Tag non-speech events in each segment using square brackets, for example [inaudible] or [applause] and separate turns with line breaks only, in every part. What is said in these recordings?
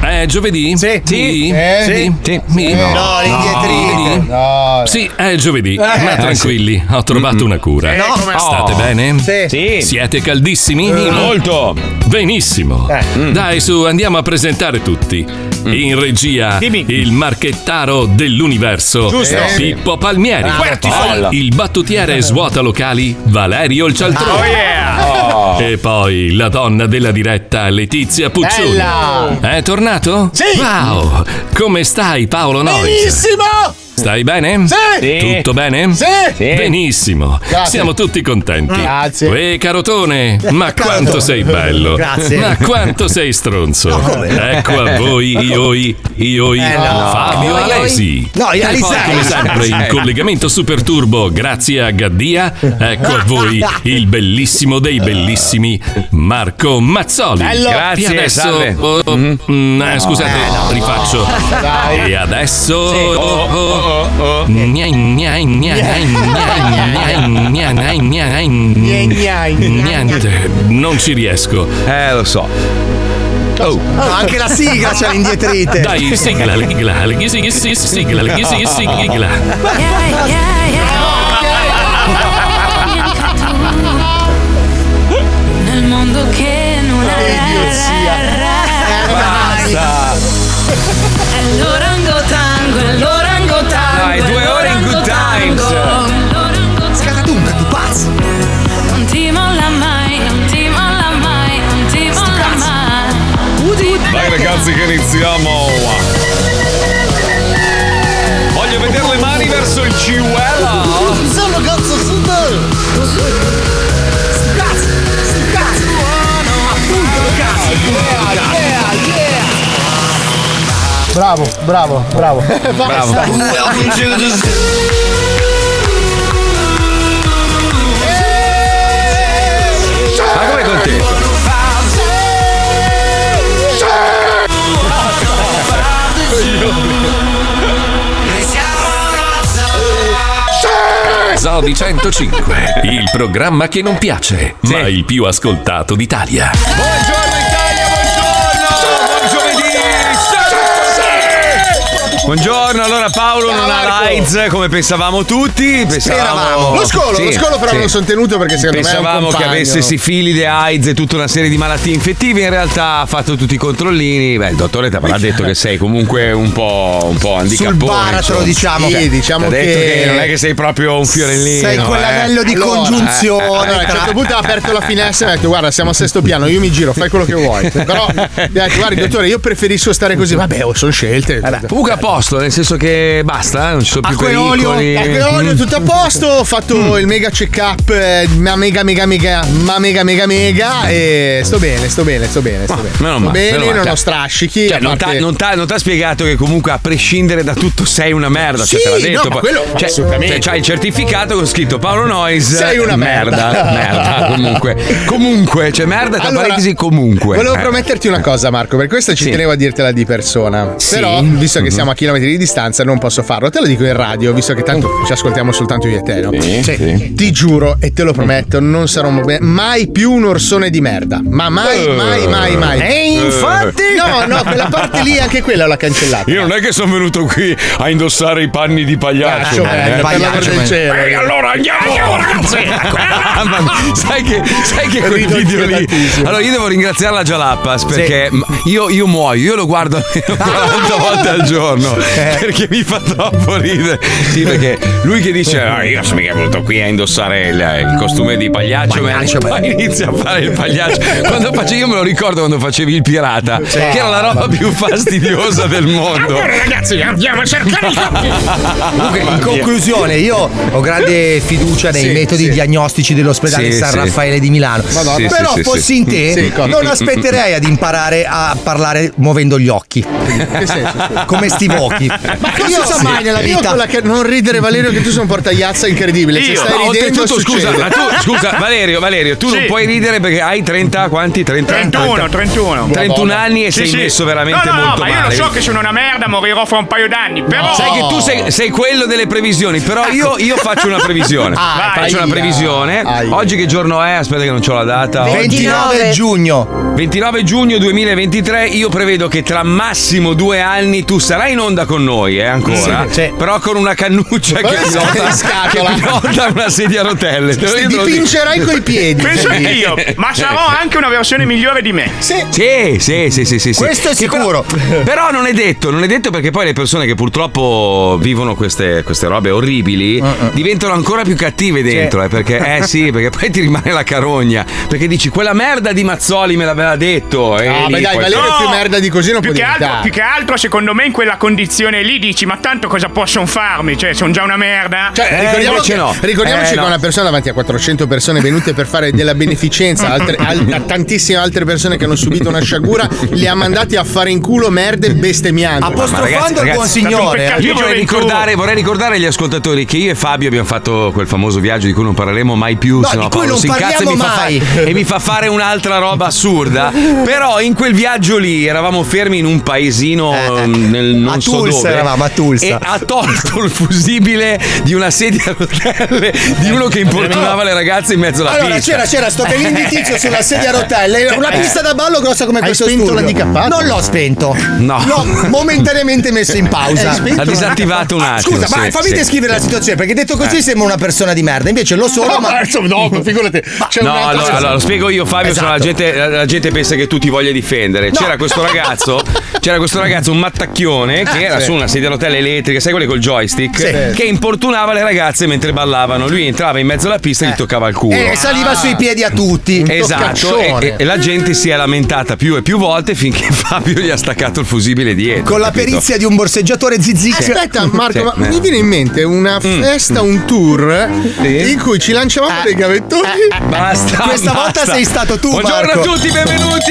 è Eh, giovedì?
Sì.
Sì?
Eh?
Sì?
Sì.
Mi?
Eh, no, le indietrine.
Giovedì?
No, no.
Sì, è giovedì.
Eh,
Ma
eh,
tranquilli, ho trovato una cura.
Sì, no? come-
State
Oh.
bene?
Sì. Sì.
Siete caldissimi?
Eh.
Molto. Benissimo.
Mm.
Dai, su, andiamo a presentare tutti. In regia,
Dimmi.
il marchettaro dell'universo,
Giusto. Eh, sì.
Pippo Palmieri.
Ah, Guardi,
Poi
folla.
il
Eh.
battutiere svuota locali, Valerio il cialtrone.
Oh, yeah. Oh.
E poi la donna della diretta, Letizia Puccioni.
Bella.
È tornato? Sì. Wow, come stai, Paolo Nois? Stai bene?
Sì.
Tutto bene? Sì. Benissimo.
Grazie.
Siamo tutti contenti.
Grazie.
E carotone, ma quanto sei bello.
Grazie.
Ma quanto sei stronzo. ecco a voi, ioi, ioi,
Eh, no.
Fabio
Ioi, ioi.
Alesi.
No,
e poi,
Alisei.
come sempre, in collegamento super turbo, grazie a Gaddia, ecco a voi il bellissimo dei bellissimi Marco Mazzoli.
Bello. Grazie,
E adesso,
salve.
oh, oh, mm, eh,
No.
scusate,
Eh, no.
rifaccio.
Dai.
E adesso...
Sì.
oh, oh, oh. Gnai, gnai, gnai, gnai, gnai, gnai, gnai,
Gnai, gnai, gnai.
Niente, non ci riesco. Eh, lo so. Oh.
No, anche la sigla cioè. c'ha le indietrite.
Dai, sigla, sigla, sigla, sigla, sigla, sigla, sigla.
Nel mondo che non ha
Basta.
È l'orangotango, è l'orangotango.
Dai,
è
due ore in good
l'orangotango, Scatatuna, tu pazzo. Non ti molla mai, non ti molla mai, non ti molla mai. Udi.
Dai ragazzi che iniziamo! Voglio vedere le mani verso il Ciuela!
Sono cazzo su Cazzo, cazzo. Appunto, cazzo.
Bravo, bravo, bravo.
[laughs]
Bravo. Welcome to the
Ma come contento?
Zodi 105, il programma che non piace, ma il più ascoltato d'Italia.
Buongiorno, allora Paolo
Ciao,
non ha
Marco.
lights come pensavamo tutti. Pensavamo...
Lo scolo, lo
Sì,
scolo però
sì.
non sono tenuto perché secondo me è un
Pensavamo che
compagno.
avesse sifilide, AIDS e tutta una serie di malattie infettive, in realtà ha fatto tutti i controllini. Beh, il dottore ti avrà detto che sei comunque un po', un po' handicappone.
baratro,
insomma.
diciamo, sì,
Ti ha
diciamo
detto
che-
non è che sei proprio un fiorellino.
Sei quell'anello
eh.
di
Allora,
congiunzione.
eh, eh,
Allora, a un certo punto ha aperto la finestra e ha detto: Guarda, siamo a sesto piano, io mi giro, fai quello che
[laughs]
vuoi. Però mi ha detto, guarda, dottore, io preferisco stare così. Vabbè, oh, sono scelte.
Vabbè, comunque a posto, nel senso che basta, eh, non ci sono più
Acqua e olio, acqua
pericoli. Mm.
e olio, tutto a posto. Ho fatto il mega check up, eh, ma mega, mega, mega, ma mega, mega, mega. E sto bene, sto bene, sto bene. Sto bene,
Meno
Sto
male,
bene,
meno male.
non
Cioè,
ho strascichi.
Cioè,
a
non t'ha-
parte-
non t'ha non t'ha spiegato che comunque a prescindere da tutto sei una merda. Cioè,
Sì,
te l'ha detto.
no, ma quello-
cioè,
assolutamente.
cioè, c'hai il certificato con scritto Paolo Nois.
Sei una merda.
Merda, [laughs] merda,
[laughs]
comunque. Comunque, cioè merda, tra
Allora,
parentesi comunque.
Volevo
Eh.
prometterti una cosa, Marco, per questo ci
Sì.
tenevo a dirtela di persona.
Sì?
Però, visto che
Mhm.
siamo a chilometri di distanza, non posso farlo. Te lo dico in radio, visto che tanto ci ascoltiamo soltanto io e te. No?
Sì,
Cioè,
sì.
Ti giuro e
Mm.
te lo prometto, non sarò mai- mai più un orsone di merda. Ma mai,
Eh.
mai, mai, mai.
Eh.
No, no, quella parte lì, anche [laughs] quella l'ho cancellata.
Io non è che sono venuto qui a indossare i panni di pagliaccio.
Cazzo, eh, per l'amor del cielo.
E allora andiamo, ragazzi. Ah, [laughs] ma sai che, [laughs] sai che quel
Rido
video lì.
tantissimo.
Allora, io devo ringraziare la Jalappas perché m- io, io muoio, io lo guardo [laughs] almeno 40 volte al giorno perché mi fa troppo ridere. Sì, perché lui che dice: "Ah, Io sono mica venuto qui a indossare il, il costume di pagliaccio, ma [laughs] poi inizia a fare il pagliaccio. Quando face- io me lo ricordo quando facevi il pirata,
Sì.
che era la roba più fastidiosa del mondo.
Ragazzi, andiamo a
[laughs]
cercare i
Comunque,
coppi.
in
Mamma mia.
conclusione, io ho grande fiducia nei
Sì,
metodi
sì.
diagnostici dell'ospedale
Sì,
San
sì.
Raffaele di Milano.
Madonna. Sì,
Però
sì, sì,
fossi
sì.
in te,
Sì, cosa?
non aspetterei ad imparare a parlare muovendo gli occhi.
senso, scusa?
Come Steve pochi.
Ma cosa sa mai nella vita? che non ridere Valerio che tu sei un portagliazza incredibile. Se
Io,
stai
ma
ridendo
oltretutto, scusa,
succede.
ma tu, scusa, Valerio, Valerio, tu
Sì.
non puoi ridere perché hai 30, quanti? 30?
31, 31.
31 anni e
Sì,
sei
sì.
messo veramente
no, no,
molto
no, ma
male.
io lo so che sono una merda, morirò fra un paio d'anni. Però.
Sai che tu sei, sei quello delle previsioni, però io, io faccio una previsione.
Ah,
Vai. faccio
aia.
una previsione. Oggi che giorno è? Aspetta che non ho la data.
29 giugno.
29 giugno 2023 io prevedo che tra massimo due anni tu sarai in onda con noi, eh, ancora.
Sì, sì.
però con una cannuccia che
Eh,
pilota,
in scatola.
che pilota una sedia a rotelle. Te lo- io te lo dico. [laughs]
Penso anch'io, ma sarò anche una versione migliore di me.
Sì.
Sì, sì, sì, sì, sì, sì.
Questo è
Che
sicuro.
Però, [laughs] però non è detto, non è detto perché poi le persone che purtroppo vivono queste, queste robe orribili diventano ancora più cattive dentro. eh, perché, eh sì, perché poi ti rimane la carogna. Perché dici quella merda di Mazzoli me l'aveva detto. e
Ah,
lì
beh, dai,
poi-
Valerio
No,
più merda di così non
più
può
che, altro, più
diventare.
che altro, secondo me, in quella condizione lì dici: Ma tanto cosa possono farmi? Cioè, sono già una merda.
Cioè,
Eh,
ricordiamoci ricordiamoci
Eh,
che [laughs] una Cioè, persona davanti a 400 persone venute per fare della beneficenza, altre- al- a tantissime altre persone che hanno subito una sciagura, li ha mandati a fare in culo merde bestemmiando.
eh.
Io vorrei ricordare, vorrei ricordare agli ascoltatori che io e Fabio abbiamo fatto quel famoso viaggio di cui non parleremo mai più.
No,
se
di cui
Paolo
non
si incazza e mi,
parliamo
fa fare-
mai.
e mi fa fare un'altra roba assurda. Però in quel viaggio lì eravamo fermi in un paesino eh, nel non
a
so
Tulsa
dove.
eravamo, a Tulsa.
E ha tolto il fusibile di una sedia a rotelle di uno che importunava le ragazze in mezzo alla
Allora
pista. Eh.
c'era,
[laughs]
c'era sto pelin di tizio sulla sedia a rotelle, una pista da ballo grossa come
Hai
questo
spento
studio.
l'handicappato?
Non l'ho spento.
No.
L'ho momentaneamente messo in pausa.
Hai spento? Ha disattivato un
Ah,
attimo,
Scusa, ma
sì,
fammi
sì.
descrivere la situazione, perché detto così
Eh.
sembra una persona di merda, invece lo sono, ma [laughs]
no, figurati.
no, allora, allora, lo spiego io, Fabio.
Esatto.
se no La, gente, la gente pensa che tu ti voglia difendere. C'era questo
[laughs]
ragazzo, c'era questo ragazzo, un mattacchione, che
Ah,
era
sì.
su una sedia a rotelle elettrica, sai quelle col joystick,
Sì.
che importunava le ragazze mentre ballavano. Lui entrava in mezzo alla pista e
Eh.
gli toccava il culo.
E saliva sui piedi a tutti.
Esatto, e, e- e la gente si è lamentata più e più volte finché [laughs] Fabio gli ha staccato il fusibile dietro.
Con la
capito?
perizia di un borseggiatore zizzica.
Aspetta, Marco,
Sì,
ma
eh.
mi viene in mente una festa, un tour in cui ci lanciavamo dei gavettoni.
eh.
Basta.
Questa volta
basta.
sei stato tu,
Buongiorno
Marco.
a tutti,
benvenuti.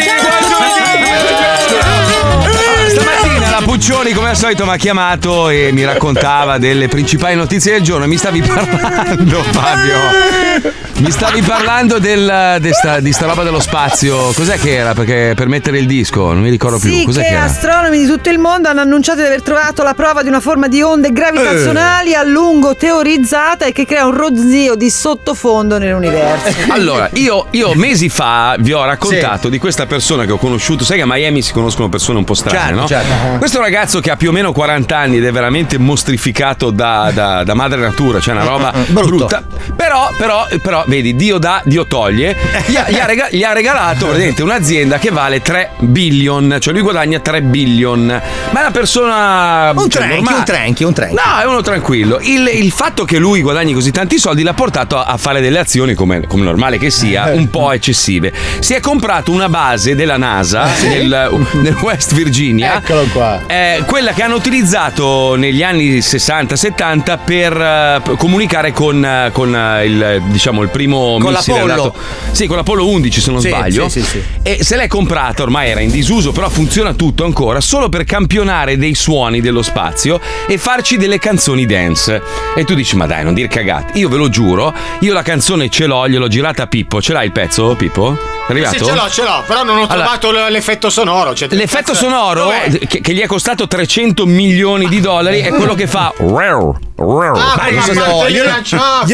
Stamattina la Puccioni, come al solito, mi ha chiamato e mi raccontava delle principali notizie del giorno. Mi stavi [laughs] parlando, Fabio. Mi stavi parlando del- de sta- di sta roba dello spazio. Cos'è che era? Perché per mettere il disco, non mi ricordo più.
Sì,
Cos'è
che,
che, era?
astronomi di tutto il mondo hanno annunciato di aver trovato la prova di una forma di onde gravitazionali
Eh.
a lungo teorizzata e che crea un rozzio di sottofondo nell'universo.
Eh. Allora, io, io mesi fa vi ho raccontato di questa persona che ho conosciuto. Sai che a Miami si conoscono persone un po' strane,
Certo,
no?
Uh-huh.
certo.
Questo ragazzo che ha più o meno 40 anni ed è veramente mostrificato da, da- da madre natura, cioè una
[laughs]
roba brutta. Però, però, però, vedi, Dio dà, Dio toglie. Gli ha, gli ha rega- gli ha regalato praticamente un'azienda che vale 3 billion, cioè lui guadagna 3 billion. Ma è una persona. cioè,
Un tranchi,
normale.
un tranchi, un tranchi.
No, è uno tranquillo. Il, il fatto che lui guadagni così tanti soldi l'ha portato a, a fare delle azioni, come, come normale che sia,
Eh.
un po' eccessive. Si è comprato una base della NASA
Eh,
nel, nel West Virginia.
Eccolo qua.
Eh, quella che hanno utilizzato negli anni 60-70 per eh, p- comunicare con, eh, con, eh, il, eh, diciamo, il primo
Con
missile
l'Apollo.
andato- Sì, con l'Apollo 11 se non
Sì,
sbaglio.
sì, sì, sì.
E se l'è comprata, ormai era in disuso, però funziona tutto ancora, solo per campionare dei suoni dello spazio e farci delle canzoni dance. E tu dici, ma dai, non dir cagate. Io ve lo giuro, io la canzone ce l'ho, gliel'ho girata a Pippo. Ce l'hai il pezzo, Pippo? È arrivato?
Sì, ce l'ho, ce l'ho, però non ho
Allora-
trovato l- l'effetto sonoro. Cioè,
L'effetto
cazzo-
sonoro
Dov'è?
che, che gli è costato 300 milioni di dollari è quello che fa. Rar, rar.
Ah,
Dai,
quella
sì,
parte
no,
lì,
glielo-
lanciata, sì.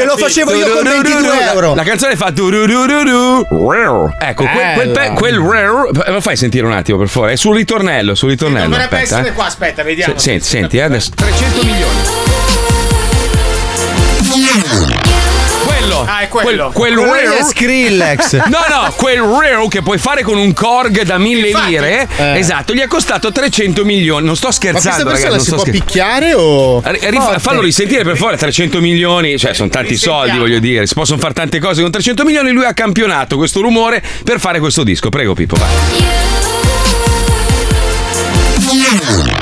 La- La canzone fa. tururururu, rar. Ecco, quel, quel, pe-
Bella.
quel rar- eh, Lo fai sentire un attimo, per favore? È sul ritornello. Sul ritornello.
Dovrebbe
aspetta,
essere
eh.
qua, aspetta,
Se-
vediamo.
senti, senti, eh, adesso.
300 milioni.
Quello.
Ah, è quello.
Quel, quel
Quello lì
rare-
è Skrillex.
[laughs] No, no, quel rare che puoi fare con un Korg da mille lire.
Eh.
Esatto, gli ha costato 300 milioni. Non sto
Ma questa
scherzando,
persona
ragazzi. non sto
si può
scherzando.
picchiare o.
Ri- rifa- fallo risentire per favore 300 milioni, cioè sono tanti soldi, voglio dire, si possono fare tante cose con 300 milioni. Lui ha campionato questo rumore per fare questo disco. Prego, Pippo, vai.
Eh,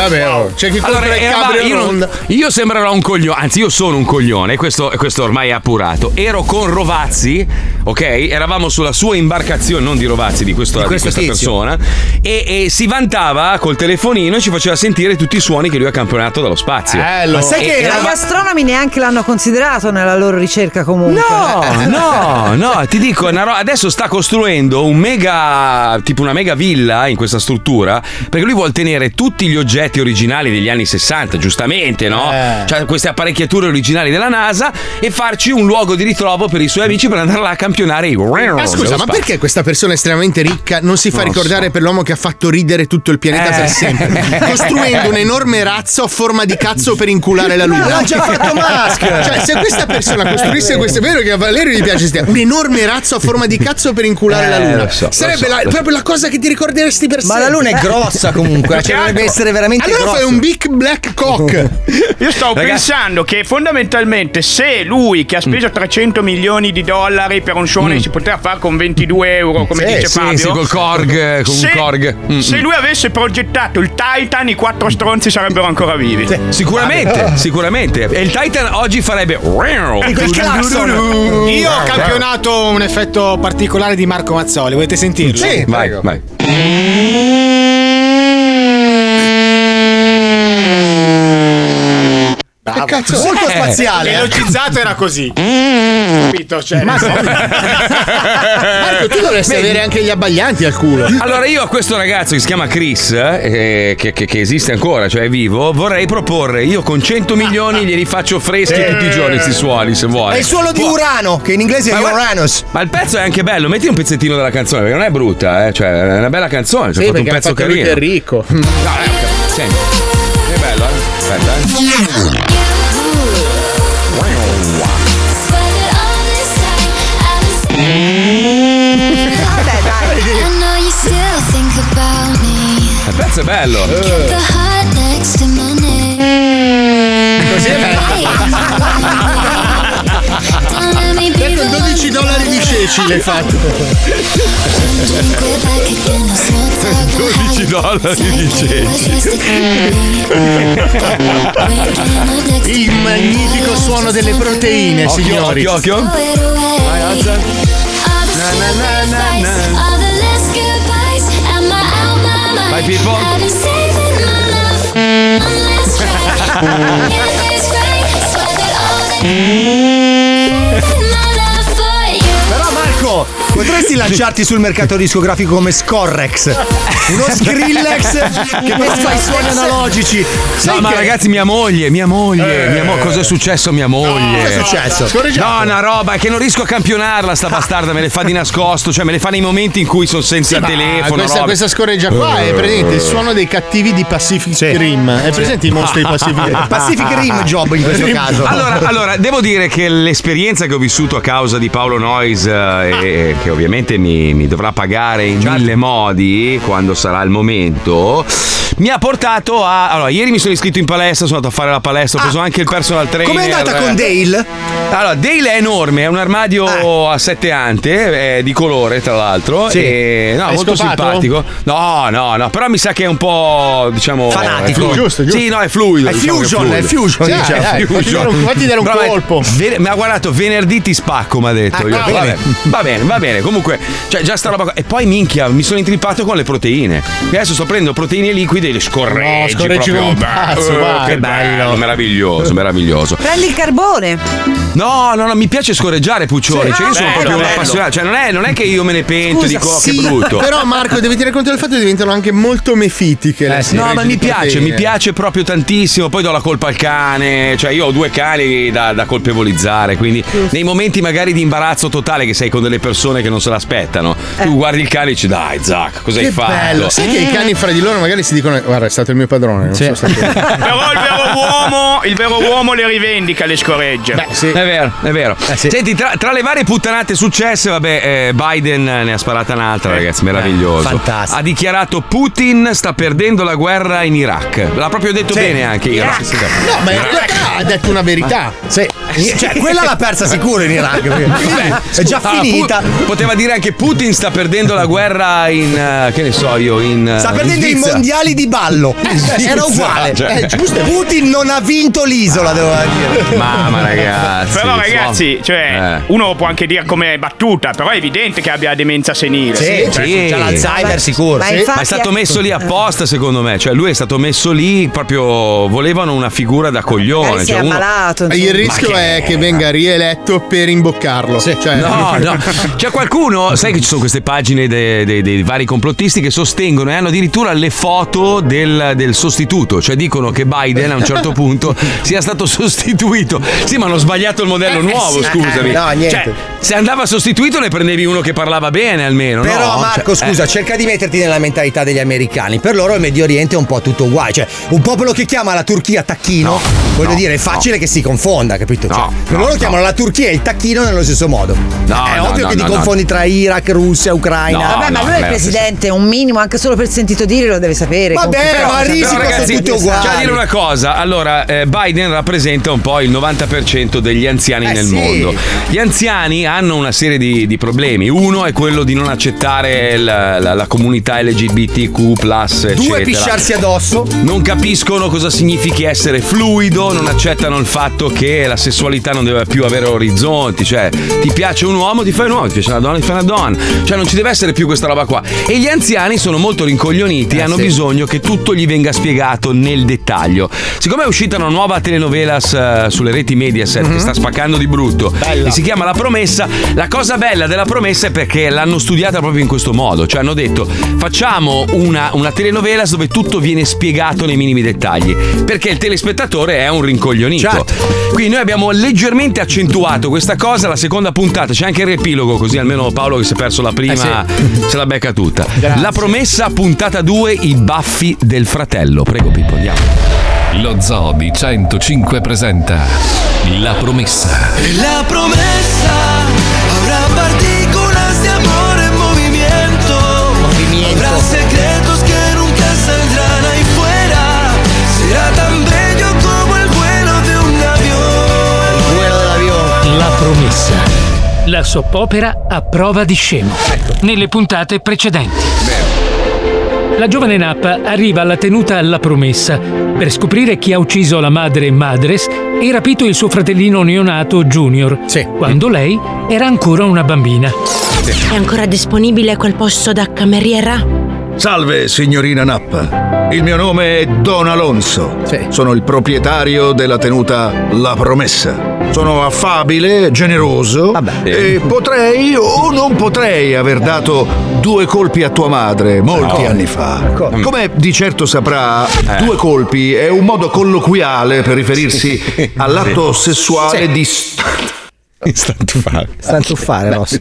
Vabbè, oh, c'è chi compra il
eravamo-
cabrio
eh, io, non-
Ronda.
io sembrerò un coglione, anzi io sono un coglione, questo, questo ormai è appurato. Ero con Rovazzi, ok? Eravamo sulla sua imbarcazione, non di Rovazzi, di, questo-
Di
di
questo
questa
tizio.
persona, e, e si vantava col telefonino e ci faceva sentire tutti i suoni che lui ha campionato dallo spazio.
Ma sai
E-
che
era-
gli astronomi neanche l'hanno considerato nella loro ricerca comunque. Eh.
No, Ah, no, no, ti dico, è una ro- adesso sta costruendo un mega, tipo una mega villa in questa struttura, perché lui vuol tenere tutti gli oggetti originali degli anni 60, giustamente, no?
Eh.
Cioè queste apparecchiature originali della NASA e farci un luogo di ritrovo per i suoi amici per andare là a campionare i
Ah,
Ma scusa, ma perché questa persona estremamente ricca non si fa
Non lo
ricordare per l'uomo che ha fatto ridere tutto il pianeta
Eh.
per
[laughs]
sempre? Costruendo un enorme razzo a forma di cazzo per inculare la luna.
Ma l'ha già fatto Musk!
Cioè, se questa persona costruisse questo, è vero che a Valerio gli piace stia- un enorme razzo a forma di cazzo per inculare
Eh,
la luna.
lo so, lo
Sarebbe
so,
la-
lo so.
proprio la cosa che ti ricorderesti per
Ma
sempre.
la luna è grossa comunque, cioè dovrebbe essere veramente
Allora
grossa.
fai un big black cock.
Io stavo
Ragazzi-
pensando che fondamentalmente se lui che ha
Mm.
speso 300 milioni di dollari per un show si poteva fare con 22 euro come
Sì,
dice
Mm. Eh, sì,
Fabio
sì, col Korg, eh, con un
se,
Korg. Mm,
se
mm.
lui avesse progettato il Titan i quattro stronzi sarebbero ancora vivi
Sicuramente, sicuramente. E il Titan oggi farebbe
Ecco
Io ho campionato un effetto particolare di Marco Mazzoli, volete sentirlo?
Sì, vai, vai.
Bravo.
Che cazzo- Molto spaziale, eh.
Velocizzato era così. Capito? Cioè,
Mm. Marco, tu dovresti
Vedi?
avere anche gli abbaglianti al culo.
Allora io a questo ragazzo che si chiama Chris, eh, che, che- che esiste ancora, cioè è vivo, vorrei proporre, io con
Ah,
100 milioni glieli faccio freschi tutti i giorni
Eh.
questi suoni se vuoi.
È il suolo di
Può-
Urano, che in inglese è
Ma guarda-
Uranus.
Ma il pezzo è anche bello, metti un pezzettino della canzone, perché non è brutta, eh, cioè è una bella canzone, c'è
Sì,
fatto un
perché
pezzo
l'ha fatto lui
carino.
che è ricco.
Senti, che bello, eh? Aspetta,
[laughs]
Vabbè,
eh. Il pezzo è bello.
Così è
Aspetta, 12 dollari di ceci l'hai fatto.
12 dollari di
Il magnifico suono delle proteine,
Occhio,
signori.
occhio,
Vai, Pippo. [laughs]
Però Marco, potresti lanciarti sul mercato discografico come Scorrex? Uno
[laughs]
Skrillex che poi fa i suoni analogici.
No,
Sai
ma
che-
ragazzi, mia moglie, mia moglie, mia mo- cosa è successo a mia moglie?
cosa è successo?
No,
Scorreggiato.
una roba che non riesco a campionarla, sta bastarda, me le fa di nascosto, cioè me le fa nei momenti in cui sono senza
Sì, ma
telefono.
Ah,
Eh.
Questa,
robe.
questa scorreggia qua è presente il suono dei cattivi di Pacific Rim.
Eh,
È presente
[laughs]
i mostri di Pacific Rim? Rim.
Allora, allora, devo dire che l'esperienza che ho vissuto a causa di Paolo Noyes, eh, e- e che ovviamente mi, mi dovrà pagare in
Certo.
mille modi quando sarà il momento, mi ha portato a. Allora, ieri mi sono iscritto in palestra, sono andato a fare la palestra, ho preso anche il personal trainer.
Ah, Com'è andata con Dale? Ah.
Allora, Dale è enorme, è un armadio a sette ante, è di colore tra l'altro.
Sì.
E, no,
Hai
molto
scopato?
simpatico. No, no, no, però mi sa che è un po', diciamo.
Fanatico.
è
Giusto, giusto.
Sì, no, è fluido.
È
diciamo che
fusion, è
fluido.
fusion,
Sì, cioè,
diciamo.
è
Dai, fatti dare un- fatti dare un
Bravo,
colpo.
vene- mi ha guardato, venerdì ti spacco, mi ha detto. Io,
Ah, bravo.
vabbè, va bene, va bene. Comunque, cioè, già sta roba qua. E poi minchia, mi sono intrippato con le proteine. E adesso sto prendendo proteine liquide e le scorreggi.
No, scorreggi
proprio.
con un pazzo,
Eh,
vai.
che bello, meraviglioso, meraviglioso.
Prendi il carbone.
No, no, no, mi piace scorreggiare Puccioni.
Sì.
cioè, io sono
Ah,
Bello,
proprio un
bello.
appassionato. Cioè, non è, non è che io me ne pento
Scusa,
dico "Oh,
sì,
che brutto.
Però Marco, devi tenere conto del fatto che diventano anche molto mefitiche. le
Eh, No,
scorregge
ma mi
di
piace, mi
proteine.
piace proprio tantissimo. Poi do la colpa al cane, cioè io ho due cani da, da colpevolizzare. Quindi, nei momenti magari di imbarazzo totale che sei con delle persone che non se l'aspettano, tu guardi il cane e dici, dai, Zac, cosa hai
Eh. Che
fatto? Eh.
bello. Sai che i cani fra di loro magari si dicono: Guarda, è stato il mio padrone. Non sono stato io."
però il vero uomo il vero uomo le rivendica le scorregge
Eh, È vero, è vero.
Eh,
Senti, tra, tra le varie puttanate successe, vabbè, eh, Biden ne ha sparata un'altra,
Eh,
ragazzi, meraviglioso.
fantastico.
Ha dichiarato Putin sta perdendo la guerra in Iraq. L'ha proprio detto
Sì.
bene anche Iraq.
No, ma in realtà Ah, ha detto una verità.
Sì. Cioè, quella l'ha persa sicuro in Iraq. perché-
Vabbè,
è già
scusa, allora,
finita.
Ah, Pu- poteva dire anche Putin sta perdendo la guerra in eh, che ne so io in eh,
Sta
in
perdendo i
Svizzera.
mondiali
di ballo. Era uguale.
Cioè.
Eh, giusto. Putin non ha vinto l'isola, doveva dire.
[laughs]
Mamma ragazzi.
Però ragazzi, cioè, uno può anche dire come battuta, però è evidente che abbia demenza senile.
Sì, certo, sì.
sicuro.
Sì. Ma è stato
ecco.
messo lì apposta, secondo me. Cioè, lui è stato messo lì proprio. Volevano una figura da
Eh
Eh,
coglione. Cioè, uno-
Il rischio
Ma che-
è che venga rieletto per imboccarlo. Cioè- [laughs]
No, no. C'è qualcuno, sai che ci sono queste pagine de- de- dei, vari complottisti che sostengono e hanno addirittura le foto del, del sostituto, cioè dicono che Biden a un certo punto sia stato sostituito. Sì, ma hanno sbagliato il modello
Eh,
nuovo,
sì.
scusami.
Eh, no, niente.
Cioè, se andava sostituito ne prendevi uno che parlava bene almeno.
Però
no?
Marco,
Cioè,
scusa,
eh.
cerca di metterti nella mentalità degli americani. Per loro il Medio Oriente è un po' tutto uguale. Cioè, un popolo che chiama la Turchia tacchino, voglio
no,
dire, è facile
no.
che si confonda, capito? Cioè,
no,
loro
no.
chiamano la Turchia e il tacchino nello stesso modo.
No,
è
no,
ovvio
no,
che
no,
ti
no.
confondi tra Iraq, Russia, Ucraina.
Vabbè, ma lui è il presidente, un minimo, anche solo per sentito dire, lo deve sapere.
Vabbè,
con chi
ma
cosa.
risico,
Però,
sono
ragazzi,
tutti
esatto.
uguali.
C'è da dire una cosa, allora eh, Biden rappresenta un po' il 90% degli anziani
Eh,
nel
sì.
mondo. Gli anziani hanno una serie di, di problemi. Uno è quello di non accettare la, la- la comunità LGBTQ, eccetera.
Due pisciarsi addosso.
[laughs] Non capiscono cosa significhi essere fluido, non accettano il fatto che la sessualità non deve più avere orizzonti, cioè ti piace un uomo, ti fai un uomo, ti piace una donna, ti fai una donna, cioè non ci deve essere più questa roba qua. E gli anziani sono molto rincoglioniti e hanno bisogno che tutto gli venga spiegato nel dettaglio. Siccome è uscita una nuova telenovela s- sulle reti Mediaset che sta spaccando di brutto e si chiama La Promessa, la cosa bella della promessa è perché l'hanno studiata proprio in questo modo, cioè hanno detto facciamo una, una telenovela dove tutto viene spiegato nei minimi dettagli, perché il telespettatore è un rincoglionito. Quindi noi abbiamo leggermente accentuato questa cosa, la seconda puntata c'è anche il riepilogo, così almeno Paolo che si è perso la prima se la becca tutta. La Promessa puntata 2, i baffi del fratello. Prego Pippo, andiamo.
Lo zoo di 105 presenta La promessa.
La promessa habrá partículas de amor en movimiento. Habrá secretos que nunca saldrán ahí fuera. Será tan bello como el vuelo de un avión.
La promessa. La soppopera a prova di scemo. Nelle puntate precedenti. La giovane Nappa arriva alla tenuta alla promessa per scoprire chi ha ucciso la madre Madres e rapito il suo fratellino neonato Junior, quando lei era ancora una bambina.
È ancora disponibile quel posto da cameriera?
Salve, signorina Nappa. Il mio nome è Don Alonso. Sono il proprietario della tenuta La Promessa. Sono affabile, generoso
Ah,
e potrei o non potrei aver dato due colpi a tua madre molti
No.
anni fa.
Come?
Come di certo saprà,
Eh.
due colpi è un modo colloquiale per riferirsi all'atto
Sì.
sessuale
Sì.
di... st-
Stantuffare.
Stantuffare, Rossi.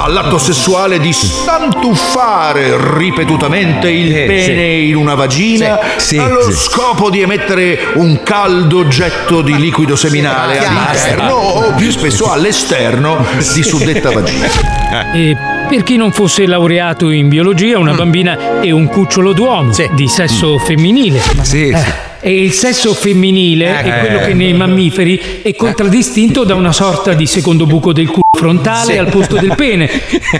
All'atto sessuale di stantuffare ripetutamente il
Eh,
pene in una vagina
Sì, sì,
allo
sì.
scopo di emettere un caldo getto di liquido seminale
Sì, Ah,
all'interno
basta.
o più spesso all'esterno di suddetta vagina.
Eh.
E per chi non fosse laureato in biologia,
Mm.
una bambina è un cucciolo d'uomo di sesso femminile. Eh,
Sì,
E il sesso femminile
Eh.
è quello che nei mammiferi è contraddistinto da una sorta di secondo buco del culo frontale
Sì.
al posto del pene,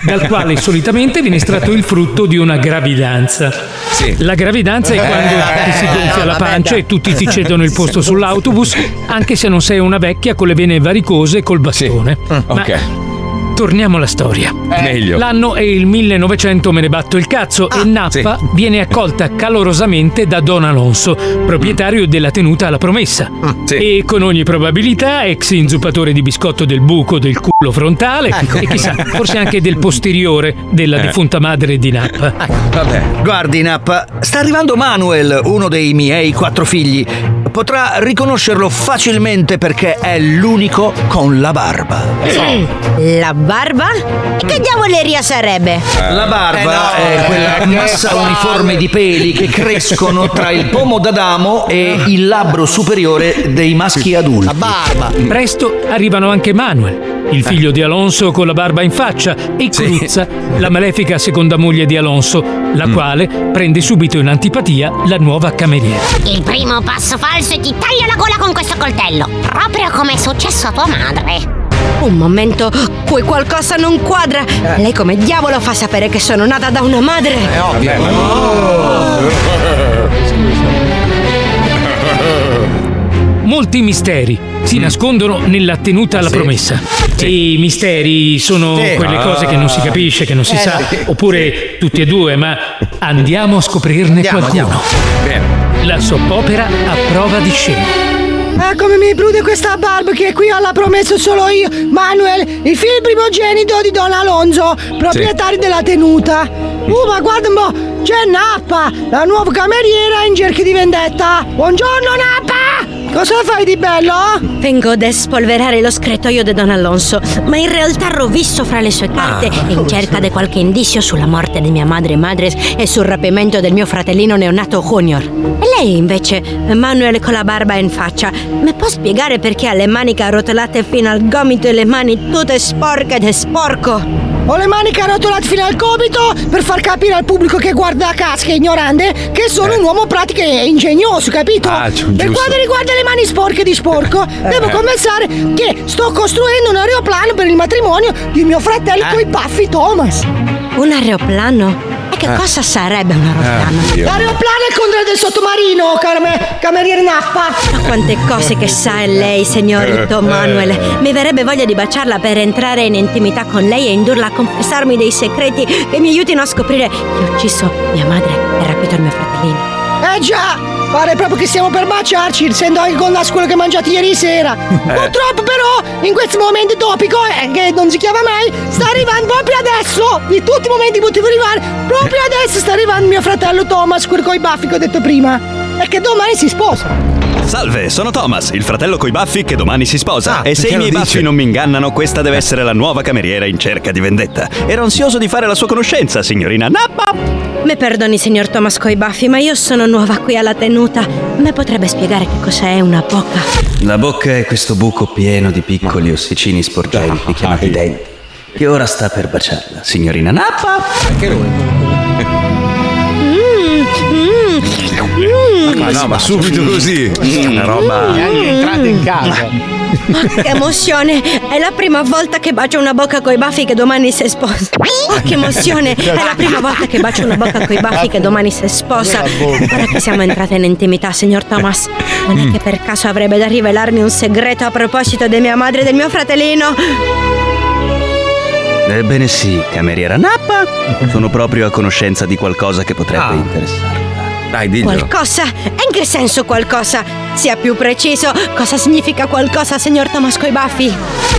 dal quale solitamente viene estratto il frutto di una gravidanza. La gravidanza è
Eh,
quando
vabbè,
ti si gonfia
no,
la
vabbè,
pancia
dai.
e tutti ti cedono il posto sull'autobus, anche se non sei una vecchia con le vene varicose e col bastone.
Mm,
Ma
Ok.
torniamo alla storia.
Meglio.
L'anno è il 1900, me ne batto il cazzo, e Nappa viene accolta calorosamente da Don Alonso, proprietario della tenuta alla promessa. E con ogni probabilità ex inzuppatore di biscotto del buco del culo frontale e chissà, forse anche del posteriore della
Eh.
defunta madre di Nappa.
Guardi, Nappa, sta arrivando Manuel, uno dei miei quattro figli. Potrà riconoscerlo facilmente perché è l'unico con la barba.
Mm. La barba? E che diavoleria sarebbe?
Eh.
La barba è quella massa uniforme di peli che crescono tra il pomo d'Adamo e il labbro superiore dei maschi adulti. Mm. La barba!
Presto arrivano anche Manuel, il figlio di Alonso con la barba in faccia, e Cruzza, la malefica seconda moglie di Alonso, la quale prende subito in antipatia la nuova cameriera.
Il primo passo falso e ti taglio la gola con questo coltello, proprio come è successo a tua madre.
Un momento, qui qualcosa non quadra. Lei come diavolo fa sapere che sono nata da una madre?
È ovvio.
[laughs] molti misteri
Mm.
si nascondono nella tenuta alla promessa. E I misteri sono
Sì.
quelle cose che non si capisce, che non si
Eh,
sa,
sì.
oppure tutti e due, ma andiamo a scoprirne qualcuno. La soppopera a prova di scena.
Ah, come mi prude questa barba che qui alla promesso solo io, Manuel, il figlio primogenito di Don Alonso, proprietario della tenuta. Uh, ma guarda un po', c'è Nappa, la nuova cameriera in cerca di vendetta. Buongiorno Nappa! Cosa fai di bello?
Vengo ad espolverare lo scretoio di Don Alonso, ma in realtà rovisto fra le sue carte
Ah.
in cerca di qualche indizio sulla morte di mia madre Madres e sul rapimento del mio fratellino neonato Junior. E lei invece, Manuel con la barba in faccia, mi può spiegare perché ha le maniche arrotolate fino al gomito e le mani tutte sporche ed sporco?
Ho le maniche arrotolate fino al gomito per far capire al pubblico che guarda la casca ignorante che sono un uomo pratico e ingegnoso, capito?
Eh. Ah, gi-
per
giusto. Eh,
quanto riguarda le mani sporche di sporco, devo confessare che sto costruendo un aeroplano per il matrimonio di mio fratello
Eh.
coi baffi Thomas.
Un aeroplano? E che
Eh.
cosa sarebbe un aeroplano?
Eh,
Dio. L'aeroplano è il contrario del sottomarino, carme- cameriere Nappa.
Ma quante cose che sa lei, signorito
Eh.
Manuel. Mi verrebbe voglia di baciarla per entrare in intimità con lei e indurla a confessarmi dei secreti che mi aiutino a scoprire chi ha ucciso mia madre e rapito il mio fratellino.
Eh già, pare proprio che stiamo per baciarci, essendo il gondas quello che mangiate ieri sera. Purtroppo però, in questo momento topico, eh, che non si chiama mai, sta arrivando proprio adesso, di tutti i momenti che potevo arrivare, proprio adesso sta arrivando mio fratello Thomas, quel coi baffi che ho detto prima. E che domani si sposa.
Salve, sono Thomas, il fratello coi baffi che domani si sposa.
Ah,
e se
perché
i
lo
miei
dice?
baffi non mi ingannano, questa deve essere la nuova cameriera in cerca di vendetta. Ero ansioso di fare la sua conoscenza, signorina Nappa.
Me perdoni, signor Thomas coi baffi, ma io sono nuova qui alla tenuta. Me potrebbe spiegare che cos'è una bocca?
La bocca è questo buco pieno di piccoli ossicini sporgenti chiamati denti, che ora sta per baciarla, signorina Nappa. Perché lui?
Ma no, ma subito così. Una roba.
Neanche entrate in casa. Mm. Ma che emozione! È la prima volta che bacio una bocca coi baffi che domani si sposa. Oh, che [laughs] emozione! È la prima volta che bacio una bocca coi baffi che domani si sposa. Ora che siamo entrate in intimità, signor Thomas, non è che per caso avrebbe da rivelarmi un segreto a proposito di mia madre e del mio fratellino?
Ebbene sì, cameriera Nappa. Sono proprio a conoscenza di qualcosa che potrebbe
Ah.
interessarla. Dai,
Qualcosa? E in che senso qualcosa? Sia più preciso, cosa significa qualcosa, signor Thomas coi baffi?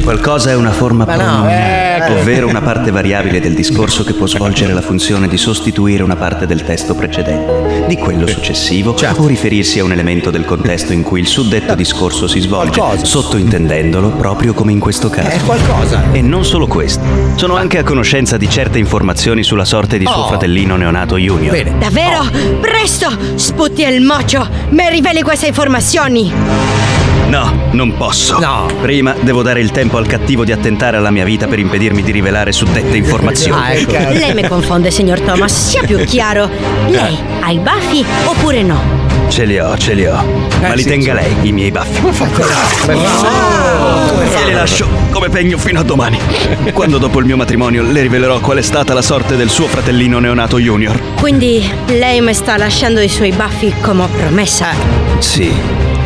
Qualcosa è una forma
Ma no,
pronominale,
eh.
ovvero una parte variabile del discorso che può svolgere la funzione di sostituire una parte del testo precedente, di quello successivo, o riferirsi a un elemento del contesto in cui il suddetto discorso si svolge, sottointendendolo proprio come in questo caso. È qualcosa. E non solo questo. Sono anche a conoscenza di certe informazioni sulla sorte di suo
Oh.
fratellino neonato Junior.
Davvero? Presto! Sputi al mocio! Mi riveli queste informazioni!
No, non posso. No. Prima devo dare il tempo al cattivo di attentare alla mia vita per impedirmi di rivelare suddette informazioni.
Lei mi confonde, signor Thomas. Sia più chiaro.
Eh.
Lei ha i baffi oppure no?
Ce li ho, ce li ho. Ma li tenga lei, i miei baffi.
Oh.
E le lascio come pegno fino a domani. Quando dopo il mio matrimonio le rivelerò qual è stata la sorte del suo fratellino neonato Junior.
Quindi lei mi sta lasciando i suoi baffi come ho promessa.
Sì,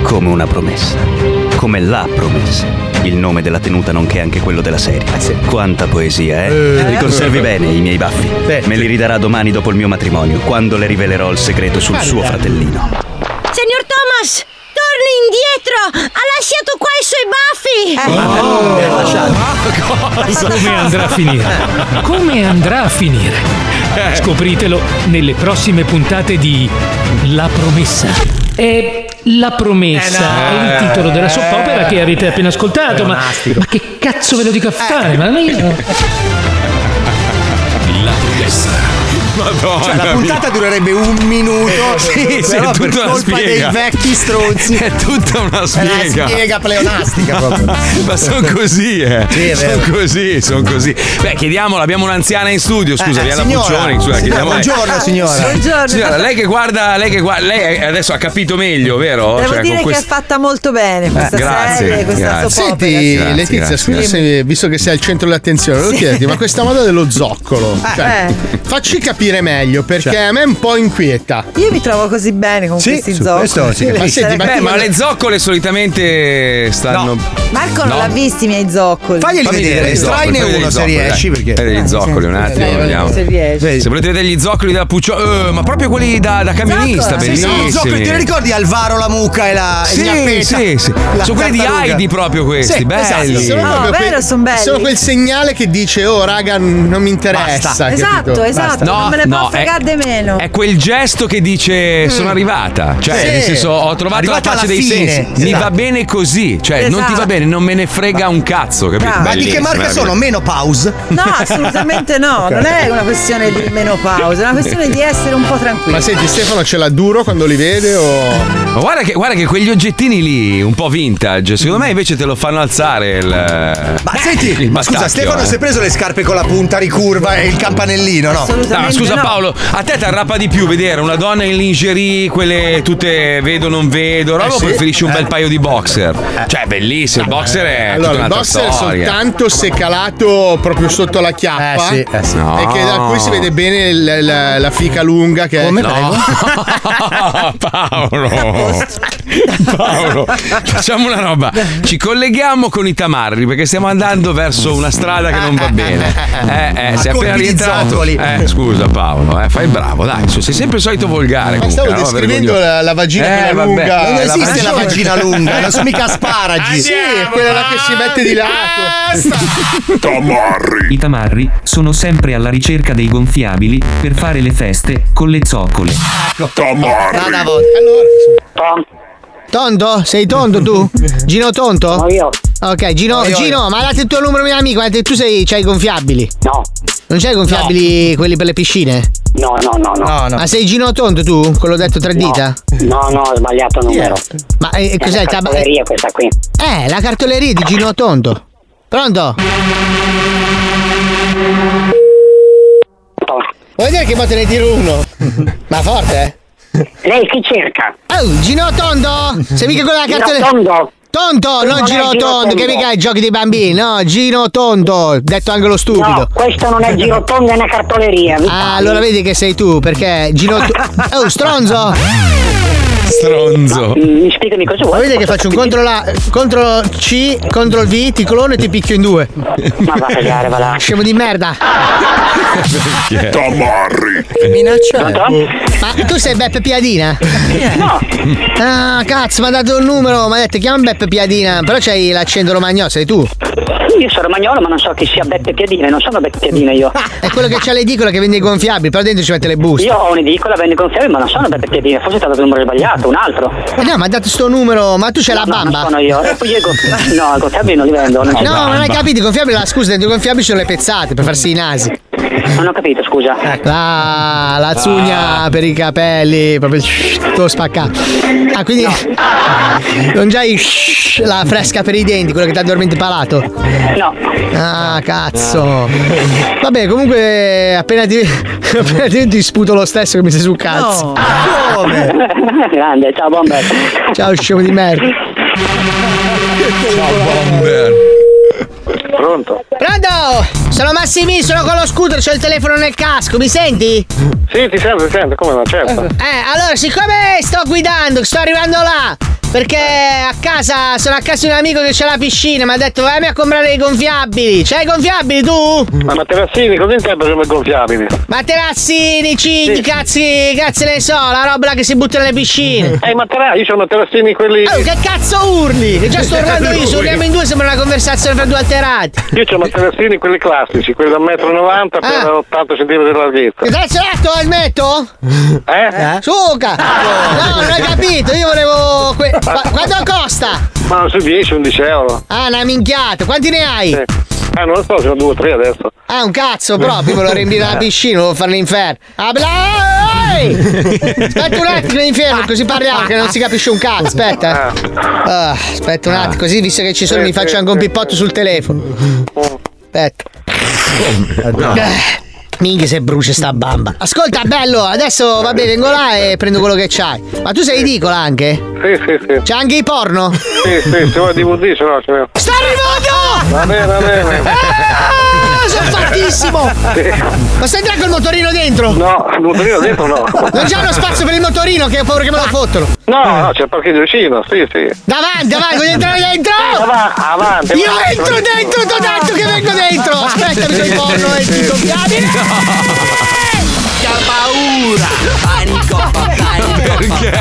come una promessa. Come la promessa. Il nome della tenuta nonché anche quello della serie. Quanta poesia, eh?
Eh.
Li conservi bene i miei baffi. Me li ridarà domani dopo il mio matrimonio, quando le rivelerò il segreto sul suo fratellino.
Signor Thomas! Torni indietro! Ha lasciato qua i suoi baffi!
Come andrà a finire? Come andrà a finire?
Eh.
Scopritelo nelle prossime puntate di La promessa. E La promessa
Eh, no. Eh,
è il titolo della soppopera che avete appena ascoltato, ma, ma che cazzo ve lo dico a fare? Ma io...
La promessa.
Madonna Cioè, la puntata durerebbe un minuto.
Sì, sì, Eh,
però
è
per
tutta una
colpa
spiega.
dei vecchi stronzi.
È tutta una spiega.
spiega pleonastica proprio.
[laughs] Ma sono così, eh.
Sì, è
sono
vero.
così, sono così. Beh, chiediamola, abbiamo un'anziana in studio, scusa,
Eh,
Viala
signora.
Puccioni, scusa,
Signora,
chiediamo a lei. Ah,
buongiorno, signora. Buongiorno.
Signora, lei che guarda, lei che guarda, lei eh, adesso ha capito meglio, vero?
Devo
Cioè,
dire
con
che
quest-
è fatta molto bene questa
Eh, grazie,
serie, questa
grazie.
soap opera.
Senti,
Grazie,
Letizia,
grazie,
scusa
grazie.
se- visto che sei al centro dell'attenzione, volevo
Sì.
chiederti, ma questa moda dello zoccolo,
Eh,
cioè, facci capire meglio perché a me è un po' inquieta.
Io mi trovo così bene con
Sì,
questi
su
zoccoli. Cioè,
questo sì. Ma senti,
Beh, ma le zoccole solitamente stanno.
Marco non
No.
l'ha visti i miei zoccoli.
Fammi degli zoccoli, fammi degli zoccoli, dai. Fai degli zoccoli un
eh.
attimo,
dai,
vediamo.
se riesci.
Se volete vedere gli zoccoli della Puccio, eh, ma proprio quelli da, da camionista,
Sì, sono
bellissimi.
zoccoli, ti ricordi Alvaro la mucca e la
Sì,
e la peta?
sì, sì.
La
Sono quelli di
tartaruga.
Heidi proprio questi,
Sì,
belli.
esatto.
Sono proprio quel- Sono quel segnale che dice, oh raga, non mi interessa.
Basta.
capito?
Esatto, esatto,
No,
non me ne
no,
può fregare di meno.
È quel gesto che dice sono arrivata, cioè
Mm. Sì.
nel senso ho trovato la
Arrivata
faccia
alla
dei
fine.
sensi, mi
Esatto.
va bene così, cioè non ti va
Esatto.
bene, non me ne frega un cazzo, capito? eh.
Ma di che
Bellissimo,
marca sono?
meraviglioso.
Menopause?
No, assolutamente no, non è una questione di menopausa, è una questione di essere un po' tranquilli.
Ma senti, Stefano ce l'ha duro quando li vede o.
Ma guarda che, guarda che quegli oggettini lì, un po' vintage, secondo
Mm.
me invece te lo fanno alzare il.
Ma senti,
il
ma scusa,
bastacchio,
Stefano
eh.
si è preso le scarpe con la punta ricurva e il campanellino, no?
No, scusa Paolo, a te ti arrapa di più vedere una donna in lingerie, quelle tutte vedo non vedo, roba
Eh
o
sì.
preferisci un
Eh.
bel paio di boxer. Cioè, bellissimo, il boxer è Eh, tutta
Allora, il
un'altra
boxer
storia.
soltanto se calato proprio sotto la chiappa.
Eh sì, eh sì. No.
E che da qui si vede bene il- la, la fica lunga che
Come?
è. [laughs]
No. Ah, Paolo, Paolo, facciamo una roba. Ci colleghiamo con i tamarri perché stiamo andando verso una strada che non va bene. Eh, eh, sei
A
appena
colpi di
rientrato.
zoccoli.
Eh, scusa, Paolo, eh, fai il bravo, dai. su, Sei sempre il solito volgare.
Ma
comunque,
stavo
una roba
descrivendo
vergognosa.
la, la vagina
Eh,
quella
vabbè.
lunga.
Non esiste
la vagina
Eh,
lunga, non sono mica asparagi.
Sì, quella là che si mette di lato.
I tamarri sono sempre alla ricerca dei gonfiabili per fare le feste con le zoccole.
Tondo? Sei tondo
[laughs]
tu? Gino tonto? No, io. Ok, Gino,
No, io,
Gino,
io.
ma date il tuo numero mio amico, eh, tu sei, c'hai i gonfiabili? No. Non c'hai i gonfiabili quelli per le piscine?
No, no, no, no.
Ma sei Gino tonto tu? Quello detto tre dita?
No, no, ho sbagliato numero.
Ma eh,
È
cos'è?
una
tab-
cartoleria questa qui.
eh, la cartoleria di Gino tonto. Pronto? Vuoi dire che poi te ne tiro uno? Ma forte, eh?
Lei chi cerca?
Oh, Gino Tondo! Sei mica quello della
Gino
cartone?
Tondo.
Tonto,
Non
non
è
Gino
Gino
Tondo, che
Tondo.
mica i giochi dei bambini, no? Gino Tondo, detto anche lo stupido.
No, questo non è girotondo, è una cartoleria. mi
Ah,
pare.
allora vedi che sei tu, perché
[laughs]
Gino Tondo. Oh, stronzo!
Stronzo. [laughs]
Mi Mm, spiegami cosa
Ma
vuoi.
vedi che faccio un control A, control C, control V, ti clono e ti picchio in due.
Ma va a cagare, va là.
Scemo di
[laughs]
merda!
Perché?
Tamarri.
Minaccia.
Pronto?
Ma tu sei Beppe Piadina?
No.
Ah, cazzo, mi ha dato il numero, mi ha detto chiama Beppe Piadina, però c'hai l'accento romagnolo, sei tu.
Io sono romagnolo, ma non so chi sia Beppe Piadine, non sono Beppe Piadine io.
Ah, È quello che c'ha l'edicola che vende i gonfiabili, però dentro ci mette le buste.
Io ho un'edicola, vendo con fiori, ma non sono Beppe Piadine, forse ti ha dato il numero sbagliato, un altro.
Eh no, mi ha dato sto numero, ma tu c'hai la
No, non
bamba.
sono io. eh, E poi io i gonfi- No, i gonfiabili non li vendo, non
No,
c'è
ma non hai capito, i gonfiabili, la scusa, dentro i gonfiabili ci sono le pezzate per farsi i nasi.
Non ho capito, scusa.
Ah, la zugna per i capelli, proprio il shh, tutto spaccato. Ah, quindi non già il shh, la fresca per i denti, quello che ti addormenta il palato?
No.
Ah, cazzo. Vabbè, comunque appena ti [laughs] appena ti, ti sputo lo stesso che mi sei sul cazzo.
[laughs] Grande,
[laughs]
ciao bomber.
Ciao, scemo di merda.
Pronto?
Pronto? Sono Massimì, sono con lo scooter, c'ho il telefono nel casco, mi senti?
Sì, ti sento, ti sento, come no, certo.
Eh, allora, siccome sto guidando, sto arrivando là, perché a casa, sono a casa di un amico che c'è la piscina, mi ha detto vai a comprare i gonfiabili. C'hai i gonfiabili tu?
Ma Materassini, cosa intendi come gonfiabili?
Materassini, cigni, cazzi, cazzi ne so, la roba là che si butta nelle piscine.
Eh, materassini, io sono materassini quelli...
Oh, che cazzo urli? Che già sto urlando io, se
Lui.
urliamo in due sembra una conversazione fra due alterati.
Io ho materassini quelli classici, quelli da 1,90 m per
Ah.
80 cm di larghezza.
Che cazzo è questo helmetto?
Eh?
Suca! No, non hai capito, io volevo... que- Qua- Quanto costa?
Ma non so 10, 11 euro.
Ah, una minchiata, quanti ne hai?
Eh, Eh, non lo so, sono 2 o 3 adesso.
Ah, un cazzo proprio, volevo riempire
[laughs] Eh.
la piscina, volevo fare l'inferno. Ah, bla- ehi! Aspetta un attimo l'inferno, così parliamo, che non si capisce un cazzo, aspetta.
Eh.
Ah, aspetta un attimo, così visto che ci sono mi faccio anche un pippotto sul telefono. Aspetta. Eh, Minchia se brucia sta bamba. Ascolta, bello, adesso va bene, vengo là e prendo quello che c'hai. Ma tu sei ridicola anche?
Sì, sì, sì.
C'è anche i porno?
Sì, sì, se vuoi DVD, se no ce ne ho.
Sta arrivando!
Va bene, va bene.
Ah, sono fattissimo! Ma stai già col motorino dentro?
No, il motorino dentro no.
Non c'è uno spazio per il motorino che ho paura che me lo fottono.
No, no, c'è il parcheggio vicino, sì, sì.
Davanti, davanti, voglio entrare dentro!
Avanti, avanti.
Io entro dentro, ti ho detto che vengo dentro! Aspetta, mi sono
[laughs]
[laughs]
il porno e ti soffiabile!
Che paura! Panico, panico,
Perché?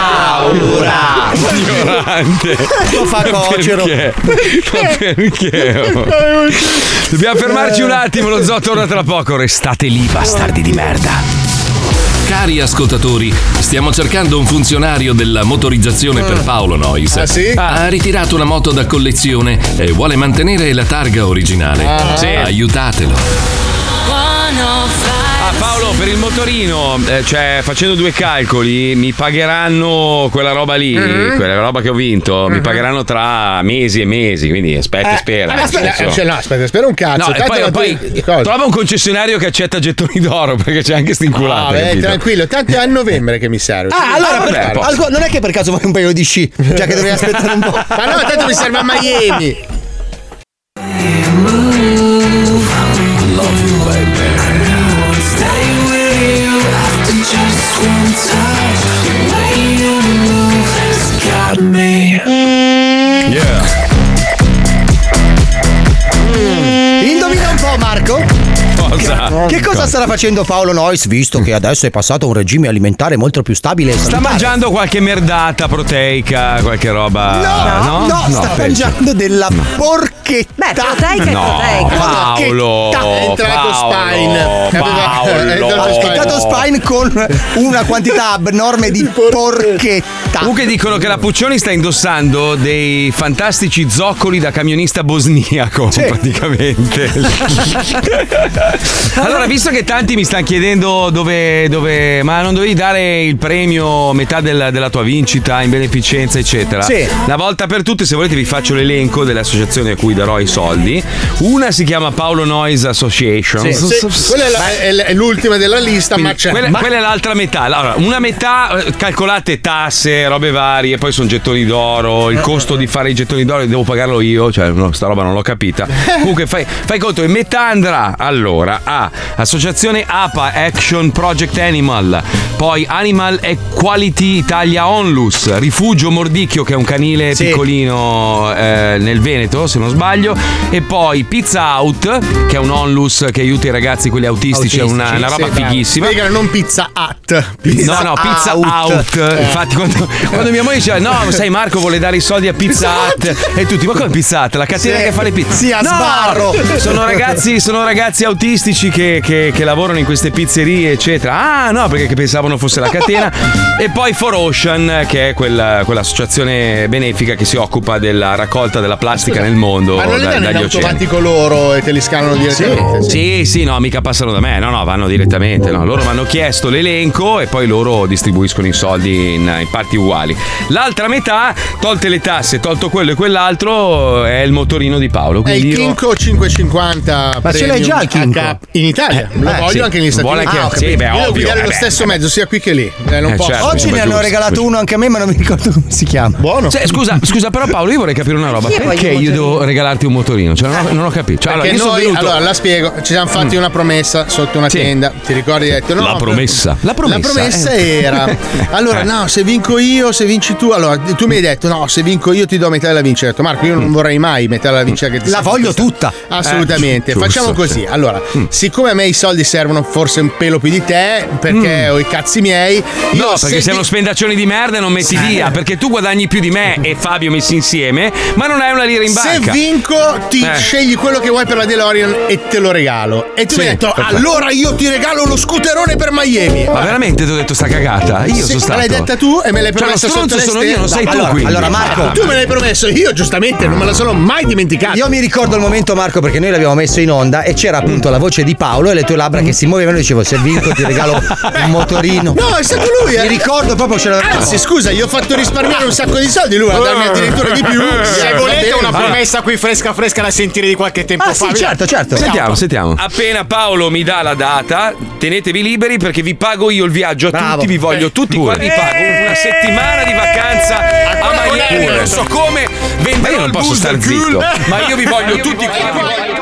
Paura!
Ignorante.
Lo fa Cocero.
Perché? Ma perché? oh? Dobbiamo fermarci un attimo, lo zoo torna tra poco. Restate lì, bastardi di merda.
Cari ascoltatori, stiamo cercando un funzionario della motorizzazione per Paolo Nois.
Ah, sì?
Ha ritirato una moto da collezione e vuole mantenere la targa originale.
Ah. Sì.
Aiutatelo.
Ah Paolo, per il motorino, eh, cioè facendo due calcoli, mi pagheranno quella roba lì,
Mm-hmm.
Mhm.
quella roba che ho vinto, mi pagheranno tra mesi e mesi, quindi aspetta,
Eh,
spera.
allora, aspetta,
Adesso-
cioè, no, aspetta, spera un cazzo.
No, e
tanto
poi,
la
poi
tua- cosa?
trova un concessionario che accetta gettoni d'oro [laughs] perché c'è anche
Ah,
stinculata.
beh, tranquillo, tanto è a novembre che mi serve.
Ah, allora per- alco- non è che per caso vuoi un paio di sci, già che dovevi aspettare un po'.
[laughs] Ma no, tanto mi serve a Miami.
[laughs]
Indovina un po', Marco.
Cosa?
Che cosa starà facendo Paolo Nois visto che adesso è passato a un regime alimentare molto più stabile? e
Sta
salutare?
mangiando qualche merdata proteica, qualche roba.
No, no, sta
peggio.
mangiando della porchetta.
Beh, proteica è
No,
proteica.
Paolo,
È entrato
Paolo,
Spine.
Paolo.
È entrato Spine. È entrato Spine con una quantità abnorme di porchetta.
Comunque dicono che la Puccioni sta indossando dei fantastici zoccoli da camionista bosniaco, praticamente.
[laughs]
allora, visto che tanti mi stanno chiedendo dove, dove- ma non dovevi dare il premio, metà della, della tua vincita in beneficenza, eccetera.
Sì.
Una volta per tutte, se volete, vi faccio l'elenco delle associazioni a cui darò i soldi. Una si chiama Paolo Noise Association.
Sì, sì, Quella è, la- è l- è l'ultima della lista, ma c'è.
Quella,
Cioè, ma-
quella è l'altra metà. Allora, una metà eh, calcolate tasse, robe varie, poi sono gettoni d'oro. Il costo di fare i gettoni d'oro li devo pagarlo io, cioè no, sta roba non l'ho capita. Comunque fai, fai conto che metà andrà allora a Associazione APA Action Project Animal, poi Animal Equality Italia Onlus, Rifugio Mordicchio che è un canile piccolino eh, nel Veneto, se non sbaglio, e poi Pizza Out che è un onlus che aiuta i ragazzi quelli autistici, è una, una roba fighissima.
Spiegano, non pizza at.
no, no, pizza out.
Eh.
Infatti, oh, quando, quando mia moglie diceva: No, sai, Marco vuole dare i soldi a pizza out. E tutti, ma come pizza out? La catena
Sì.
che fa le pizze.
Sì, a
No!
sbarro.
Sono ragazzi, sono ragazzi autistici che, che- che lavorano in queste pizzerie, eccetera. Ah, no, perché che pensavano fosse la catena. e poi For Ocean, che è quella, quell'associazione benefica che si occupa della raccolta della plastica nel mondo
ma non li
da-
danno in
dagli oceani.
automatico loro e te li scalano direttamente?
Sì, sì, no, mica passano da me, no, no, vanno direttamente. No. Loro mi hanno chiesto l'elenco e poi loro distribuiscono i soldi in, in parti uguali. L'altra metà, tolte le tasse, tolto quello e quell'altro, è il motorino di Paolo.
È
Quindi
il
io-
Kinko 550
Ma ce l'hai già il
premium
Kinko?
HK in Italia.
Eh,
lo
eh,
voglio
sì.
anche negli Stati
Vuole
Uniti.
anche-
Ah, ho
sì,
capito.
beh,
Io devo
ovvio,
guidare
eh,
lo
beh,
stesso
eh,
mezzo sia qui che lì. Eh, non
Eh,
posso.
certo,
Oggi ne hanno regalato uno anche a me, ma non mi ricordo come si chiama.
Buono.
Cioè, scusa, scusa, però Paolo, io vorrei capire una roba.
Io voglio
Perché
un
io
motorino.
devo regalarti un motorino? Cioè, non ho, non ho capito. Cioè,
Perché
allora, io sono
noi,
venuto-
allora la spiego, ci siamo fatti una promessa sotto una tenda, ti ricordi? Hai detto, no,
La
no,
promessa. La promessa, eh.
era, [laughs] allora
Eh.
no, se vinco io, se vinci tu, allora tu mi hai detto, no, se vinco io ti do metà della vincita, ho detto Marco io
Mm.
non vorrei mai metà della vincita che ti
La
sei
voglio
conquistata."
tutta.
Assolutamente,
Eh, giusto,
facciamo così,
sì.
allora,
Mm.
siccome a me i soldi servono forse un pelo più di te, perché ho i cazzi miei, io
Mm. No,
se
perché sei
ti-
uno spendaccione di merda e non metti via. Perché tu guadagni più di me e Fabio messi insieme, ma non hai una lira in
Se
banca.
vinco, ti
Eh.
scegli quello che vuoi per la DeLorean e te lo regalo. E tu
Sì,
mi hai detto:
perfetto.
Allora io ti regalo lo scooterone per Miami.
Ma veramente ti ho detto sta cagata? Io
Sì,
sono stato.
L'hai detta tu e me l'hai
Cioè,
promessa
lo stronzo
sotto le
sono
stelle.
io, non sei
No,
tu,
allora-
quindi.
allora, Marco-
Tu me l'hai promesso, io giustamente non me la sono mai dimenticata.
Io mi ricordo il momento, Marco, perché noi l'abbiamo messo in onda e c'era appunto la voce di Paolo e le tue labbra che si muovevano. e Dicevo, se vinco ti regalo un no.
No, è stato lui. eh.
Mi ricordo proprio ce l'aveva.
Anzi, scusa, gli ho fatto risparmiare un sacco di soldi. Lui a darmi
Eh.
addirittura di più.
Se
Va
volete
bene.
una
Allora,
promessa qui fresca fresca da sentire di qualche tempo
Ah,
fa.
sì, certo, certo.
Sentiamo, sentiamo. Appena Paolo mi dà la data, tenetevi liberi perché vi pago io il viaggio a tutti, vi voglio tutti qua, vi pago una settimana di vacanza a Miami,
pure.
non so come,
Ma
venderò
io non
il
posso
Bulls
star
al Ghoul,
zitto.
[laughs] ma io vi voglio tutti qua.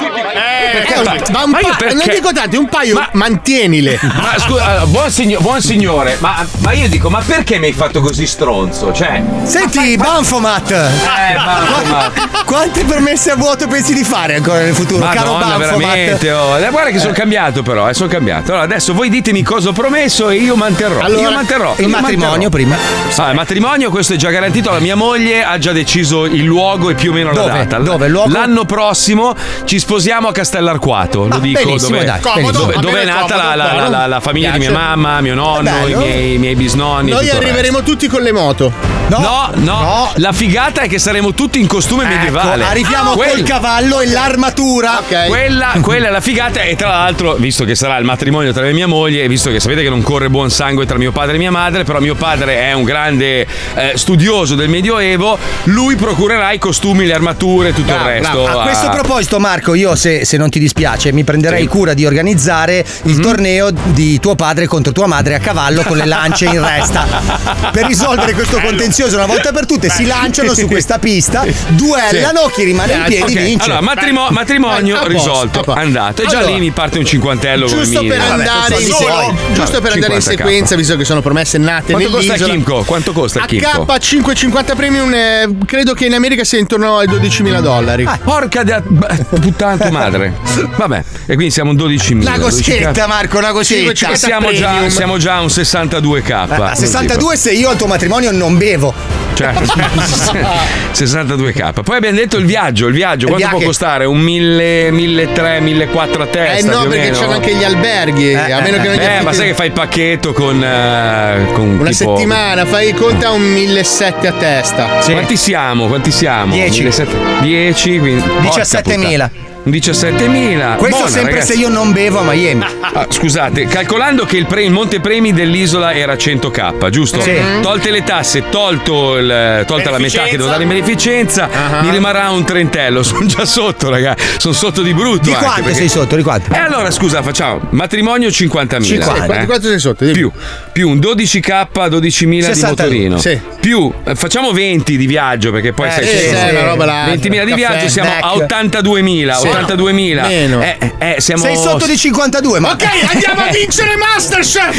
perché un-
infatti.
ma un
Ma io
paio,
perché?
non dico tanti, un paio, mantienile.
Ma scusa, allora, buon, signo- buon signore, ma, ma io dico, ma perché mi hai fatto così stronzo? Cioè,
Senti, Eh, Banfomat!
Eh,
Qua- Quante permesse a vuoto pensi di fare ancora nel futuro, caro
Madonna,
Banfomat?
veramente. oh. Eh, Guarda che sono cambiato, però, eh, sono cambiato. Allora, adesso voi ditemi cosa ho promesso e io manterrò.
Allora,
io manterrò.
il
io
matrimonio prima.
Ah, il matrimonio, questo è già garantito. La mia moglie ha già deciso il luogo e più o meno
Dove?
la data. L'anno prossimo ci sposiamo a Castellarquato. Lo
Ah,
dico
benissimo,
dove,
dai,
dove-
benissimo.
dove
Comodo,
è nata la, la-
comodo.
la- la famiglia di mia
Piace.
mamma, mio nonno,
È
i
bello.
miei, i miei bisnonni.
Noi
tutto il resto.
arriveremo tutti con le moto.
No no, la figata è che saremo tutti in costume
Ecco,
medievale.
Ecco, Arriviamo col
Ah, Quel-
cavallo e l'armatura.
Quella,
[laughs]
quella è la figata e tra l'altro, visto che sarà il matrimonio tra me e mia moglie, e visto che sapete che non corre buon sangue tra mio padre e mia madre, però mio padre è un grande eh, studioso del Medioevo, lui procurerà i costumi, le armature e tutto il resto.
A questo
Ah.
proposito, Marco, io se, se non ti dispiace, mi prenderei cura di organizzare il torneo di tuo padre contro tua madre a cavallo con le lance in resta. Per risolvere questo
Bello.
contenzioso una volta per tutte, si lanciano su questa pista,
Sì.
duellano, eh,
Eh,
chi rimane in
Ok,
piedi vince.
Allora, matrimo- matrimonio
Dai, a posto,
risolto,
a posto.
andato. E già
Allora,
lì mi parte un cinquantello come
Giusto
minimo.
per
Vabbè,
andare
questo
in
solo-
sequenza, giusto per andare in
50K.
sequenza, [laughs] visto che sono promesse nate
Quanto costa il
nell'isola.
Kimco? Quanto costa il Kimco?
K550 Premium, eh, credo che in America sia intorno ai 12.000 dollari.
Ah, porca da.
[laughs]
puttana tua madre. Vabbè, e quindi siamo 12.000.
Una goschetta, Marco, una goschetta.
Siamo già, siamo già a un
Ah,
62k.
a 62 se io al tuo matrimonio non bevo.
Cioè,
[laughs]
62k. Poi abbiamo detto il viaggio, il viaggio
Il
quanto
viaggio.
può costare? Un 1000, 1300, 1400 a testa?
Eh no,
più o
perché
meno.
c'hanno anche gli alberghi, a meno che non gli
Eh, ma
affitti-
sai che fai il pacchetto con, eh, con
Una
tipo-
settimana, fai conta un 1.700 a testa.
Quanti siamo? Quanti siamo?
10.
17 10, quindi porca
17.000.
puttana. 17.000.
Questo
Buona,
sempre
ragazzi.
se io non bevo a Miami.
[laughs] Ah, scusate, calcolando che il, pre- il montepremi dell'isola era 100k, giusto?
Sì.
Tolte le tasse, tolto il- tolta la metà che devo dare in beneficenza, mi rimarrà un trentello. [laughs] Sono già sotto, raga. Sono sotto di brutto.
Di
anche,
quanto
perché-
sei sotto? Di quanto?
Eh, allora scusa, facciamo matrimonio 50.000.
50,
eh?
quanto-
sei sotto?
Più, più un 12k, 12.000
62,
di motorino. [laughs]
sì.
Più eh, facciamo 20 di viaggio perché poi
Eh,
sai
sì,
ci sono
sì, una roba là,
20.000 di
caffè,
viaggio, siamo
snack.
a 82.000,
Sì.
82.000.
Meno.
Eh, eh, siamo
Sei sotto di 52, ma.
Ok, andiamo a vincere Masterchef!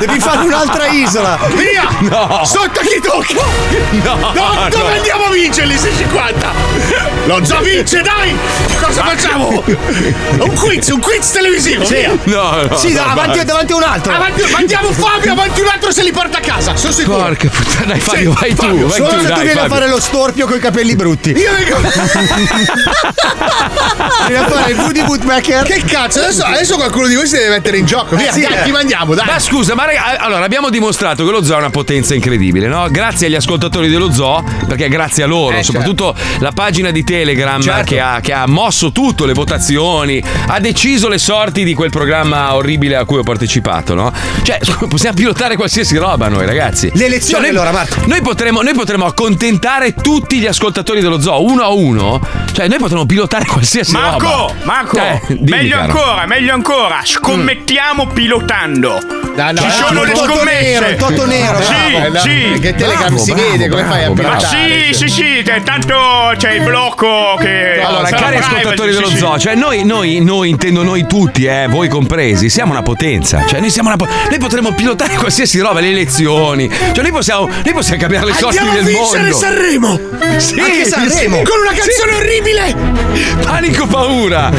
Devi fare un'altra isola.
Eh. Via!
No.
Sotto chi tocca!
No!
Ah, No, dove
no.
andiamo a vincere lì 50? Lo zoo vince, dai! Cosa facciamo? Un quiz, un quiz televisivo!
Sì.
via!
No, no,
Sì, no, no, avanti- basta. davanti a un altro.
Avanti, mandiamo Fabio avanti un altro se li porta a casa, sono sicuro!
Porca puttana, dai Fabio,
Sì,
vai tu,
Fabio,
vai
Solo
tu,
se tu
dai
vieni a
Fabio.
[laughs]
fare lo storpio con i capelli brutti.
Io vengo.
[laughs] vieni a fare il Woody Woodpecker.
Che cazzo, adesso, adesso qualcuno di voi si deve mettere in gioco, via,
Eh sì,
dai,
eh.
ti mandiamo, dai!
Ma scusa, ma raga, allora abbiamo dimostrato che lo zoo è una potenza incredibile, no? Grazie agli ascoltatori dello zoo, perché grazie a
Eh,
loro,
certo.
soprattutto la pagina di Telegram che, ha, che ha mosso tutto, le votazioni, ha deciso le sorti di quel programma orribile a cui ho partecipato, no? Cioè, scu- possiamo pilotare qualsiasi roba noi, ragazzi. Cioè,
Le elezioni,
noi,
allora, Marco.
Noi potremmo, noi potremmo accontentare tutti gli ascoltatori dello zoo, uno a uno. Cioè, noi potremmo pilotare qualsiasi
Marco,
roba.
Marco,
Eh, dimmi,
meglio
caro.
ancora, meglio ancora, scommettiamo
no,
pilotando. Ci
eh,
sono
il
le
Toto
scommesse.
Nero, il Toto Nero,
Sì,
bravo, eh, no,
sì.
perché Telegram Bravo, si bravo, vede, come fai a bravo,
Ma
pilotare?
sì, sì, sì, cioè, tanto c'è il blocco che
Allora,
sarà
cari
privacy,
ascoltatori
sì,
dello
sì.
zoo, cioè noi, noi, noi, intendo noi tutti, eh, voi compresi, siamo una potenza. Cioè, noi siamo una po- Noi potremmo pilotare [laughs] qualsiasi roba, le elezioni. Cioè, noi possiamo, noi possiamo cambiare le sorti
Andiamo a
del
vincere
mondo.
Sanremo!
Sì,
Anche Sanremo!
sì.
Con una canzone
Sì.
orribile!
Panico paura!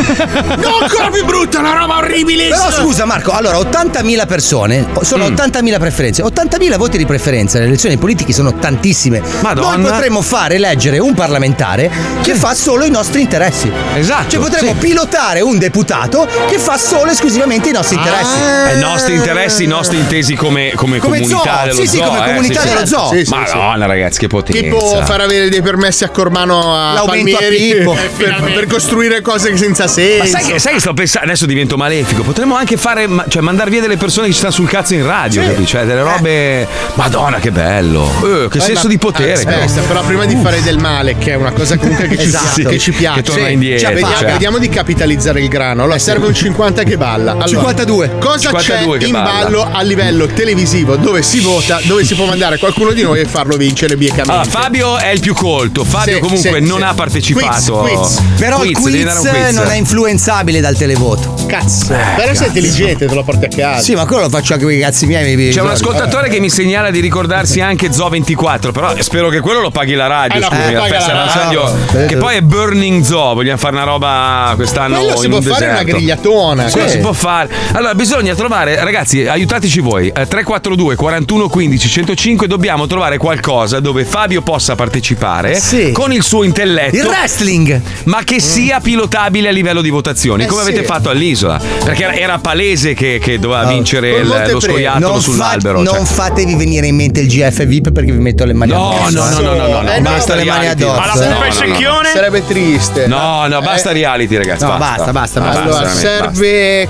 No, ancora più brutta, una roba orribile!
Però scusa Marco, allora 80.000 persone,
Mm.
sono 80.000 preferenze, 80.000 voti di preferenza, le elezioni politiche sono tantissime.
Madonna.
Noi potremmo fare eleggere un parlamentare che fa solo i nostri interessi.
Esatto.
Cioè potremmo
sì.
pilotare un deputato che fa solo e esclusivamente i nostri interessi.
Eh, I nostri interessi, i nostri intesi come, come,
Come
comunità
zoo,
dello
sì,
zoo.
sì, come
eh,
comunità dello zoo. Sì, sì,
Madonna, ragazzi, che potenza.
Tipo far avere dei permessi a Cormano
Ah,
a
L'aumento a
Palmieri
[laughs]
[laughs]
Eh,
Pippo.
per, per costruire cose senza senso.
Ma sai che, sai che sto pensando? Adesso divento malefico. Potremmo anche fare, ma- cioè, mandare via delle persone che ci stanno sul cazzo in radio, capi? Cioè, delle robe. Madonna, che bello! Eh, che
Eh. Poi,
senso
ma- Ah,
di potere,
aspetta,
però.
però prima di fare del male, che è una cosa comunque che ci,
Esatto.
che ci piace,
Che torna
Sì.
indietro,
Cioè, vediamo,
cioè. Eh
vediamo di capitalizzare il grano. Allora, serve un 50 che balla. Allora,
52.
Cosa
52
c'è
che
in
balla.
ballo a livello televisivo dove si vota, dove si può mandare qualcuno di noi e farlo vincere biecamente?
Allora, Ah, Fabio è il più colto. Fabio
Sì,
comunque
sì,
non
sì.
ha partecipato.
Quiz, quiz.
Però
Quiz, devi
il
dare
quiz,
un quiz. Eh,
non è influenzabile dal televoto.
Cazzo. Però sei intelligente, te lo porti a casa.
Sì, ma quello lo faccio anche con i cazzi miei. mi-
C'è un
mi-
ascoltatore che mi segnala di ricordarsi anche Zo24, però spero che quello lo paghi la radio.
Eh, no,
scusami,
lo
la
paga
festa
la
alla
radio.
radio.
Eh,
Che
eh.
poi è Burning Zo. Vogliamo fare una roba quest'anno.
Quello si
in
può
un
fare
deserto.
una grigliatona,
Quello
sì.
si può fare. Allora, bisogna trovare, ragazzi, aiutateci voi. Eh, 342 41 15 105. Dobbiamo trovare qualcosa dove Fabio possa partecipare
Sì.
con il suo intelletto.
Il wrestling. Mm.
Ma che sia pilotabile a livello di votazioni,
Eh,
come avete
sì. Ah.
fatto all'isola. Perché era, era palese che, che doveva vincere
Con
il- lo
Montepremi.
scoiattolo
Non fa-
sull'albero. cioè.
non fatevi venire in mente il GF VIP perché vi metto le mani
No, no, no,
addosso.
no, no, no, no,
Eh,
basta
le mani
reality.
addosso.
Ma la super secchione?
Sarebbe triste.
No, no, basta reality, ragazzi.
eh. No, basta, basta, basta.
Allora,
veramente, basta.
serve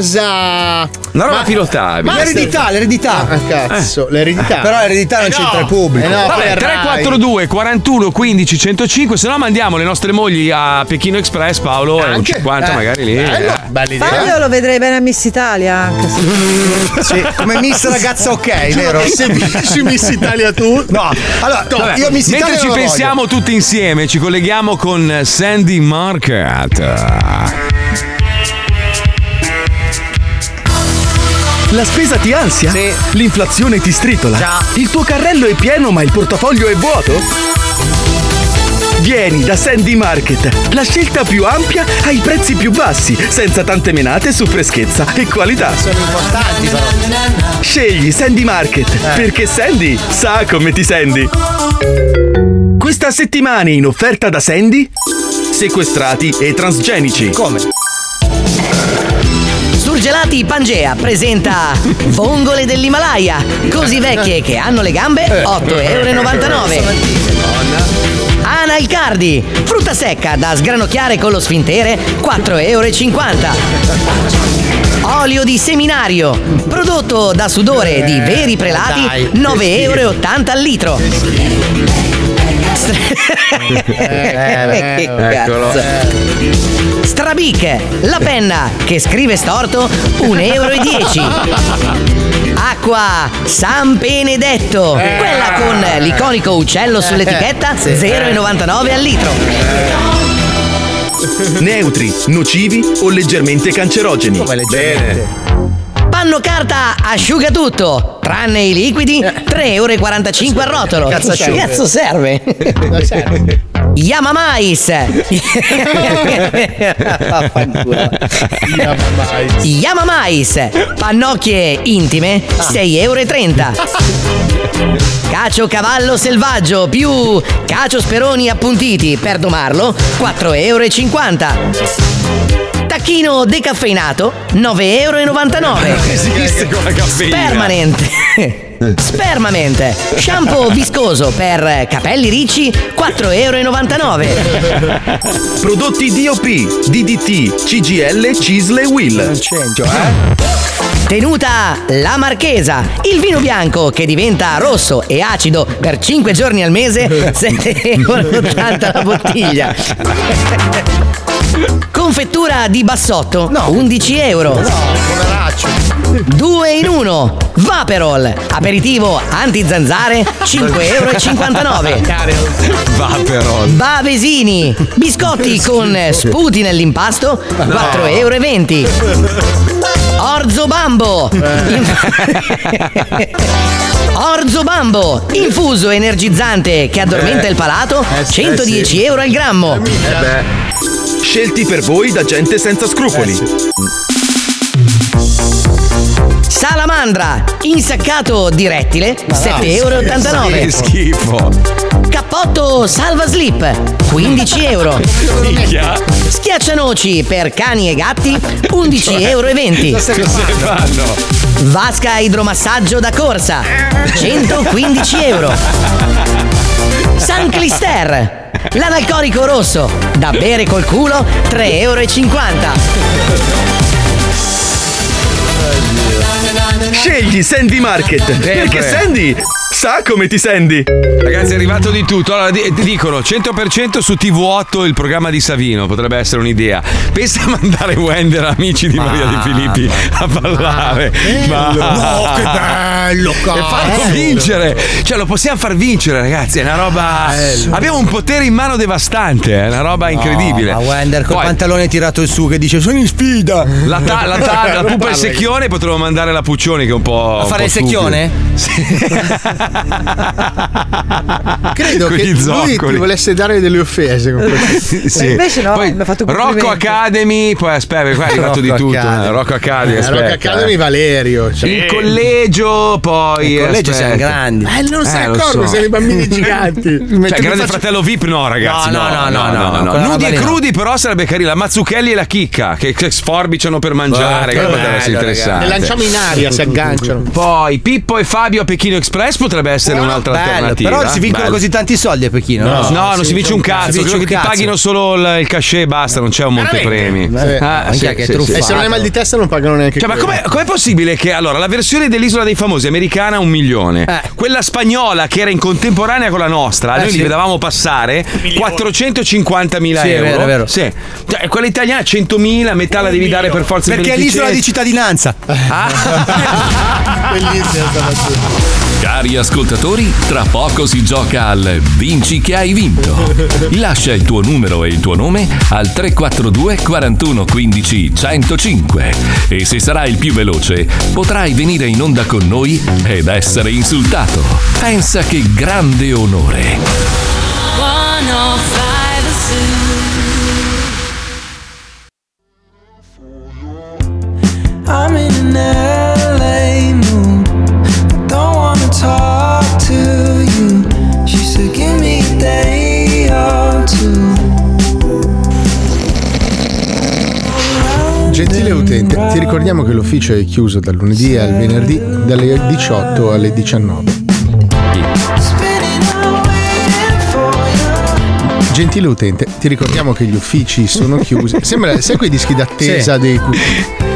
qualcosa.
Una roba Eh. pilotabile.
l'eredità, l'eredità.
Ah, cazzo, l'eredità.
[laughs] Però l'eredità non
Eh,
c'entra
no.
il pubblico.
Eh, no,
Vabbè,
poi Rai.
342 41 15 105 se no mandiamo le nostre mogli a Pechino Express Paolo e un 50
Eh,
magari lì
bello,
eh.
bella
Fabio lo vedrei bene a Miss Italia anche.
Sì, come Miss Ragazza Ok,
Giuro
vero?
che Cioè, se vinci Miss Italia tu-
No, allora,
Vabbè,
io Miss Italia
mentre ci
non la
pensiamo tutti insieme ci colleghiamo con Sandy Market
La spesa ti ansia? Sì. L'inflazione ti stritola? Già. Il tuo carrello è pieno ma il portafoglio è vuoto? Vieni da Sandy Market, la scelta più ampia ai prezzi più bassi, senza tante menate su freschezza e qualità. Sono importanti Eh. però. Scegli Sandy Market, perché Sandy sa come ti senti. Questa settimana in offerta da Sandy? Sequestrati e transgenici. Come?
Surgelati Pangea presenta Vongole dell'Himalaya, così vecchie che hanno le gambe,
Eh.
8,99€. Analcardi, frutta secca da sgranocchiare con lo sfintere, 4,50€. Olio di seminario, prodotto da sudore di veri prelati,
Eh, dai,
9,80€ al litro. [laughs] Eh, Che
Eh, Eccolo.
cazzo. Strabicche, la penna che scrive storto, 1,10 Acqua San Benedetto, quella con l'iconico uccello sull'etichetta,
Eh, Sì.
0,99 al litro.
Neutri, nocivi o leggermente cancerogeni. Come leggermente?
Panno carta asciuga tutto, tranne i liquidi, 3,45 al rotolo. Che cazzo asciuga? cazzo serve? [laughs] Yamamais.
Eh
[laughs]
[laughs]
Yamamais, pannocchie intime, 6,30 Cacio cavallo selvaggio più cacio speroni appuntiti per domarlo, 4,50 Tacchino decaffeinato, 9,99
Esiste con la caffeina.
Permanente. [laughs] Spermamente. Shampoo viscoso per capelli ricci 4,99
Prodotti DOP, DDT, CGL, Cisle e Will. eh?
Tenuta La Marchesa, il vino bianco che diventa rosso e acido per 5 giorni al mese, 7,80 la bottiglia. Confettura di bassotto, 11 euro. No, poveraccio. Due in uno, Vaperol, aperitivo antizanzare,
[laughs]
5,59
va però
Bavesini, biscotti con sputi nell'impasto, 4,20 Orzo
Eh.
Bambo. [laughs] Orzo Bambo, infuso energizzante che addormenta
Eh.
il palato,
Eh, sì,
110
eh, sì.
euro al grammo.
Eh Scelti per voi da gente senza scrupoli.
Salamandra, insaccato di rettile, 7,89
Che schifo
Cappotto salva slip, 15 euro.
Minchia.
Schiaccianoci per cani e gatti, 11,20
Cioè,
cosa fanno
Vasca idromassaggio da corsa, 115 euro. San Clister, l'analcolico rosso, da bere col culo, 3,50 euro.
Scegli Sandy Market. Perché Sandy sa come ti senti.
Ragazzi, è arrivato di tutto. Allora, di- ti dicono 100% su TV8 il programma di Savino. Potrebbe essere un'idea. Pensa a mandare Wender, amici di Maria De Filippi, a parlare. Ma,
No, che bello,
E farlo
cazzo.
vincere. Cioè, lo possiamo far vincere, ragazzi. È una roba. Abbiamo un potere in mano devastante. È una roba incredibile.
No, ma Ah, Wender col pantalone tirato su che dice sono in sfida.
La, ta- la, ta-
[laughs]
la pupa e il secchione potremmo mandare la Puccioni che è un po'.
A fare
un
il
po' [laughs]
secchione?
Credo
Con
che
gli
lui ti
zoccoli.
volesse dare delle offese con Eh, questo.
[laughs] Sì. Poi, Rocco Academy, poi aspetta, qua è arrivato di
Rocco
tutto.
Academy.
eh, Rocco Academy,
Eh, Rocco
aspetta.
Academy,
eh.
Valerio, cioè.
Il collegio, poi.
Il collegio
aspetta.
siamo grandi. Eh, non se ne
lo
accorgono, siamo i bambini giganti.
Cioè,
Mettere
grande
[laughs] faccia-
fratello VIP, no, ragazzi.
No,
No,
no,
no,
no,
no.
no, no, quella
Nudi
roba
e
lì no.
crudi, però sarebbe carina. La Mazzucchelli e la Chicca, che, che sforbiciano per mangiare.
Eh,
che
bello,
potrebbe essere
ragazzi.
interessante.
Le lanciamo in aria, si agganciano.
Poi Pippo e Fabio a Pechino Express potrebbe essere un'altra
Bello,
alternativa.
però si vincono
Bello.
così tanti soldi a Pechino.
No, no, non si vince un cazzo. Credo che ti paghino solo il, il cachet e basta, non c'è un montepremi.
Veramente?
Ah, sì, sì, sì.
E se non hai mal di testa non pagano neanche
Cioè, ma
quello.
com'è, com'è possibile che allora la versione dell'isola dei famosi americana un milione, quella spagnola che era in contemporanea con la nostra,
Eh,
noi
sì.
li vedevamo passare 450 mila
Sì, è
euro.
vero, è vero.
Sì. Cioè, quella italiana 100 mila, metà la devi dare per forza Eh. Ah.
Perché è l'isola di cittadinanza. [laughs]
Bellissima sta battuta.
Cari ascoltatori, tra poco si gioca al Vinci che hai vinto. Lascia il tuo numero e il tuo nome al 342 41 15 105 e se sarai il più veloce potrai venire in onda con noi ed essere insultato. Pensa che grande onore.
oh I'm in an LA mood. Don't wanna talk to you. She said, Give me a day or two.
Gentile utente, ti ricordiamo che l'ufficio è chiuso dal lunedì al venerdì dalle 18 alle 19. Gentile utente, ti ricordiamo che gli uffici
[laughs]
sono chiusi. Sembra, sai quei dischi
Sì. Cioè,
d'attesa dei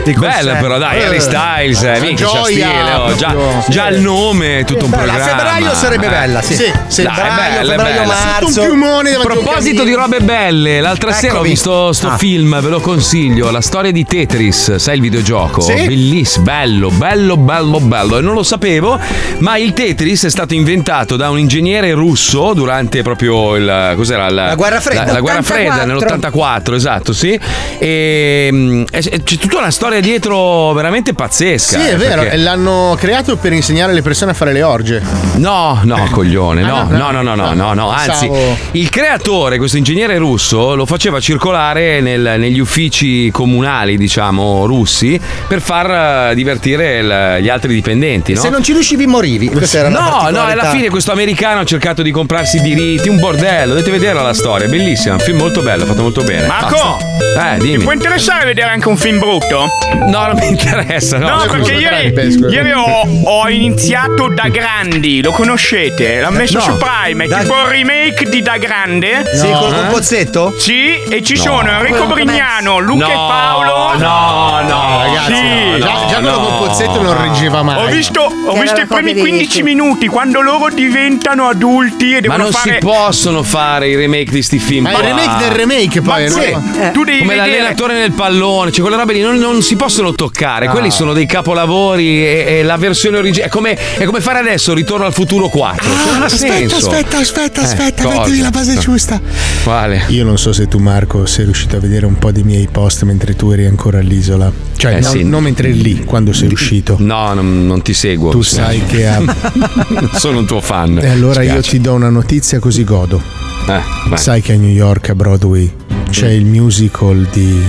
dei
Bella
concerti.
però dai, Harry
Eh,
Styles, eh,
la
minchia, c'ha
gioia,
stile, oh, già,
proprio.
già il nome, è tutto un
Bella, a
programma.
febbraio sarebbe
eh.
bella, sì. Sì,
Dai,
febbraio,
è bella, è
febbraio,
bella.
marzo. Sotto un piumone
A
davanti a un
proposito
camino.
di robe belle, l'altra sera ho
Eccomi.
visto sto
Ah.
film, ve lo consiglio, la storia di Tetris, sai il videogioco?
Sì.
Bellissimo, bello, bello, bello, bello. E non lo sapevo, ma il Tetris è stato inventato da un ingegnere russo durante proprio il cos'era la,
La guerra fredda.
La, la guerra fredda
84.
nell'84, esatto, sì. E mm, e c'è tutta una storia dietro veramente pazzesca.
Sì,
eh,
è vero,
perché-
e l'hanno creato per insegnare alle persone a fare le orge.
No, no, coglione,
Ah,
no,
no,
no, no, no, no, no, no, anzi,
Pensavo-
il creatore, questo ingegnere russo, lo faceva circolare nel- negli uffici comunali, diciamo, russi, per far eh, divertire il- gli altri dipendenti, no?
Se non ci riuscivi morivi. Questa era la
No, no,
particolarità.
alla fine questo americano ha cercato di comprarsi i diritti, un bordello, dovete vedere la storia, è bellissima, un film molto bello, fatto molto bene.
Marco!
Basta. Eh,
Ti
dimmi.
può interessare vedere anche un film brutto?
No, non mi interessa.
No,
No, Scusa,
perché ieri,
dai, scusa.
ieri ho, ho iniziato Da Grandi, lo conoscete? L'ha messo
No.
su Prime, è
Da-
tipo il remake di Da Grande.
Sì, quello con
Eh?
Pozzetto?
Sì, e ci
No.
sono Enrico
Quello che
Brignano, Luca e
No,
Paolo.
No, no,
ragazzi,
Sì.
no, già, già quello con Pozzetto non reggeva mai.
Ho visto, ho
Che
visto
erano
i primi
proprio
15 minuti quando loro diventano adulti e
Ma
devono
non
fare.
si possono fare i remake di sti film.
Ma il
qua.
remake del remake
Ma
poi, no?
sì,
Eh.
tu devi Come l'allenatore nel pallone, cioè quelle robe lì non, non si possono toccare. Quelli sono dei capolavori e, e la versione originale. È come, è come fare adesso Ritorno al futuro 4.
Ah.
Cioè, non ha
aspetta,
senso.
aspetta, aspetta,
Eh,
aspetta,
cosa?
mettimi la base giusta.
Quale?
Io non so se tu, Marco, sei riuscito a vedere un po' dei miei post mentre tu eri ancora all'isola. Cioè,
Eh,
non,
sì.
non mentre eri lì, quando sei uscito.
No, non, non ti seguo.
Tu sai che ha-
Non [laughs] sono un tuo fan.
E allora io
Spiace.
ti do una notizia così godo.
Eh, vai.
Sai che a New York, a Broadway, c'è il musical di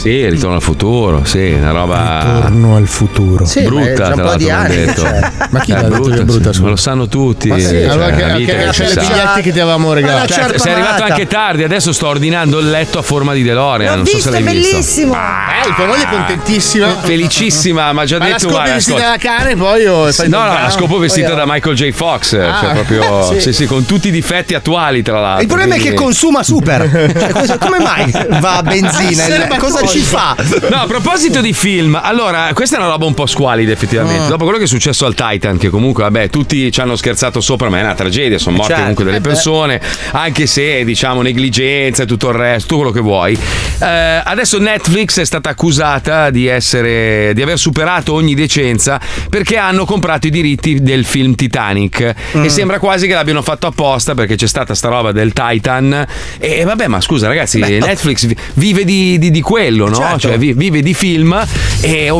Sì, Ritorno al futuro, sì, una roba.
Torno al futuro.
Sì, brutta, tra l'altro, mi hanno detto.
Ma chi
Eh,
l'ha detto che è
brutta,
brutta?
sì, Ma lo sanno tutti.
Ma sì,
cioè,
allora che,
la
che,
vita che si
le
sa.
biglietti che ti avevamo regalato.
Cioè, sei arrivato anche tardi, adesso sto ordinando il letto a forma di DeLorean. non so se l'hai visto.
Ah, eh, tua moglie è contentissima.
Felicissima, ma già
Ma la
detto
scopi
guarda,
vestita
ascolta.
da cane, poi io.
No, no, la scopo vestita da Michael J. Fox, cioè
Ah,
proprio
sì.
sì. sì, con tutti i difetti attuali, tra l'altro.
Il problema è che
quindi- [laughs]
consuma super. Cioè, cosa- come mai va a benzina?
Serbatore.
Cosa si fa?
No, a proposito di film, allora, questa è una roba un po' squalida, effettivamente.
Mm.
Dopo quello che è successo al Titan, che comunque, vabbè, tutti ci hanno scherzato sopra, ma è una tragedia, sono morte
Certo.
comunque
Eh
delle
beh.
persone, anche se diciamo negligenza e tutto il resto, tutto quello che vuoi. Eh, adesso Netflix è stata accusata di essere di aver superato ogni decenza perché hanno comprato i diritti del film Titanic.
Mm.
E sembra quasi che l'abbiano fatto apposta perché c'è stata sta roba del Titan. E vabbè, ma scusa, ragazzi, Netflix vi- vive di, di- di quello, no?
Certo.
Cioè, vi- vive di film e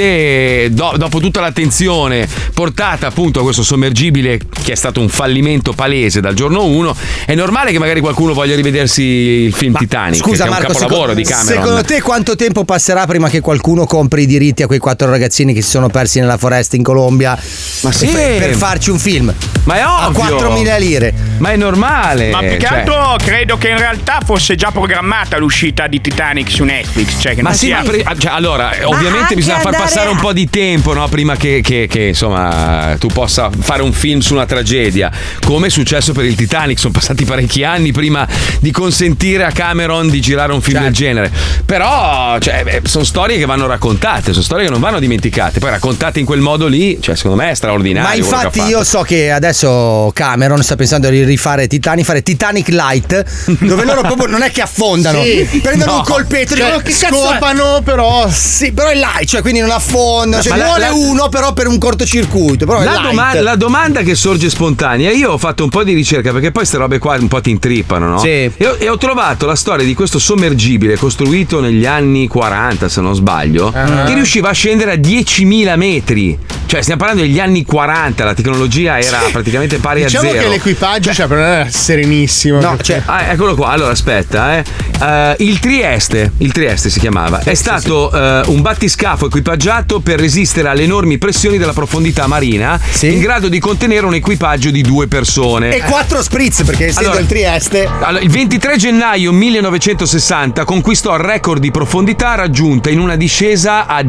ovviamente do- dopo tutta l'attenzione portata appunto a questo sommergibile che è stato un fallimento palese dal giorno 1, è normale che magari qualcuno voglia rivedersi il film Titanic, che è
Scusa
un
Marco,
capolavoro
secondo,
di Cameron.
secondo te quanto tempo passerà prima che qualcuno compri i diritti a quei quattro ragazzini che si sono persi nella foresta in Colombia Ma
sì.
per, per farci un film?
Ma è
A
ovvio. Eh,
4.000 lire.
Ma è normale.
Ma più che altro credo che in realtà fosse già programmata l'uscita di Titanic su Netflix. Cioè che
Ma
non
sì,
sia-
ma pre- cioè, allora,
anche
ovviamente bisogna far
andare
passare un po' di tempo no, prima che, che- che, insomma, tu possa fare un film su una tragedia. Come è successo per il Titanic, sono passati parecchi anni prima di consentire a Cameron di girare un film
Certo.
del genere. Però cioè, beh, sono storie che vanno raccontate, sono storie che non vanno dimenticate. Poi raccontate in quel modo lì, cioè, secondo me è straordinario.
Ma
quello che ha
infatti
fatto.
io so che adesso Cameron sta pensando di rifare Titanic, fare
[laughs]
Titanic Light, dove loro proprio non è che affondano,
Sì.
prendono
No.
un colpetto,
Cioè,
dicono che cazzo è?"
scopano, però.
Sì, però è light, cioè quindi non affondano, cioè
Ma la-
muore
la-
uno però per un cortocircuito, però è
La,
light.
doma- la domanda che sorge spontanea, io ho fatto un po' di ricerca perché poi queste robe qua un po' ti intrippano, no?
Sì.
E, ho, e ho trovato la storia di questo sommergibile costruito negli anni 40, se non sbaglio,
Ah.
che riusciva a scendere a 10.000 metri. Cioè, stiamo parlando degli anni 40, la tecnologia era praticamente pari
Diciamo
a zero.
che l'equipaggio cioè, però non era serenissimo. perché-
Ah, eccolo qua. Allora, aspetta, eh. Eh, il Trieste, il Trieste si chiamava, è stato eh, un battiscafo equipaggiato per resistere alle enormi pressioni della profondità marina, in grado di contenere un equipaggio di due persone.
E quattro spritz perché essendo
Allora-
il Trieste...
Allora, il 23 gennaio 1960 conquistò il record di profondità raggiunta in una discesa a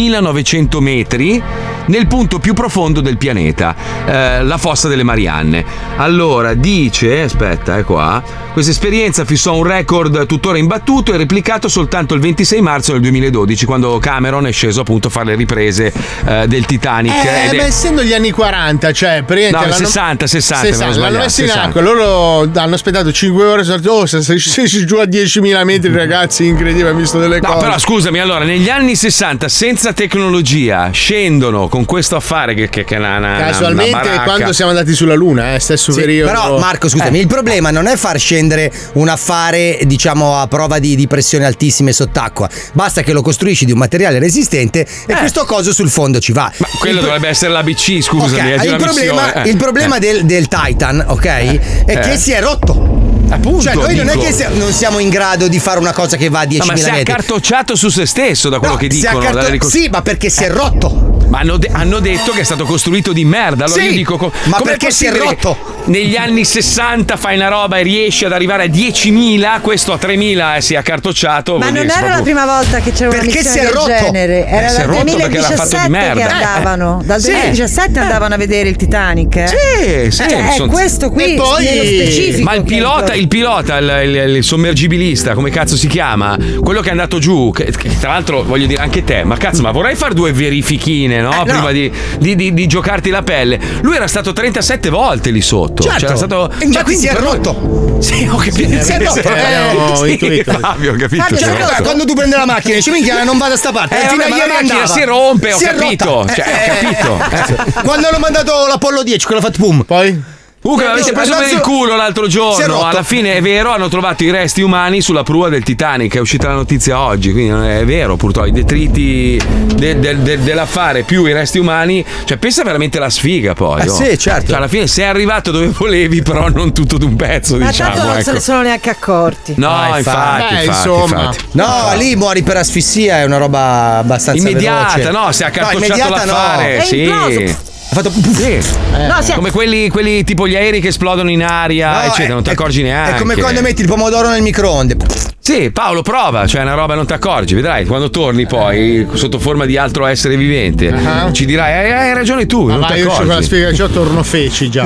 10.900 metri nel punto più profondo del pianeta, eh, la fossa delle Marianne. Allora, dice, aspetta, è qua, questa esperienza fissò un record tuttora imbattuto e replicato soltanto il 26 marzo del 2012, quando Cameron è sceso appunto a fare le riprese eh, del Titanic.
Eh,
Ed è-
ma essendo gli anni 40, cioè,
No,
praticamente. l'hanno-
60, 60, me l'ho
60, l'hanno
sbagliato,
messo in
60.
acqua, loro hanno aspettato 5 ore. sono stati, Oh, se se- se- se giù a 10.000 metri, ragazzi, incredibile, ho visto delle
Mm. No,
cose.
Ah, però scusami, allora, negli anni 60 senza tecnologia scendono con questo affare che, che, che è una, una- una- una
Casualmente,
baracca.
quando siamo andati sulla Luna, eh, stesso
Sì,
periodo.
però Marco scusami,
Eh.
il problema non è far scendere un affare diciamo a prova di, di pressioni altissime sott'acqua, basta che lo costruisci di un materiale resistente e
Eh.
questo coso sul fondo ci va. Ma
Quello dovrebbe essere l'ABC, scusami.
Ok,
è di
il
una
problema,
missione, eh.
il problema
Eh.
del, del Titan, ok? è che
eh.
si è rotto. Appunto, cioè, noi non è
dico.
che sia- non siamo in grado di fare una cosa che va a 10.000
No, ma si è
metri.
accartocciato su se stesso da quello
No,
che
si è
dicono. Eh.
accarto-
dalla ricos-
Sì, ma perché si è rotto.
Ma hanno, de- hanno detto che è stato costruito di merda. Allora
Sì,
io dico: co-
ma
com'è
perché si è
possibile
rotto?
che Negli anni 60 fai una roba e riesci ad arrivare a 10.000, questo a 3.000 e si è accartocciato.
Ma
vuol
non
dire che
era
si
la
è
prima volta che c'era una
Perché
missione
si è
del
rotto?
genere. Era
Eh, si è
dal
rotto perché l'ha fatto di
2017 che
merda.
andavano. Dal
Sì.
2017 andavano a vedere il Titanic. eh.
Sì, sì,
Cioè, è
sono-
questo qui
E poi-
nello specifico.
Ma il pilota, il pilota, il, il- il sommergibilista, come cazzo si chiama? Quello che è andato giù, che, che tra l'altro voglio dire anche te, ma cazzo, ma vorrei fare due verifichine, no? Prima Di, di- di- di giocarti la pelle. Lui era stato 37 volte lì sotto.
Certo.
C'era stato.
E infatti si è
per lui-
rotto.
Sì, ho capito. Eh.
Si è rotto.
[laughs]
abbiamo
sì,
intuito.
Fabio, ho capito.
Fabio,
si è
sai
rotto.
cosa? quando tu prendi la macchina dici minchia non vado da sta parte
Eh,
fino a
vabbè, ma
ieri
la macchina
andava
si rompe, ho
Si è
capito,
rotta. Eh,
cioè, ho capito. Eh.
quando hanno mandato l'Apollo 10 quello ha fatto boom
poi
Eh,
Comunque l'avete Uh, preso per il culo l'altro
Si è rotto.
giorno. Alla fine è vero, hanno trovato i resti umani sulla prua del Titanic. È uscita la notizia oggi, quindi non è vero, purtroppo. I detriti de- de- de- dell'affare più i resti umani. Cioè, pensa veramente alla sfiga poi.
Eh
oh.
sì, certo.
Cioè, alla fine sei arrivato dove volevi, però non tutto d'un pezzo,
Ma tanto
diciamo.
non se
Ecco.
ne sono neanche accorti.
No, Ah, infatti, infatti, Beh, infatti, insomma. infatti.
No, lì muori per asfissia, è una roba abbastanza
Immediata,
veloce.
no, si è accartocciato
immediata no.
l'affare, sì. Eh,
Ha fatto puff.
No, si è-
Come quelli, quelli tipo gli aerei che esplodono in aria,
No,
eccetera, non ti accorgi neanche.
È come quando metti il pomodoro nel microonde.
Sì, Paolo, prova, cioè è una roba non ti accorgi, vedrai, quando torni
Eh.
poi sotto forma di altro essere vivente, ci dirai "Hai- hai ragione tu,
Ah, Ma
non ti
vai, io esco con la
accorgi.
spiegazione, torno feci già.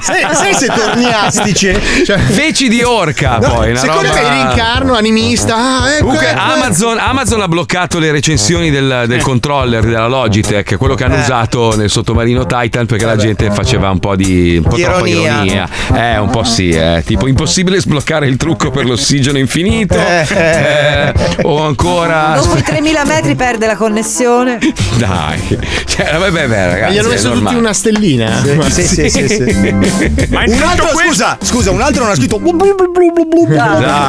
sai, sai se torni
[laughs]
[laughs]
astice?
Cioè, Feci di orca
No,
poi, una
secondo
roba...
me rincarno, animista. Ah, ecco,
Comunque
ecco,
Amazon, Amazon ha bloccato le recensioni del, del controller della Logitech, quello che hanno
Eh.
usato nel sottomarino Titan perché la gente faceva un po' di un po' troppa
Ironia.
Eh ironia. Eh, un po' sì, eh. tipo impossibile sbloccare il trucco per l'ossigeno infinito. eh, o ancora
Dopo i 3000 metri perde la connessione.
Dai. Cioè, vabbè, beh, ragazzi,
Gli hanno
è
messo tutti
normale.
una stellina.
Sì, sì, sì, sì, sì. Ma
un
tutto
altro,
questo-
scusa, scusa, un altro non ha scritto. blu, blu, blu, blu, blu, blu.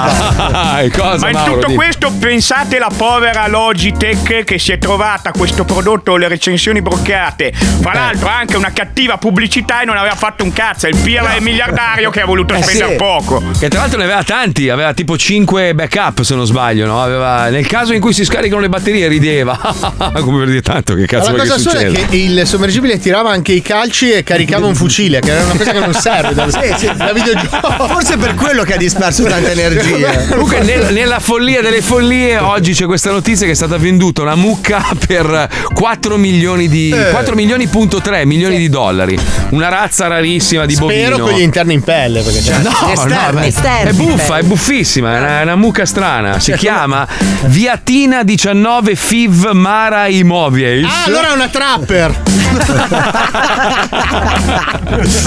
Dai, cosa,
Ma in
Mauro,
tutto
dimmi.
questo pensate alla povera Logitech che si è trovata questo prodotto le recensioni bloccate.
Eh.
Fra l'altro anche una cattiva pubblicità e non aveva fatto un cazzo. È il Pira è miliardario che ha voluto
Eh,
spendere
sì.
poco.
Che tra l'altro ne aveva tanti, aveva tipo 5 backup se non sbaglio, no? Aveva- nel caso in cui si scaricano le batterie rideva. [laughs] Come per dire tanto che
Ma
cazzo
la
vuoi
cosa
che
sola è
succeda?
che il sommergibile tirava anche i calci e caricava un fucile, che era una cosa che non
[laughs]
serve da,
Sì, sì.
da videogioco.
Forse per quello che ha disperso tanta energia.
Esatto. Comunque nel- nella follia delle follie oggi c'è questa notizia che è stata venduta una mucca per 4 milioni di
Eh.
4 milioni punto 3 milioni di dollari. Una razza rarissima di bovino.
Spero con gli interni in pelle, perché c'è.
No, no, beh, è buffa, è buffissima, è una, è una mucca strana.
Certo.
Si chiama Viatina 19 Fiv Mara Immobiles.
Ah, allora è una trapper.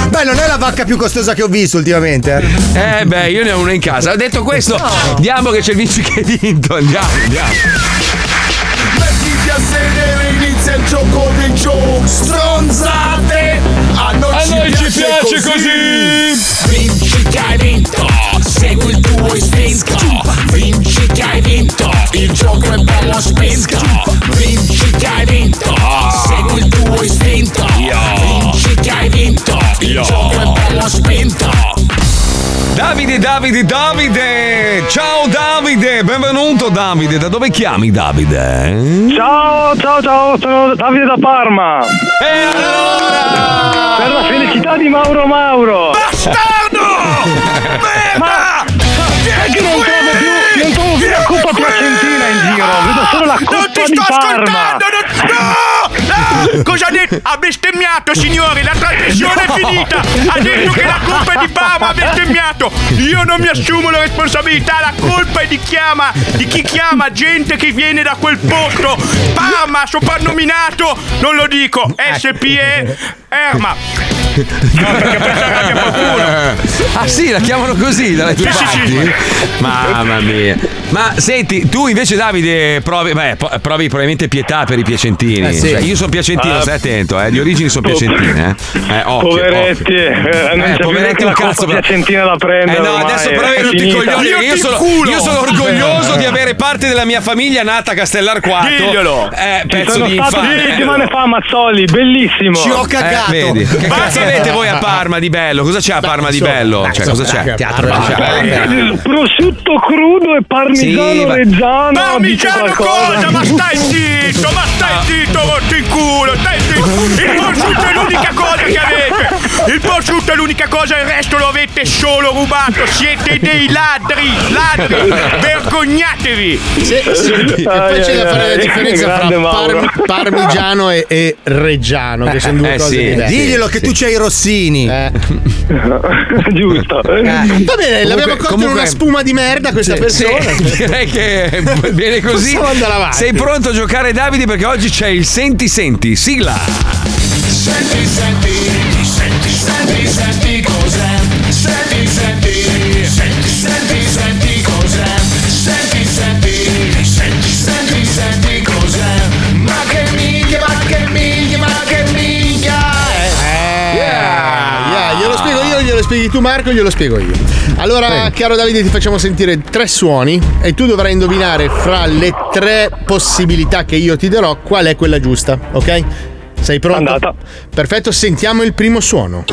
Beh, non è la vacca più costosa che ho visto ultimamente. eh.
Eh beh, io ne ho una in casa. Ho detto questo, andiamo che c'è il vice che è vinto. Andiamo, andiamo.
Mettiti a sedere, inizia il gioco dei giochi. Stronzate! A noi,
A
ci,
noi ci
piace
piace
così. Vinci che hai vinto, segui il tuo istinto. Vinci che hai vinto, il gioco è bello spinto. Vinci che hai vinto, segui il tuo istinto. Vinci che hai vinto, il gioco è bello spinto.
Davide, Davide, Davide! Ciao Davide, benvenuto Davide. Da dove chiami Davide?
Ciao, ciao, ciao, sono
[laughs]
Davide da Parma. E allora? Per la felicità di Mauro Mauro.
[laughs]
Ma è che non trovo più, non trovo più la coppa piacentina in giro,
Ah,
vedo solo la coppa di Parma.
No! Cosa ha detto? Ha bestemmiato, signori, la trasmissione
No.
è finita! Ha detto che la colpa è di Parma, ha bestemmiato! Io non mi assumo la responsabilità, la colpa è di, chiama, di chi chiama gente che viene da quel posto! Parma, soprannominato, non lo dico, SPE, Erma!
Ah sì, la chiamano così dalle tue
Sì, sì,
parti?
sì.
Mamma mia. Ma senti, tu invece Davide provi, beh, po- provi probabilmente pietà per i piacentini.
Eh, sì.
Cioè, io sono piacentino,
Ah. Oh,
stai attento, eh, di origini sono piacentine. Eh. Eh, occhio,
poveretti,
occhio. [laughs]
eh, non
Eh,
c'è più neanche
poveretti
la
un cazzo.
coppa piacentina da prendere.
Eh no,
ormai,
adesso
è
provi tutti i
finita. Eh.
coglioni. che Io sono, io sono orgoglioso di avere parte della mia famiglia nata a Castellar Quarto.
Diglielo.
Eh,
Ci
pezzo
sono
di
stato
infame.
dieci
Eh,
settimane fa a Mazzoli, bellissimo.
Ci ho cagato. Eh, vedi. Che cazzo avete voi a Parma di bello? Cosa c'è a Parma di
insomma,
bello?
dai,
Cioè, cosa
insomma,
c'è?
dai, teatro
Cosa c'è?
Eh, Prosciutto crudo e parmigiano
Sì, va-
reggiano.
Parmigiano
dice
cosa?
qualcosa.
Ma stai zitto, ma stai zitto, morto in culo, stai zitto! Il prosciutto è l'unica cosa che avete! Il prosciutto è l'unica cosa, il resto lo avete solo rubato! Siete dei ladri, ladri! Vergognatevi!
E poi c'è da fare la differenza
Grande
fra
Mauro.
parm- parmigiano e, e reggiano, che sono due
Eh,
cose
sì.
diverse.
Diglielo che tu c'hai i rossini.
Eh.
Eh,
Giusto.
Va bene, l'abbiamo colto in una spuma di merda questa
Sì, [laughs]
persona.
sì, direi che
[laughs]
bene così.
Possiamo andare avanti.
Sei pronto a giocare Davide perché oggi c'è il senti senti, sigla.
Senti, senti, senti, senti, senti cos'è. Senti, senti, senti, senti, senti cos'è. Senti, senti, senti, senti, senti cos'è. Ma che minchia, ma che minchia, ma che minchia.
Eh, yeah, glielo spiego io, glielo spieghi tu Marco, glielo spiego io. Allora, caro Davide, ti facciamo sentire tre suoni e tu dovrai indovinare fra le tre possibilità che io ti darò qual è quella giusta, ok? Sei pronto? Andata. Perfetto, sentiamo il primo suono.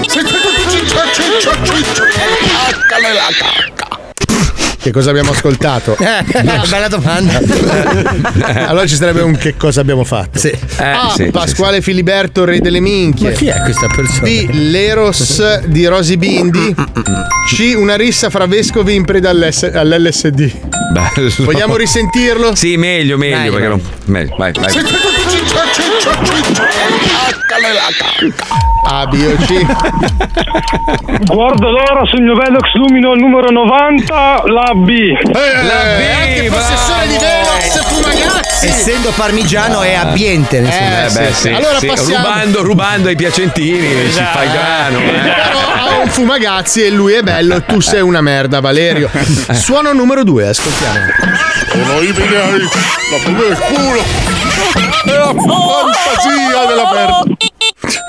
Che cosa abbiamo
[laughs]
ascoltato?
Eh, bella domanda.
[laughs] allora ci sarebbe un che cosa abbiamo fatto. Sì. A.
sì, sì,
Pasquale Filiberto, re delle minchie.
Ma chi è questa persona? Mm,
B. L'Eros di Rosy Bindi. C. Una rissa fra vescovi in preda all'S- all'LSD.
Bello.
Vogliamo
[laughs]
risentirlo?
Sì, meglio, meglio. perché non... meglio, vai, vai.
Ah,
Guardo l'ora sul mio Velox Lumino al numero 90, la B.
Eh,
Eh,
la B, possessore di Velox Fumagazzi.
Essendo parmigiano è abbiente. nel
Eh,
senso.
beh, sì.
Allora
sì.
passiamo-
Rubando, rubando ai piacentini si fa il grano.
Esatto. Però ha un fumagazzi e lui è bello, tu sei una merda, Valerio. Suono numero due, ascoltiamo.
Sono i miei, la prima del culo. È la fantasia della merda.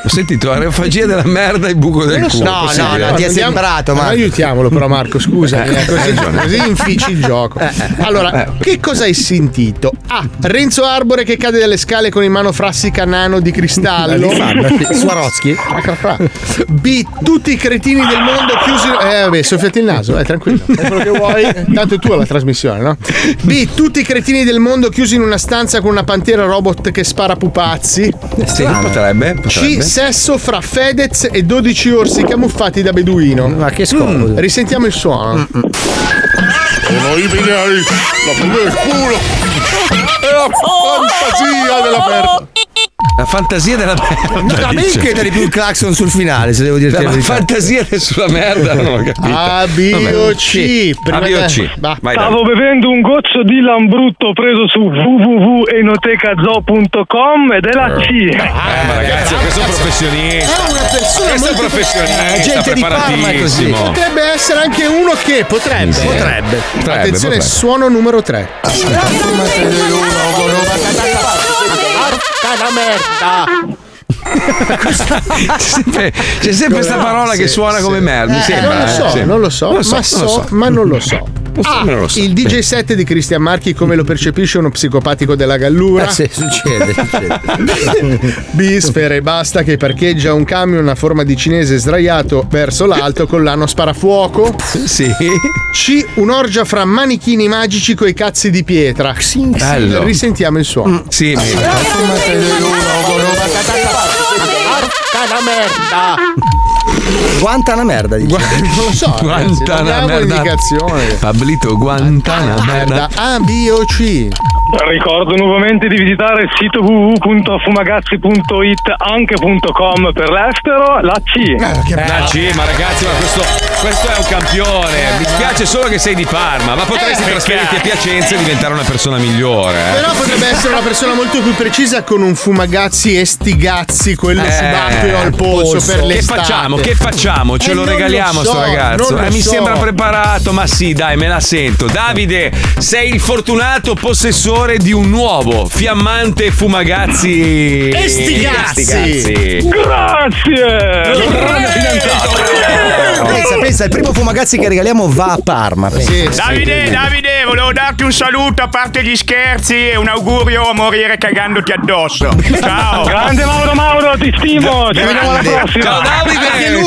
Ho sentito aerofagia della merda e buco del
Non lo so,
culo.
no, no, no, ti è sembrato,
ma
ma- Aiutiamolo però [laughs] Marco, scusa,
Eh, hai
così,
ragione.
così infici il gioco. Allora, che cosa hai sentito? A. Ah, Renzo Arbore che cade dalle scale con in mano frassica nano di cristallo.
Li
[laughs]
fanno. Swarovski?
B. Tutti i cretini del mondo chiusi. Eh, vabbè, soffiati il naso, eh, tranquillo. Fai quello che vuoi. Tanto è tua la trasmissione, no? B. Tutti i cretini del mondo chiusi in una stanza con una pantera robot che spara pupazzi.
Eh, Sì, potrebbe.
C.
potrebbe.
Sesso fra Fedez e 12 orsi camuffati da beduino. Ma
che scomodo.
Risentiamo il suono.
Sono i miei, la prima del culo. È la fantasia della merda.
La fantasia della merda.
A me
dice.
inquietare più il clacson sul finale, se devo dirti
La
Cioè, la verità.
fantasia del sulla merda, non l'ho capito.
A, B
Vabbè.
o C.
A, B o C.
Va.
Vai, dai.
Stavo bevendo un goccio di lambrutto preso su www.enotecazo.com ed è la C.
Eh, ma ragazzi, questo è un professionista.
È una
Questo
persona
è un
molto-
professionista,
Eh, gente di Parma è così.
preparatissimo.
Potrebbe essere anche uno che potrebbe.
Sì. Eh,
Eh, Potrebbe.
Potrebbe,
Attenzione,
potrebbe.
suono numero 3.
la merda.
C'è sempre, c'è sempre sta parola che suona come merda. mi
Eh,
sembra,
non lo
eh,
so,
sempre.
non lo so,
Non lo so,
ma
non lo so.
so, ma non lo so.
so,
Ah,
non lo so.
il DJ 7 di Cristian Marchi come lo percepisce uno psicopatico della gallura?
Eh, sì, succede, succede.
B, sfera e basta che parcheggia un camion a forma di cinese sdraiato verso l'alto con l'anno sparafuoco.
Sì.
C, un'orgia fra manichini magici coi cazzi di pietra.
Bello.
Risentiamo il suono.
Sì,
la merda.
Guanta la merda, dice.
Non lo so. ragazzi,
Guanta
non
la
diamo
merda.
indicazione.
Pablito, guanta la merda.
A, B o C?
Ricordo nuovamente di visitare il sito www.fumagazzi.it anche.com per l'estero, la
[laughs]
C.
Ah, sì, ma ragazzi, ma questo, questo è un
Eh,
campione. Eh, Mi spiace solo che sei di Parma, ma potresti trasferirti a Piacenza e diventare una persona migliore. eh.
Però potrebbe essere una persona molto più precisa con un fumagazzi e stigazzi, quello
Eh,
subacqueo al polso, per
Che
l'estate.
facciamo? Che facciamo? Ce
Eh,
lo
non
regaliamo
so,
sto ragazzo?
non lo
Eh, mi
so.
sembra preparato, ma sì, dai, me la sento. Davide, sei il fortunato possessore di un nuovo fiammante fumagazzi.
E sti cazzi!
Estigazzi. Eh,
Pensa, pensa, il primo fumagazzi che regaliamo va a Parma. pensa.
Davide, Davide, volevo darti un saluto a parte gli scherzi e un augurio a morire cagandoti addosso. Ciao!
[laughs] Grande Mauro Mauro, ti stimo! Ci vediamo alla
Grande.
prossima!
Ciao, Davide.
Anche lui.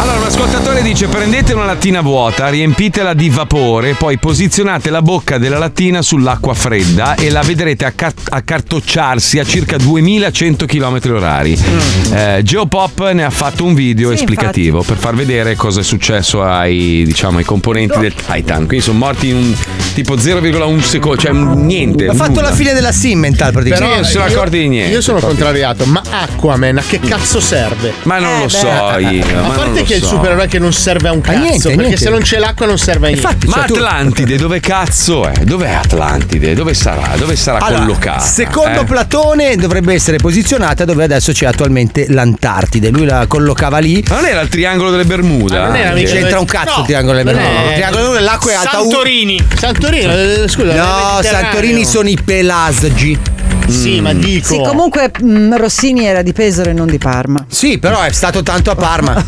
Allora, un ascoltatore dice: prendete una lattina vuota, riempitela di vapore, poi posizionate la bocca della lattina sull'acqua fredda e la vedrete acca- accartocciarsi a circa 2100 km orari.
Mm.
Eh, Geopop ne ha fatto un video
Sì,
esplicativo per far vedere cosa è successo ai, diciamo, ai componenti del Titan. Quindi sono morti in un tipo 0,1 secondo, cioè un- niente.
Ha fatto
nulla.
la fine della sim mental praticamente.
Però non si sono
io-
accorti di niente.
Io sono
infatti.
contrariato, ma Aquaman a che cazzo serve? Eh,
Ma non lo so io. ma
a
non
parte
lo
che è il
so.
supereroe che non serve a un cazzo,
niente,
perché
niente.
se non c'è l'acqua non serve a niente.
cioè,
ma Atlantide dove cazzo è? Dov'è Atlantide? Dove sarà? Dove sarà
Allora,
collocata?
Secondo
eh?
Platone dovrebbe essere posizionata dove adesso c'è attualmente l'Antartide. Lui la collocava lì.
Ma non era il triangolo delle
Ah,
Bermuda?
C'entra un cazzo il triangolo delle Bermuda. Il triangolo delle Bermuda, l'acqua è alta. un-
Santorini, eh, scusa.
No, Santorini sono i pelasgi.
Sì, ma dico.
Sì, comunque mm, Rossini era di Pesaro e non di Parma.
Sì, però è stato tanto a Parma.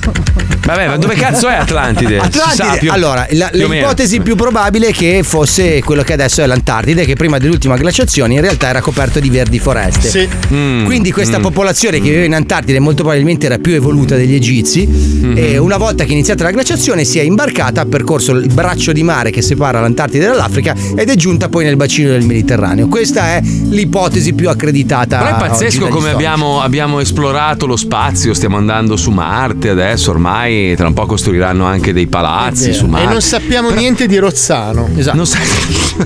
Vabbè, ma dove cazzo è Atlantide? Si
Atlantide.
sa più-
allora, la-
più o meno.
l'ipotesi più probabile è che fosse quello che adesso è l'Antartide, che prima dell'ultima glaciazione in realtà era coperto di verdi foreste.
Sì.
Mm, Quindi questa
mm.
popolazione che viveva in Antartide molto probabilmente era più evoluta degli egizi
Mm-hmm.
e una volta che è iniziata la glaciazione si è imbarcata, ha percorso il braccio di mare che separa l'Antartide dall'Africa ed è giunta poi nel bacino del Mediterraneo. Questa è l'ipotesi più accreditata.
Però è
oggi
pazzesco
dagli
come
storici.
abbiamo, abbiamo esplorato lo spazio, stiamo andando su Marte adesso, ormai tra un po' costruiranno anche dei palazzi su
E
Marte.
non sappiamo niente di Rozzano.
Esatto.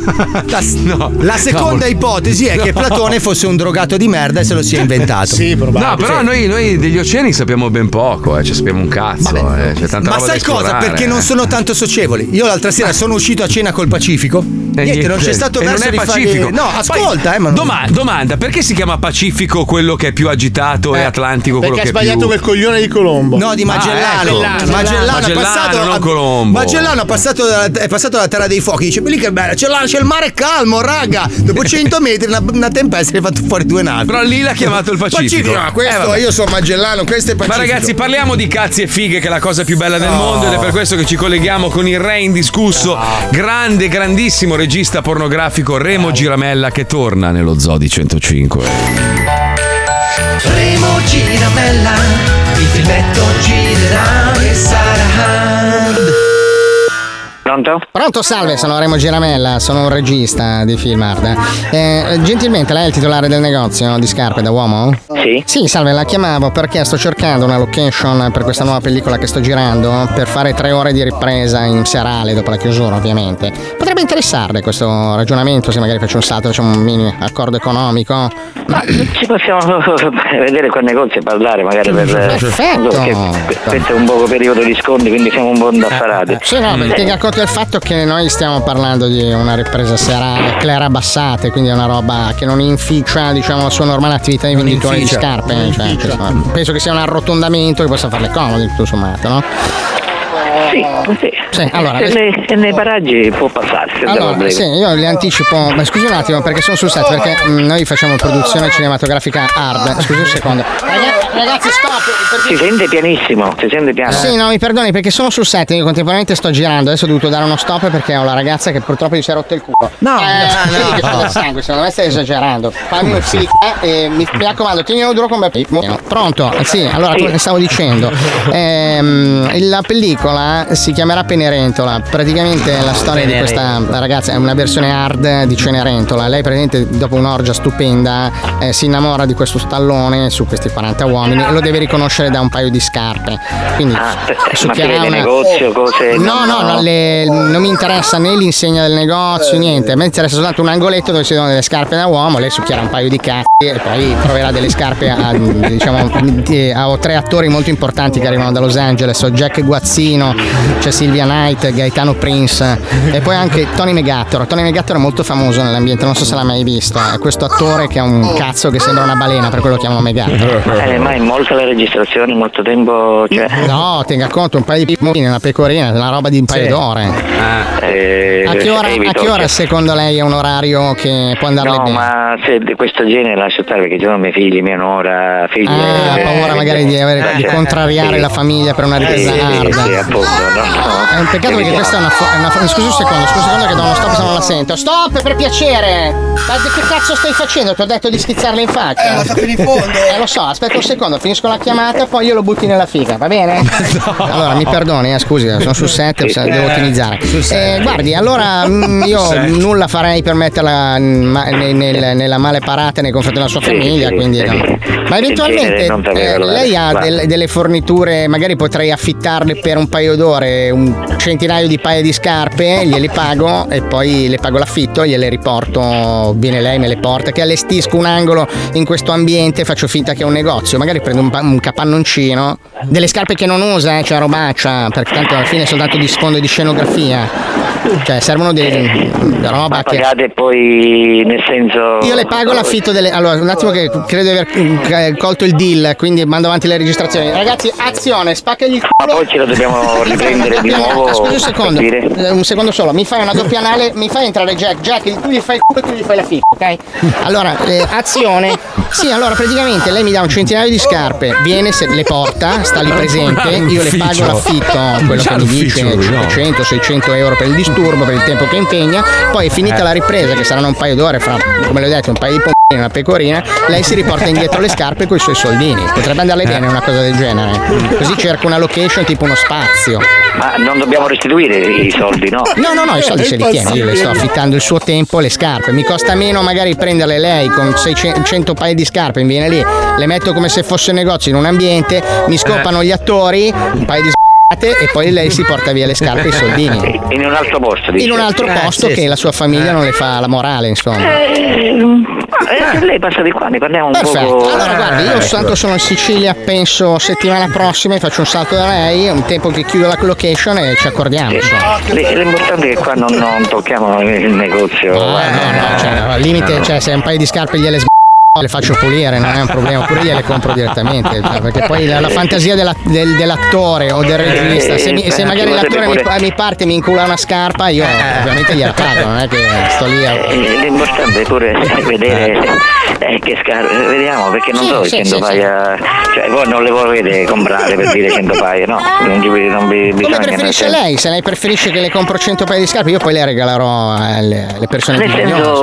[laughs] la,
La seconda ipotesi è che Platone fosse un drogato di merda e se lo sia inventato.
sì,
No, però noi, noi degli oceani sappiamo ben poco, eh, cioè sappiamo un cazzo. eh, c'è tanta roba
Ma
da
sai cosa?
esplorare,
Perché
eh.
non sono tanto socievoli. Io l'altra sera sono uscito a cena col Pacifico. Niente, non c'è stato
E
verso
Eh, non è
di
pacifico.
fare. No,
Poi,
ascolta, eh, ma non-
doma- domanda, perché si chiama Pacifico quello che è più agitato e
Eh,
Atlantico quello
Perché ha
che è
sbagliato
più...
quel coglione di Colombo.
No, di Magellano.
Ah, ecco.
Magellano,
Magellano,
è passato.
non
a-
Colombo.
Magellano è passato, dalla, è passato dalla terra dei fuochi. Dice: "Ma lì che bella, c'è, la- c'è il mare calmo, raga.
[laughs]
Dopo 100 metri, una, una tempesta ne ha fatto fuori due navi.
Però lì l'ha chiamato il Pacifico.
no, questo
Eh, vabbè.
io sono Magellano, questo è
Ma
Pacifico.
ragazzi, parliamo di cazzi e fighe, che è la cosa più bella del
No.
mondo, ed è per questo che ci colleghiamo con il re indiscusso,
Ah.
grande, grandissimo regista pornografico Remo Giramella, che torna nello Zoo di 105.
Remo Giramella, il filmetto girerà e sarà hard.
Pronto? Pronto, salve, sono Remo Giramella, sono un regista di film hard. Eh, gentilmente, lei è il titolare del negozio di scarpe da uomo? Sì. Sì, salve, la chiamavo perché sto cercando una location per questa nuova pellicola che sto girando per fare tre ore di ripresa in serale dopo la chiusura, ovviamente. Potrebbe interessarle questo ragionamento, se magari faccio un salto, facciamo un mini accordo economico.
Ci possiamo [laughs] vedere quel negozio e parlare magari per... eh,
Perfetto.
Perché Questo è un poco periodo di sconti, quindi siamo un po' indaffarati.
Eh,
Eh,
Sì,
Mm.
no, perché tenga conto del fatto che noi stiamo parlando di una ripresa serale, Clara Bassate, quindi è una roba che non inficia diciamo, la sua normale attività di venditore di
inficia,
scarpe.
non
cioè,
inficia. Mm.
insomma, penso che sia un arrotondamento che possa farle comodo, tutto sommato, no?
Sì, sì.
Sì, allora,
se, eh, nei, se nei paraggi può passarsi, senza
Allora,
problemi.
sì, io le anticipo. Ma scusi un attimo, perché sono sul set, perché mm, noi facciamo produzione cinematografica hard. Scusi un secondo. Ragazzi, ragazzi, stop!
Ah, Si sente pianissimo, si sente piano.
Sì, no, mi perdoni perché sono sul set, io contemporaneamente sto girando, adesso ho dovuto dare uno stop perché ho la ragazza che purtroppo gli si è rotto il culo. No,
no,
quindi
no.
che fa del Eh, sangue, secondo me stai esagerando. Fammi un sì, eh, e mi, mi raccomando, tienilo duro come Pronto? Eh, Sì, allora quello che stavo dicendo. Ehm, la pellicola si chiamerà Penerentola. Praticamente la storia di questa ragazza è una versione hard di Cenerentola. Lei praticamente dopo un'orgia stupenda eh, si innamora di questo stallone su questi 40 uomini e lo deve riconoscere da un paio di scarpe. Quindi
Ah, Ma
succhierà
che
una- Oh,
negozio, cose...
Eh, No, no, Eh. no, le- non mi interessa né l'insegna del negozio, niente. A me interessa soltanto un angoletto dove ci sono delle scarpe da uomo. Lei succhierà un paio di cazzi e poi troverà delle scarpe a, diciamo, eh, a ho tre attori molto importanti che arrivano da Los Angeles. Ho Jack Guazzino, c'è Silvia Knight, Gaetano Prince e poi anche Tony Megattoro. Tony Megattoro è molto famoso nell'ambiente, non so se l'ha mai visto. È questo attore che ha un cazzo che sembra una balena, per quello lo chiamano Megattoro.
Eh, ma è molto la registrazione, molto tempo... Cioè...
No, tenga conto, un paio di pimolini, una pecorina, una roba di un paio d'ore.
Eh,
A che, ora, a
evito-
che ora, secondo lei è un orario che può andarle
No,
bene?
ma se di questo genere lascio stare perché ci sono miei figli, mia nuora, figli.
Ah, Ha
eh,
paura magari di, avere- di
eh,
contrariare
sì. Eh,
la famiglia per una ripresa
Sì, sì,
hard.
sì, appunto, no, no.
È un peccato perché questa è una, fo- è una fo- Scusa un secondo, scusa un secondo che do uno stop se non la sento. Stop per piacere! Ma di che cazzo stai facendo? Ti ho detto di schizzarla in faccia. Eh, ma sta in fondo. Eh, lo so, aspetta un secondo, finisco la chiamata, poi io lo butti nella figa, va bene? Allora, mi perdoni, eh, scusi, sono sul set,
Sì.
devo
Eh,
ottimizzare.
sul set.
Eh, guardi, allora mm, io
Sul set.
nulla farei per metterla mm, ma- nel- nel- nella male parata nei confronti della sua
Sì,
famiglia,
sì,
quindi
sì.
no. Ma
Il
eventualmente
genere non deve
eh,
parlare.
lei ha
Va.
del- delle forniture, magari potrei affittarle per un paio d'ore, un centinaio di paia di scarpe, eh, gliele pago e poi le pago l'affitto, gliele riporto, viene lei, me le porta, che allestisco un angolo in questo ambiente, faccio finta che è un negozio, magari prendo un, pa- un capannoncino, delle scarpe che non usa, eh, cioè robaccia, perché tanto alla fine è soltanto di sfondo e di scenografia, cioè servono
Eh,
delle roba
Ma
Eh, che...
pagate poi nel senso.
Io le pago l'affitto delle. Allora, un attimo che credo di aver mm, eh, colto il deal, quindi mando avanti le registrazioni. Ragazzi, azione, spaccagli il culo.
Poi ce lo
[laughs]
dobbiamo riprendere di nuovo.
Scusa un secondo,
per dire.
eh, un secondo solo, mi fai una doppia anale, mi fai entrare Jack, Jack, tu gli fai il culo e tu gli fai la figa, ok? Allora, eh, azione. Sì, allora praticamente lei mi dà un centinaio di scarpe, viene, se le porta, sta lì presente, io le pago l'affitto, quello che mi dice 500-600 euro per il disturbo, per il tempo che impegna, poi è finita
Eh.
la ripresa che saranno un paio d'ore fra, come le ho detto, un paio di pompini e una pecorina, lei si riporta indietro le scarpe con i suoi soldini, potrebbe andarle bene una cosa del genere, così cerco una location tipo uno spazio.
Ma non dobbiamo restituire i soldi, no?
No, no, no, i soldi se li tiene, io le sto affittando il suo tempo, le scarpe. Mi costa meno magari prenderle lei con 600 paia di scarpe, mi viene lì, le metto come se fosse un negozio in un ambiente, mi scopano gli attori, un paio di s***ate e poi lei si porta via le scarpe e i soldini.
In un altro posto, dici?
In un altro
Eh,
posto che la sua famiglia non le fa la morale, insomma.
Eh, ma, eh, se lei passa di qua, ne parliamo un
Perfetto.
poco.
Allora, guardi,
ecco.
io
Eh,
tanto sono in Sicilia, penso settimana prossima e faccio un salto da lei, un tempo che chiudo la location e ci accordiamo. insomma.
L- L'importante è che qua non, non tocchiamo il negozio. Eh,
cioè, al limite, cioè, se un paio di scarpe gliele s- le faccio pulire, non è un problema, oppure gliele compro direttamente, cioè, perché poi la, la fantasia della- del- dell'attore o del regista, se, mi- eh, se magari l'attore mi, Eh, mi parte e mi incula una scarpa, io ovviamente gliela pago, non è che sto lì a...
Eh, L'importante è pure vedere eh, che scarpe. Vediamo perché non
Sì,
so che
sì,
100
sì,
paia. Cioè, voi non le volete comprare per dire 100 paia, no? Non, ci- non vi
Come
bisogna.
preferisce
nel senso-
lei, se lei preferisce che le compro 100 paia di scarpe, io poi le regalerò alle, alle persone
Nel
più bisognose.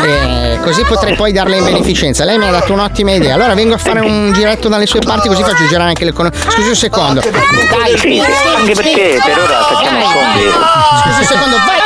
Eh, così potrei poi darle in beneficenza. Lei mi ha dato un'ottima idea. Allora vengo a fare un giretto dalle sue parti così faccio girare anche le con... Scusi un secondo. Dai,
Sì, anche perché per ora facciamo i conti.
Scusi un secondo, vai!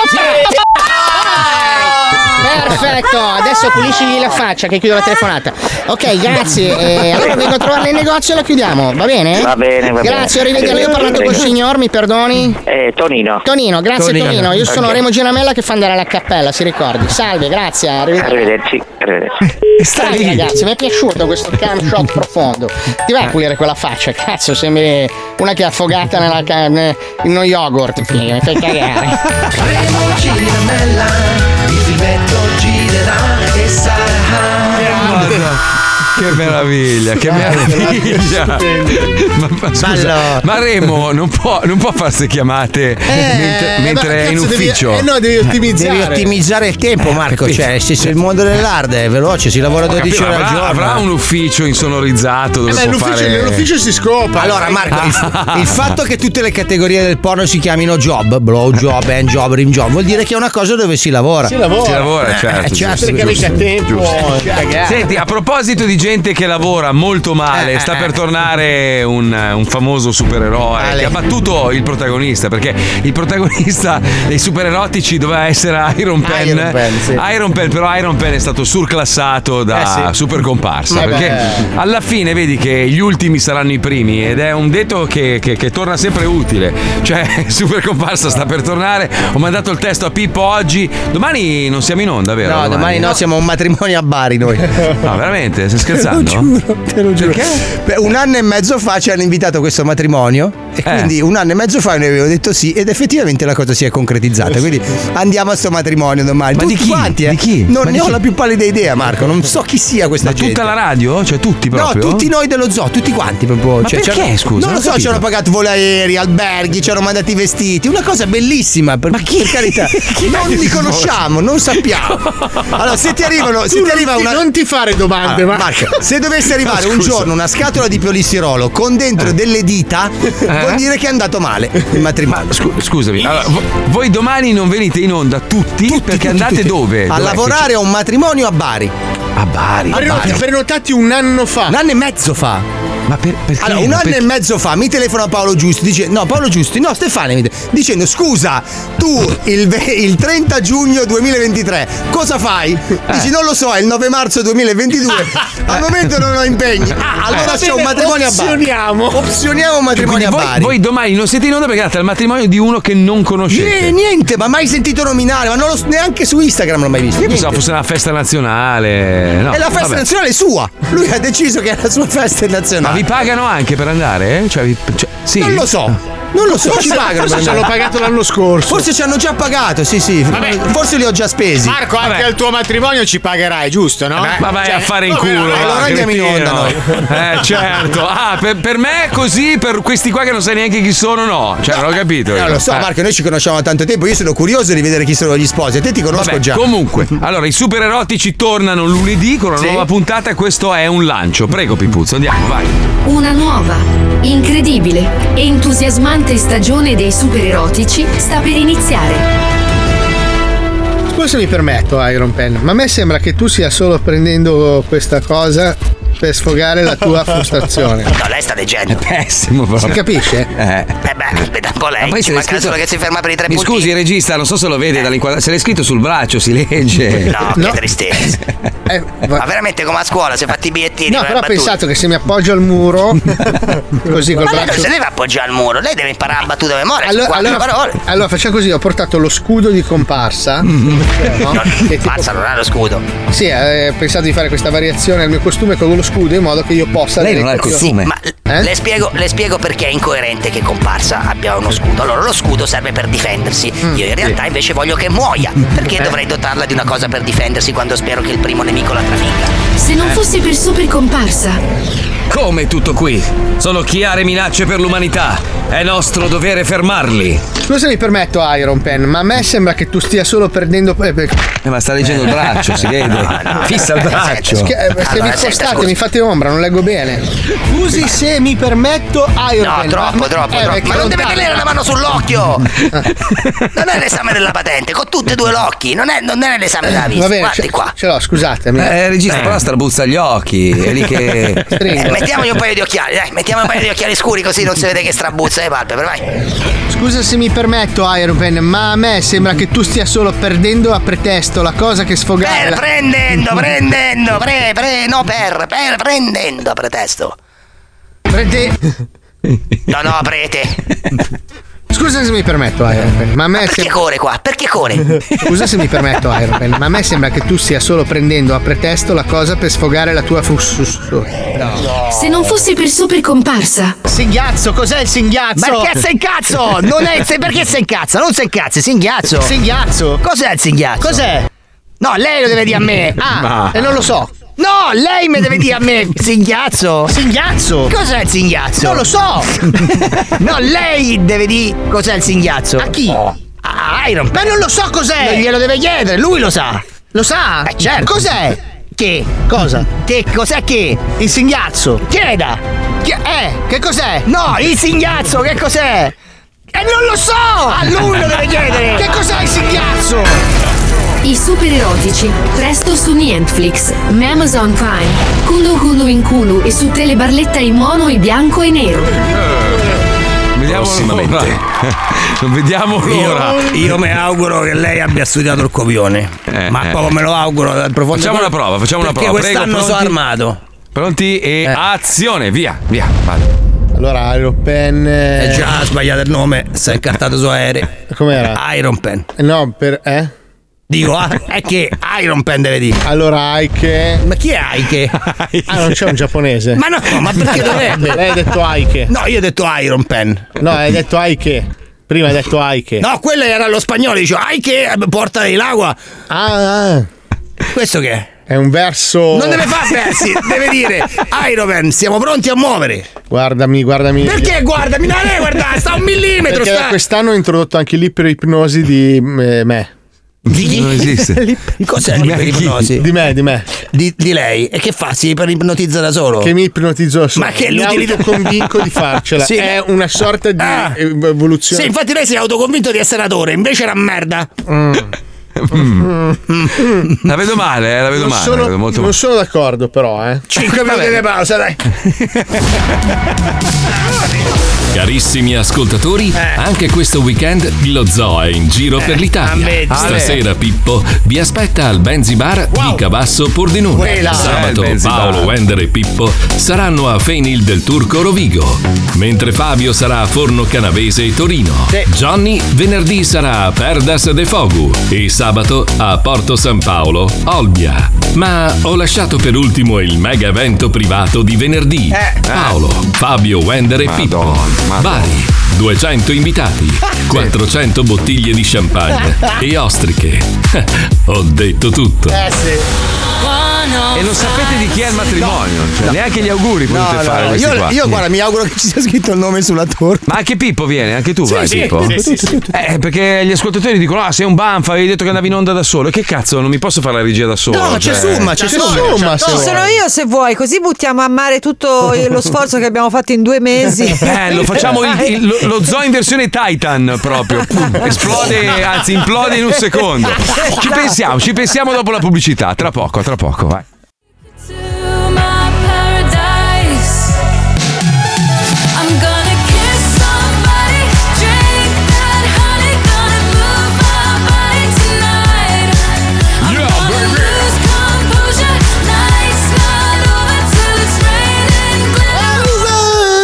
Vai! Perfetto, adesso pulisci la faccia che chiudo la telefonata. Ok, grazie. eh, allora vengo a trovarla in negozio e la chiudiamo, va bene?
Va bene, va bene.
Grazie, arrivederci. Io ho parlato col signor, mi perdoni?
Eh, Tonino.
Tonino, grazie Tonino.
Tonino.
Io sono
Ok.
Remo Giramella che fa andare alla cappella, si ricordi. Salve, grazie, arrivederci.
Arrivederci, arrivederci.
Sta
lì.
ragazzi, mi è piaciuto questo cam shot profondo. Ti vai a pulire quella faccia, cazzo, sembri una che è affogata nella ca- ne- in uno yogurt, figa, mi fai cagare.
Remo Cinemella, il filmetto girerà e sarà.
Che meraviglia, che
Ah,
meraviglia! [laughs] Ma, ma scusa, ma Remo non può, non può farsi chiamate
Eh,
mentre, mentre è in ufficio. Eh.
Devi ottimizzare il tempo, Marco. Cioè, se se il mondo dell'arte è veloce, si lavora
Ho capito,
12 ore al
avrà,
giorno.
avrà un ufficio insonorizzato dove
Eh beh,
può
l'ufficio- Ah.
fare.
nell'ufficio
si scopa.
Allora, Marco, il, il fatto che tutte le categorie del porno si chiamino job, blow job, hand job, rim job, vuol dire che è una cosa dove si lavora.
Si lavora. Si lavora,
Eh,
certo,
eh,
giusto,
perché
giusto,
mica tempo.
eh,
giusto.
cagare.
Senti, a proposito di gente che lavora molto
Eh,
male, sta per tornare un, un famoso supereroe che ha battuto il protagonista, perché il protagonista dei supererotici doveva essere Iron Pen.
Iron Pen, sì.
Iron Pen, però Iron Pen è stato surclassato da
Eh sì.
super comparsa,
Eh beh.
perché alla fine vedi che gli ultimi saranno i primi ed è un detto che, che- che torna sempre utile. Cioè, [laughs] super comparsa sta per tornare, ho mandato il testo a Pippo oggi, domani non siamo in onda, vero?
No, domani no, siamo a un matrimonio a Bari noi.
[laughs] No, veramente, stai
Te
scherzando?
lo giuro, te lo giuro. Beh, un anno e mezzo fa ci hanno invitato a questo matrimonio
Eh.
e quindi un anno e mezzo fa noi avevo detto sì ed effettivamente la cosa si è
Eh
concretizzata. Quindi andiamo a sto matrimonio domani. Ma Tutti di chi? Quanti, eh? Non
Ma
ne
di
ho
chi?
la più pallida idea, Marco. Non so chi sia questa
Ma
gente.
tutta la radio? Cioè tutti proprio?
No, tutti noi dello zoo, tutti quanti proprio.
Ma
Cioè,
perché,
c'erano-
scusa?
Non lo
Non ho
so, ci
capito.
hanno pagato voli aerei, alberghi, ci hanno mandati i vestiti, una cosa bellissima. Per, Ma chi? Per
[laughs]
carità,
Chi è
non
che
li
si
conosciamo, non sappiamo. Allora, se ti arrivano, se
Tu
ti
non
arriva
ti-
una.
non ti fare domande,
Ah,
ma-
Marco, se dovesse
[laughs]
arrivare
[laughs]
No,
un
scusa.
giorno una scatola di polistirolo con
Eh.
dentro delle dita, vuol dire che è andato male il matrimonio.
Scu- Scusami, allora, vo- voi domani non venite in onda tutti, perché andate dove?
A
Dov'è
lavorare
che
a un matrimonio a Bari.
A Bari.
A
Arrivati
Bari.
prenotati un anno fa. Un
anno e mezzo fa.
Ma perché?
Allora, un
Ma
anno
perché?
e mezzo fa mi telefona Paolo Giusti, dice, no Paolo Giusti, no Stefania, mi te- dicendo scusa, tu il, ve- il 30 giugno 2023 cosa fai? Dici non lo so, è il 9 marzo 2022,
[laughs]
al momento non ho impegni. Ah, allora
Eh.
c'è un matrimonio a Bari.
Opzioniamo.
Opzioniamo un
Cioè, quindi
matrimonio a
voi,
Bari.
voi domani non siete in onda perché andate al matrimonio di uno che non conoscete.
Eh, niente, ma mai sentito nominare, ma non lo, neanche su Instagram l'ho mai visto.
Io
niente.
pensavo fosse una festa nazionale. No,
è la festa
vabbè.
nazionale sua. Lui ha deciso che è la sua festa
Ma
nazionale.
vi pagano anche per andare? eh? Cioè, vi- cioè, sì?
Non lo so.
Non lo so, ci
Forse-
pagano.
forse
per
ci hanno
andare.
pagato l'anno scorso.
Forse ci hanno già pagato, sì, sì. Forse li ho già spesi.
Marco, anche al tuo matrimonio ci pagherai, giusto? No?
Eh,
Cioè,
Ma vai a fare in culo. va,
allora andiamo in onda
cretino.
noi.
Eh, certo. Ah, per, per me è così, per questi qua che non sai neanche chi sono, no. Cioè, non ho capito.
Eh,
io.
Non lo so,
Eh.
Marco, noi ci conosciamo da tanto tempo. Io sono curioso di vedere chi sono gli sposi. A te ti conosco
Vabbè,
già.
Comunque, allora, i super erotici tornano lunedì con una
Sì.
nuova puntata. Questo è un lancio. Prego, Pipuzzo, andiamo, vai.
Una nuova, incredibile e entusiasmante stagione dei supererotici sta per iniziare.
Scusa, mi permetto, Iron Pen, ma a me sembra che tu stia solo prendendo questa cosa per sfogare la [laughs] tua frustrazione.
No, lei sta leggendo.
Pessimo,
Si capisce?
Eh beh, aspetta un po' lei.
Ma poi se
ci
l'è
manca
scritto-
solo che si ferma per i tre
Mi
punti.
scusi, regista, non so se lo vede dall'inquadratura. Se l'è scritto sul braccio, si legge.
No,
[laughs]
che tristezza. Ma veramente come a scuola, si è fatti i bigliettini.
Eh, No,
per
però ho
la battuta.
pensato che se mi appoggio
[laughs]
al muro, così col
Ma lei non
braccio.
si deve appoggiare al muro, lei deve imparare la battuta a memoria.
Allora,
Allora, quattro
allora-
parole.
allora facciamo così: ho portato lo scudo di comparsa.
Mm-hmm.
no? Che tipo-
Pazza non ha lo scudo.
Sì, eh, ho pensato di fare questa variazione al mio costume con lo scudo in modo che io possa.
Lei
avere
non ha il
proprio-
costume. Ecco. Ma
Eh?
Le spiego, le spiego perché è incoerente che comparsa abbia uno scudo. Allora, lo scudo serve per difendersi.
Mm.
Io in realtà invece voglio che muoia.
Eh.
Perché dovrei dotarla di una cosa per difendersi quando spero che il primo nemico la trafigga?
Se non fosse per super comparsa,
Come tutto qui? Sono chiare minacce per l'umanità. È nostro dovere fermarli.
Scusa se mi permetto, Iron Pen, ma a me sembra che tu stia solo perdendo. eh, per-
Eh, ma sta leggendo il braccio, si vede. Fissa il braccio.
Schi- eh, se
Allora,
vi
Ah, senta,
spostate,
scusi.
mi fate ombra, non leggo bene. Scusi se mi permetto, Iron
No,
Pen.
troppo,
ma-
troppo,
eh,
troppo.
perché
Ma non deve
tanto.
tenere la mano sull'occhio! Eh, Non è l'esame della patente, con tutti e due l'occhi, non è, non è l'esame della vista.
Va bene,
Guardi
ce,
qua.
ce l'ho, scusatemi.
Eh, regista, però strabuzza gli occhi. È lì
[laughs]
che.
Eh, mettiamogli un paio di occhiali, dai, mettiamo un paio di occhiali scuri così non si vede che strabuzza le palpebre, vai.
Scusa se mi permetto, Iron Pen, ma a me sembra che tu stia solo perdendo a pretesto la cosa che sfogare.
Per Eh,
[laughs]
prendendo, prendendo, pre, pre, no, per, per, prendendo, a pretesto.
Prete.
No, no, prete.
Scusa se mi permetto, Iron Pen, ma a me
Perché
sembra.
core qua? Perché core?
[laughs] Scusa se mi permetto, Iron Pen, ma a me sembra che tu stia solo prendendo a pretesto la cosa per sfogare la tua frustrazione. No.
se non fosse per super comparsa.
Singhiazzo, cos'è il singhiazzo?
Perché sei
cazzo? Non è- se- perché sei
incazza? Non sei incazza, singhiazzo.
Singhiazzo?
Cos'è il singhiazzo?
Cos'è?
No, lei lo deve dire
[laughs]
a me.
Ah,
Ma-
e non lo so.
No, lei mi deve dire a me, singhiazzo.
[laughs] Singhiazzo?
Cos'è il singhiazzo?
Non lo so.
[laughs] no, lei deve dire cos'è il singhiazzo. A chi? A Iron
Ma non lo so cos'è.
Non glielo deve chiedere, lui lo sa.
Lo sa?
Eh, certo.
Cos'è? Che? Cosa? Che cos'è che? Il singhiazzo. Chieda. Che, eh, che cos'è?
No, il singhiazzo,
che cos'è?
E non lo so!
Oh.
A
lui lo deve chiedere.
Che cos'è il singhiazzo?
I super erotici, presto su Netflix, Amazon Prime, Kulu Kulu in Kulu e su Telebarletta in mono e bianco e nero.
Vediamo l'ora. [laughs] Vediamo l'ora.
Io, io mi auguro che lei abbia studiato il copione. ma
eh.
proprio me lo auguro dal profondo.
Facciamo
cuore,
una prova, facciamo una
perché
prova. Prego,
quest'anno sono
pronti?
armato. Eh.
Pronti e azione, via, via, vado.
Allora, Iron Pen. eh,
È Eh, già sbagliato il nome, si è incartato su aereo.
Com'era?
Iron Pen.
No, per. eh?
Dico, ah, è che Iron Pen deve dire.
Allora, Aike.
Ma chi è Aike?
[laughs] Ah, non c'è un giapponese.
Ma no, ma perché dovrebbe?
Lei ha detto Aike.
No, io ho detto Iron Pen.
No, hai detto Aike. Prima hai detto Aike.
No, quello era lo spagnolo, dice Aike porta dell'acqua.
Ah, ah.
Questo che è?
È un verso.
Non deve fare
eh,
[laughs]
versi, deve dire Iron Man, siamo pronti a muovere.
Guardami, guardami.
Perché guardami, no, lei guarda, sta a un millimetro,
Perché da
sta.
quest'anno ho introdotto anche l'iperipnosi di eh, me.
Di chi?
[laughs]
L'ip- Cos'è l'iperipnosi?
Di me, di me.
Di, di lei? E che fa? Si iperipnotizza da solo?
Che mi ipnotizzo da solo.
Ma che
Mi
l'utilità-
autoconvinco di farcela.
[laughs] Sì. Ah.
È una sorta di evoluzione.
Sì, infatti lei si è autoconvinto di essere attore, invece era merda.
La vedo male, eh, la vedo male.
Non
la
sono,
vedo molto
non
male.
sono d'accordo, però, eh. [laughs]
5 minuti di pausa, dai.
Carissimi ascoltatori, anche questo weekend lo zoo è in giro per l'Italia.
ammetti.
Stasera Pippo vi aspetta al Benzi Bar di Cavasso Pordenone.
Quella.
Sabato
Eh, il Benzi
Paolo
Bar.
Wender e Pippo saranno a Fenil del Turco Rovigo, mentre Fabio sarà a Forno Canavese e Torino. Johnny venerdì sarà a Perdas de Fogu e sabato a Porto San Paolo, Olbia. Ma ho lasciato per ultimo il mega evento privato di venerdì. Paolo, Fabio Wender e Pippo Bari,
[laughs]
200 invitati, 400 bottiglie di champagne e ostriche.
Eh,
Ho detto tutto.
Eh E non sapete di chi è il matrimonio, cioè, neanche gli auguri
No,
potete
no,
fare.
no,
questi
io,
qua.
io guarda, mi auguro che ci sia scritto il nome sulla torta.
Ma anche Pippo viene, anche tu
Sì,
vai
sì,
Pippo.
sì, sì, sì.
Eh, perché gli ascoltatori dicono: Ah, sei un banfa, avevi detto che andavi in onda da solo. E che cazzo, non mi posso fare la regia da solo?
No, c'è
cioè-
Summa, c'è
C'è
Summa.
Summa,
Ci
se
sono
vuoi.
io se vuoi, così buttiamo a mare tutto lo sforzo che abbiamo fatto in due
[laughs]
mesi.
Bello, Eh, facciamo il- il- lo, lo zoo in versione Titan proprio. Pum, Esplode, anzi, implode in un secondo. Ci pensiamo, ci pensiamo dopo la pubblicità. Tra poco, tra poco, vai.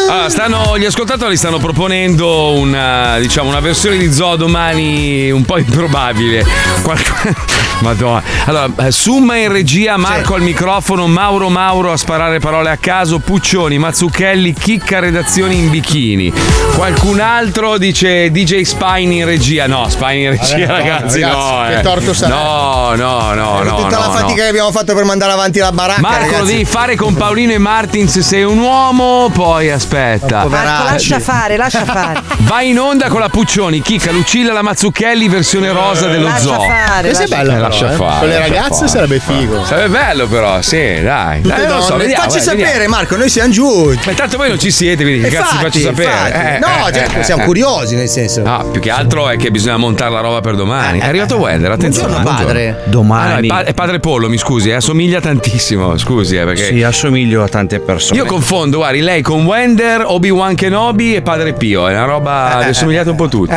Allora, stanno- gli ascoltatori stanno proponendo una, diciamo, una versione di Zoo domani un po' improbabile. Qualc- [laughs] Madonna. Allora, eh, Summa in regia, Marco al microfono, Mauro Mauro a sparare parole a caso, Puccioni, Mazzucchelli, Chicca redazioni in bikini. Qualcun altro dice DJ Spine in regia. No, Spine in regia,
Madonna,
ragazzi, no.
ragazzi, che
eh.
torto sarà.
No, no, no, no.
Tutta
no,
la
no.
fatica che abbiamo fatto per mandare avanti la baracca.
Marco lo
Ah, ragazzi.
devi fare con Paolino e Martin se sei un uomo, poi aspetta.
Marco, lascia fare, lascia fare.
Vai in onda con la Puccioni, Chica, Lucilla, la Mazzucchelli, versione rosa dello
Lascia
zoo.
fare,
Questa è lascia bella, fare. però, eh. Con le
lascia
ragazze sarebbe figo.
Sarebbe bello però, sì, dai.
Tutte
dai non Eh, lo so,
donne.
vediamo,
Facci
dai,
sapere,
vediamo.
Marco, noi siamo giù.
Ma intanto voi non ci siete, quindi che cazzo vi faccio
Infatti,
sapere? Eh,
infatti. No, cioè, siamo curiosi, nel senso.
No, più che altro è che bisogna montare la roba per domani. È arrivato Weller, attenzione.
Buongiorno, padre.
Domani. è, pa- è padre Pollo, mi scusi, eh, assomiglia tantissimo, scusi, eh, perché
Sì, assomiglio a tante persone.
Io confondo, guardi, lei con Wender, Obi-Wan Kenobi e Padre Pio. È una
Eh,
roba. Le somigliate un po' tutti.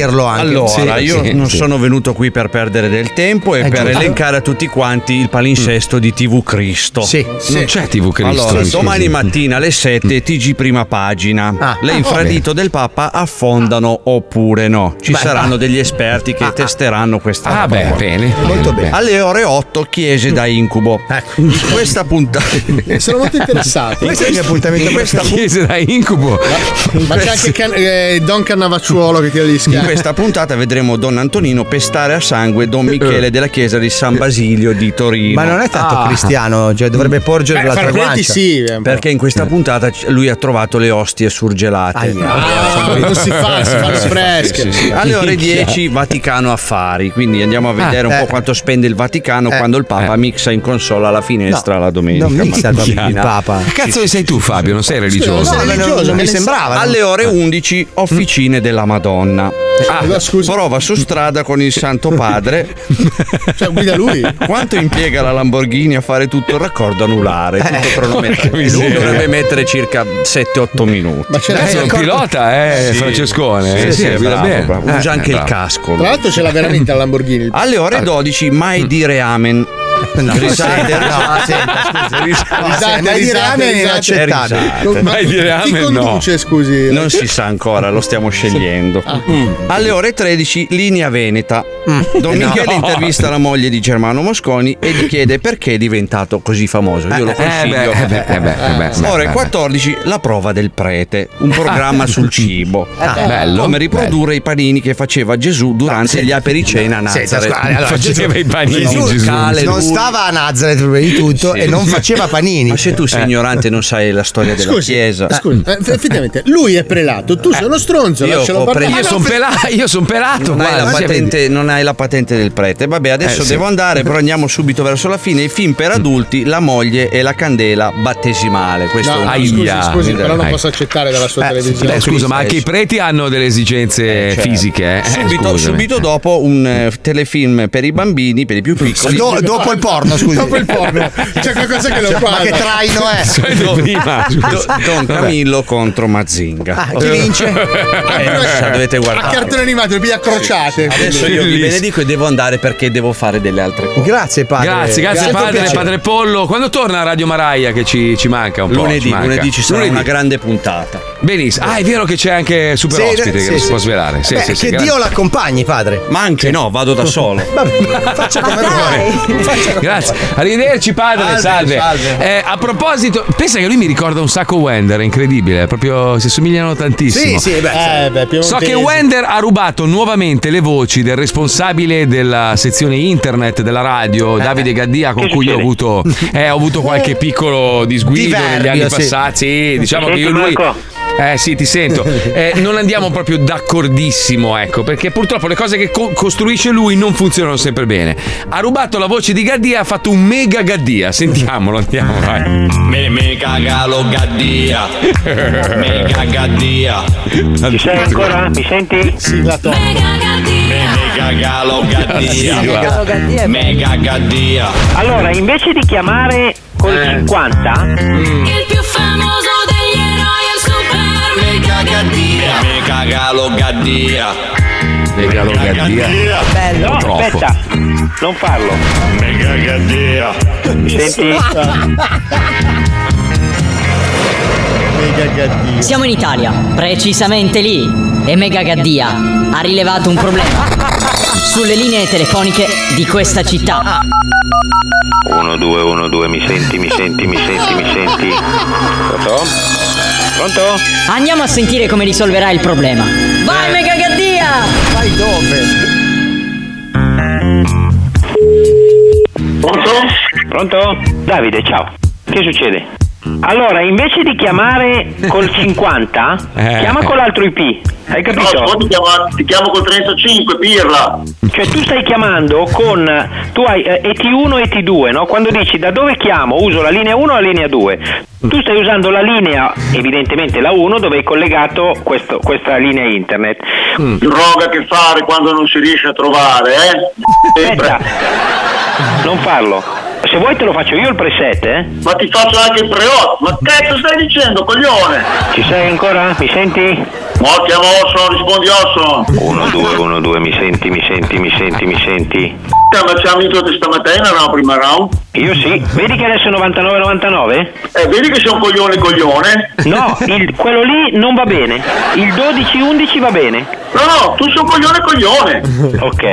Allora,
Sì,
io
sì,
non
sì.
sono venuto qui per perdere del tempo e
È
per
Eh, giusto.
elencare a tutti quanti il palinsesto di TV Cristo.
Sì, sì. Non c'è TV Cristo,
Allora,
mi scusi. Mm.
domani mattina alle 7 TG prima pagina.
Ah.
Ah,
L'infradito del Papa affondano oppure no. Ci Beh, saranno degli esperti che testeranno questa Ah, roba beh, qua. bene, Molto bene. bene. Alle ore 8 chiese da incubo. In questa puntata
[laughs] Sono molto interessato.
Questo è il mio appuntamento In questa prefetto.
chiese da
[laughs]
incubo.
Ma c'è anche Can- eh, Don Cannavacciuolo che tira gli
In
schiaffi.
questa puntata vedremo Don Antonino pestare a sangue Don Michele della chiesa di San Basilio di Torino.
Ma non è tanto
Ah.
cristiano, cioè
Eh,
Mm.
dovrebbe
Eh,
porgere la Eh. l'altra guancia.
perché in questa puntata c- lui ha trovato le ostie surgelate.
Ah, non si fa, si fanno fresche.
[laughs] Sì, sì, sì. Alle ore 10 Vaticano Affari, quindi andiamo a vedere
Ah,
un
eh.
po' quanto spende il Vaticano
Eh.
quando il Papa mixa in consola alla finestra la domenica.
non mixa il
mattina.
Papa- il Papa.
Sì,
Che
cazzo ne sei tu, Fabio? Non sei religioso?
No, no, no,
non mi sembrava, no? Eh.
Alle ore 11 officine della Madonna.
Eh,
Ah, Prova su strada con il Santo Padre.
[laughs]
cioè, guida lui.
Quanto impiega la Lamborghini a fare tutto il raccordo
Eh,
anulare? Tutto cronometrato. Lui dovrebbe mettere circa 7-8 minuti.
Ma c'è
Dai,
l'aereo-
d'accordo.
pilota, eh,
Sì.
Francescone.
Sì,
Eh,
sì,
sì, guida
bravo,
bene.
bravo. Usa
Eh,
anche il
bravo.
casco.
Tra l'altro ce l'ha veramente la Lamborghini.
Alle ore 12 mai dire amen. Risate,
No,
risate.
Risate, mai dire amen è inaccettabile.
Risate.
Mai dire amen, no. scusi? Ah.
Non si sa ancora, lo stiamo scegliendo. Mm. Alle ore 13 linea veneta.
Mm.
Eh
Don Eh No. [laughs] Michele intervista la moglie di Germano Mosconi e gli chiede perché è diventato così famoso. Io lo
Eh, eh,
consiglio.
beh, eh, beh, eh, beh, eh, beh, beh,
Ore
beh.
14 la prova del prete, un programma
Ah. [laughs]
sul cibo.
Ah, bello,
Come riprodurre i panini che faceva Gesù durante gli apericena a
Senta,
Nazareth.
scusa, allora, Gesù- Gesù
Cale,
non
lui-
stava a Nazareth prima di tutto
Sì.
e non faceva panini. Eh.
Ma se tu sei ignorante e non sai la storia [laughs] della
Scusi,
chiesa.
scusi, eh, effettivamente lui è prelato, tu sei uno stronzo,
Io
lascialo
ho
parlare. Ah,
preso- [laughs] Io son pelato,
io sono pelato.
Non hai, la patente, non hai la patente del prete. Vabbè, adesso Eh, sì. devo andare, però andiamo subito verso la fine. Il film per adulti, La moglie e la candela battesimale. Questo
No,
è un
scusi, scusi, però non posso accettare
[laughs]
dalla sua televisione.
Eh,
eh, scusa, ma anche i preti hanno delle esigenze
Certo.
fisiche. Eh?
Subito,
Scusami.
subito dopo un eh, telefilm per i bambini, per i più piccoli.
Do- dopo il
[laughs]
porno, scusi. Dopo il
porno. C'è qualcosa che non
Cioè,
quadra.
ma che traino
[laughs]
è?
Do- Do-
Vabbè.
Don Camillo contro Mazzinga.
Ah, chi vince? [laughs]
Eh, questa dovete guardare.
A cartone animato, le piglia crociate.
Adesso io vi benedico e devo andare perché devo fare delle altre cose.
Grazie padre.
Grazie, grazie
Grazie,
padre,
piacere.
padre Pollo. Quando torna a Radio Maraia che ci, ci manca un po'?
Lunedì,
ci manca.
lunedì ci sarà una grande puntata.
Benissimo. Ah, è vero che c'è anche super
Sì,
ospite che
sì,
non si
sì.
può svelare. Sì,
Beh,
sì, sì,
che
grazie.
Dio la-
Accompagni padre.
[laughs]
Ma anche no, vado da solo.
Vabbè, faccia come vuoi. Faccia
Grazie. Arrivederci padre,
Salve,
salve.
salve.
Eh, a proposito, pensa che lui mi ricorda un sacco Wender, è incredibile, proprio si somigliano tantissimo.
Sì, sì, beh, eh, beh,
So
piemontesi.
che Wender ha rubato nuovamente le voci del responsabile della sezione internet della radio, Davide Gaddia, con
Che
cui io ho avuto, eh, ho avuto qualche piccolo disguido negli
Diverbio,
anni
sì.
passati.
[laughs]
Sì, diciamo
Senti,
che io e lui.
Marco.
Eh sì, ti
[laughs]
sento. Eh, non andiamo proprio d'accordissimo, ecco, perché purtroppo le cose che co- costruisce lui non funzionano sempre bene. Ha rubato la voce di Gaddia, ha fatto un mega Gaddia. Sentiamolo, andiamo, vai.
Me, me cagalo gaddia. Mega gaddia.
Ci
sei ancora? Mi senti?
Sigla top.
Mega gaddia. Mega galo
Sì, guarda. Megagalo
gaddia. Mega gaddia.
Allora, invece di chiamare col 50,
Il più famoso degli eroi è il super mega gaddia. Mega galo gaddia. Mega gaddia.
Bello. No,
Troppo.
aspetta, non farlo.
Mega gaddia. Mi senti?
Siamo in Italia, precisamente lì, e Megagaddia ha rilevato un problema sulle linee telefoniche di questa città.
1, 2, 1, 2, mi senti, mi senti, mi senti, mi senti. Pronto? Pronto?
Andiamo a sentire come risolverà il problema.
Eh.
Vai Megagaddia! Vai dove?
Pronto? Pronto? Davide, ciao. Che succede? Allora, invece di chiamare col 50,
Eh.
chiama con l'altro IP. Hai capito?
No, ti chiamo, ti chiamo col 35, pirla.
Cioè tu stai chiamando con tu hai eh, ET1 e ET2, no? Quando dici da dove chiamo, uso la linea 1 o la linea 2. Tu stai usando la linea, evidentemente la 1 dove hai collegato questo- questa linea internet.
Droga Mm. che fare quando non si riesce a trovare, eh?
Aspetta. Non farlo. Se vuoi te lo faccio io il preset, eh?
Ma ti faccio anche il pre-op. Ma cazzo stai dicendo, coglione?
Ci sei ancora? Mi senti?
Mo chiamo Orson, rispondi Orson. 1, 2, 1, 2, mi senti, mi senti, mi senti, mi senti. Ma ci hanno vinto stamattina, no, prima round?
Io sì. Vedi che adesso è 99,99?
Eh, vedi che sei un coglione, coglione?
No, il- quello lì non va bene. Il 12-11 va bene.
No, no, tu sei un coglione, coglione.
Ok.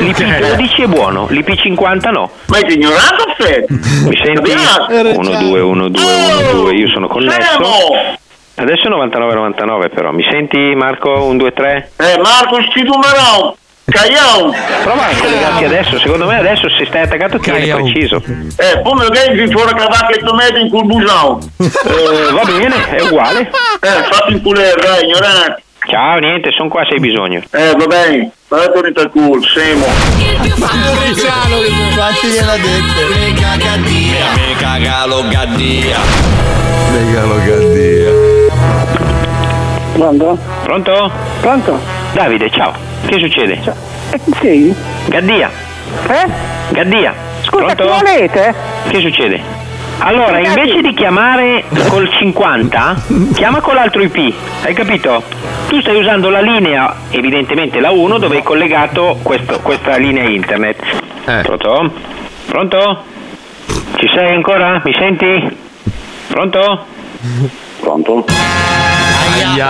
L'IP12 è buono, l'IP50 no.
Ma è ignorato, Fred? Oh!
Mi senti?
Era
1, 2, 1, 2, 1, 2, io sono connesso.
Fermo!
Adesso è 99,99 però. Mi senti Marco? 1, 2, 3?
Eh, Marco, ci tu marò. Caiao.
Prova a collegarti adesso, secondo me adesso se stai attaccato ti viene preciso.
Eh, poi me lo dai in fuori cavacca e tomato in cul busao.
[laughs] Eh, va bene, è uguale.
Eh, fatti in culero, dai, ignorante.
Ciao, niente, sono qua se hai bisogno.
Eh, va bene. Vado tornito al culo, semo.
Quanti gliel'ha detto? Mega gaddia. Mega galo gaddia.
Megalogadia.
Pronto? Pronto? Pronto? Davide, ciao. Che succede?
Cioè, eh, Sì.
Gaddia. Eh? Gaddia.
Scusa,
Pronto?
chi volete?
Che succede? Allora,
Scusate.
invece di chiamare col 50,
Mm.
chiama con l'altro IP, hai capito? Tu stai usando la linea, evidentemente la 1, dove hai collegato questo- questa linea internet. Pronto? Pronto? Ci sei ancora? Mi senti? Pronto? Pronto?
Eh.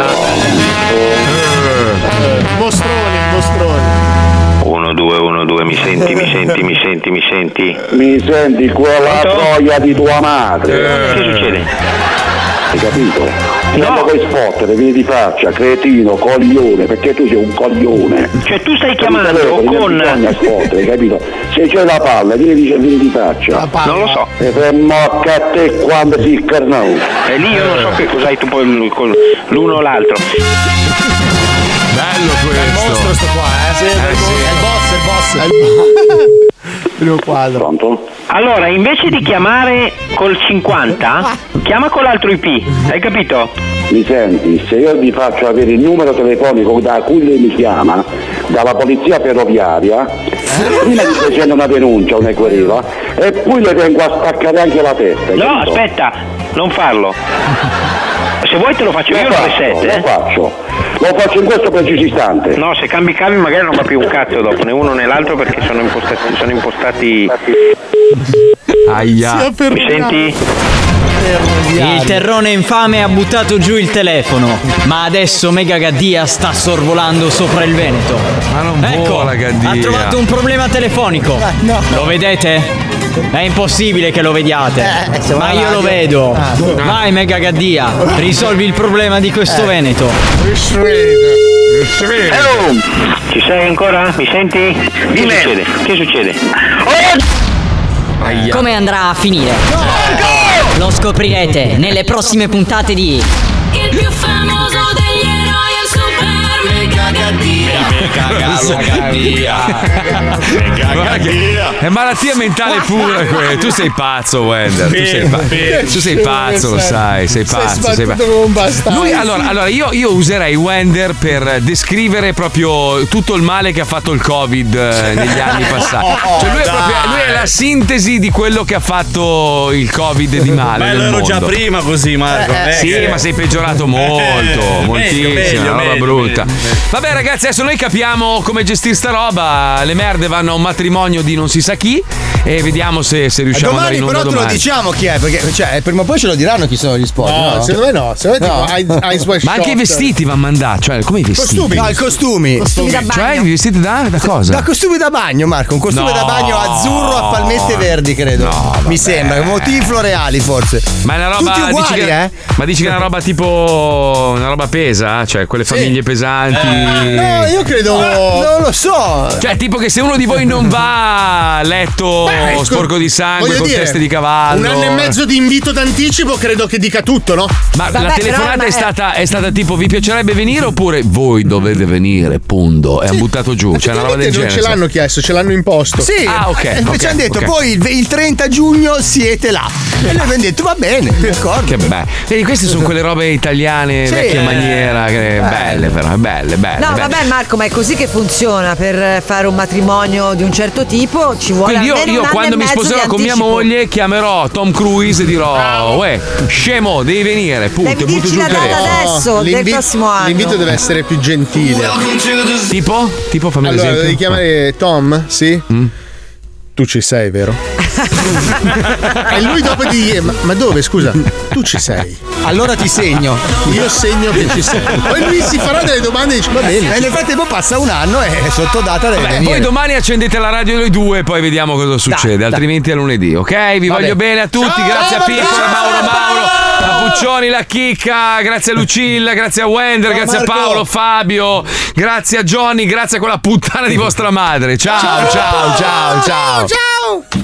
Mostroni, mostroni.
1, 2, 1, 2, mi senti, mi senti, mi senti, mi senti. Mi senti quella troia di tua madre.
Eh.
Che succede?
Hai capito? No, puoi sfottere, vieni di faccia, cretino, coglione, perché tu sei un coglione.
Cioè tu stai
chiamando con. Sfottere, hai capito? Se c'è la palla, vieni di, vieni di faccia.
Non lo so.
E fermo che a te quando si incarnò.
E lì io
Eh.
non so che cos'hai tu poi l- col- l'uno o l'altro.
Bello questo. Eh,
Mostro sto qua, eh. è, il boss, è il boss. Primo quadro.
Pronto?
Allora, invece di chiamare col 50, chiama con l'altro IP, hai capito?
Mi senti, se io vi faccio avere il numero telefonico da cui lei mi chiama, dalla polizia ferroviaria,
Eh?
prima di facendo una denuncia, una querela, e poi le vengo a staccare anche la testa.
No, aspetta, non farlo. Se vuoi te lo faccio io il preset, eh.
Lo faccio, lo faccio in questo preciso istante.
No, se cambi cambi magari non va più un cazzo dopo, né uno né l'altro perché sono impostati. Sono impostati...
Aia.
Mi senti?
Il terrone infame ha buttato giù il telefono, ma adesso Mega Gaddia sta sorvolando sopra il Veneto. Ma non ecco,
vola, Gaddia.
Ha trovato un problema telefonico.
Eh,
Lo vedete? È impossibile che lo vediate,
Eh, siamo
ma
alla
io lo vedo.
radio. Ah.
Vai Mega Gaddia, risolvi il problema di questo
Eh.
Veneto.
Oh, ci sei ancora? Mi senti? Eh, Che succede? Che succede?
Come andrà a finire? Lo scoprirete nelle prossime puntate di
Il più famoso degli eroi al super mega
È malattia mentale pure quella. Tu sei pazzo, Wender. Tu sei, pa- tu sei pazzo, lo sai. Sei pazzo. Sei pazzo.
come un bastardo.
Lui, allora, allora io, io userei Wender per descrivere proprio tutto il male che ha fatto il Covid eh, negli
[laughs]
anni
Oh,
passati. Cioè, lui, è proprio, lui è la sintesi di quello che ha fatto il Covid di male.
Ma
nel
lo ero già
mondo. Eh,
prima così, Marco. non è
sì,
che-
ma sei peggiorato molto,
Eh,
moltissimo,
meglio,
una roba
meglio,
brutta.
meglio,
Vabbè, ragazzi, adesso noi capiamo come gestire sta roba. Le merde vanno a un matrimonio di non si sa chi e vediamo se, se riusciamo a andare
Eh, domani
in onda
però te lo
domani.
diciamo chi è, perché cioè, prima o poi ce lo diranno chi sono gli sposi.
No,
No,
secondo me no, secondo me tipo Ice- Ice White
Ma anche i
Shot.
vestiti vanno mandati, cioè come i vestiti?
Costumi. No, i costumi. Costumi da bagno.
Cioè i vestiti da, da cosa?
Da costume da bagno, Marco. Un costume
No.
da bagno azzurro a palmette verdi, credo. Mi sembra, motivi floreali forse.
Ma è una roba
Tutti
dici
uguali,
che,
eh?
Ma dici che è una roba tipo una roba pesa? Cioè quelle famiglie pesanti.
Eh,
eh?
No,
Mm.
io credo.
boh, non lo so.
Cioè, tipo che se uno di voi non va a letto
ecco,
sporco di sangue
voglio
con
dire,
teste di cavallo.
Un anno e mezzo di invito d'anticipo credo che dica tutto, no?
Ma la telefonata è, stata, eh, è stata tipo vi piacerebbe venire oppure voi dovete venire, punto. E ha buttato giù. C'è una roba del
Ovviamente non
genere.
ce l'hanno chiesto, ce l'hanno imposto.
Sì,
Ah, ok,
e
ok,
ci hanno detto
ok.
poi il, il 30 giugno siete
[laughs]
là. E noi abbiamo detto va bene, d'accordo.
Che bello. Vedi, queste sono quelle robe italiane,
Sì. Eh.
vecchia maniera, che belle però, belle, belle.
No,
belle.
vabbè Marco, ma è così che funziona per fare un matrimonio di un certo tipo, ci vuole
Quindi io,
almeno
io
un anno
quando
e
mi
mezzo di
sposerò con mia
anticipo.
moglie chiamerò Tom Cruise e dirò Uè, scemo, devi venire, punto,
Devi
e butto
dirci
giù
la
il
data
telefono.
adesso, del
l'invi-
prossimo anno.
Ah, L'invito deve essere più gentile.
Tipo? Tipo fammi un
allora,
esempio. Mm.
devi chiamare Tom, sì? Tu ci sei, vero?
Ah.
e lui dopo di. Ma, ma dove, scusa? Tu ci sei.
Allora ti segno.
Io segno che ci sei. Poi lui si farà delle domande e dice: Va bene.
E nel frattempo passa un anno e sottodata deve
Vabbè,
venire.
voi domani accendete la radio noi due, poi vediamo cosa succede. Altrimenti è lunedì, ok? Vi
Va
voglio
bene.
bene a tutti,
Ciao,
grazie a
Mauro,
Piccola,
ciao,
Mauro Mauro, a Puccioni, la Chicca, grazie a Lucilla, grazie a Wender,
Ciao,
grazie a
Marco.
Paolo, Fabio, grazie a Johnny, grazie a quella puttana di vostra madre. Ciao, ciao, ciao, ciao.
Ciao!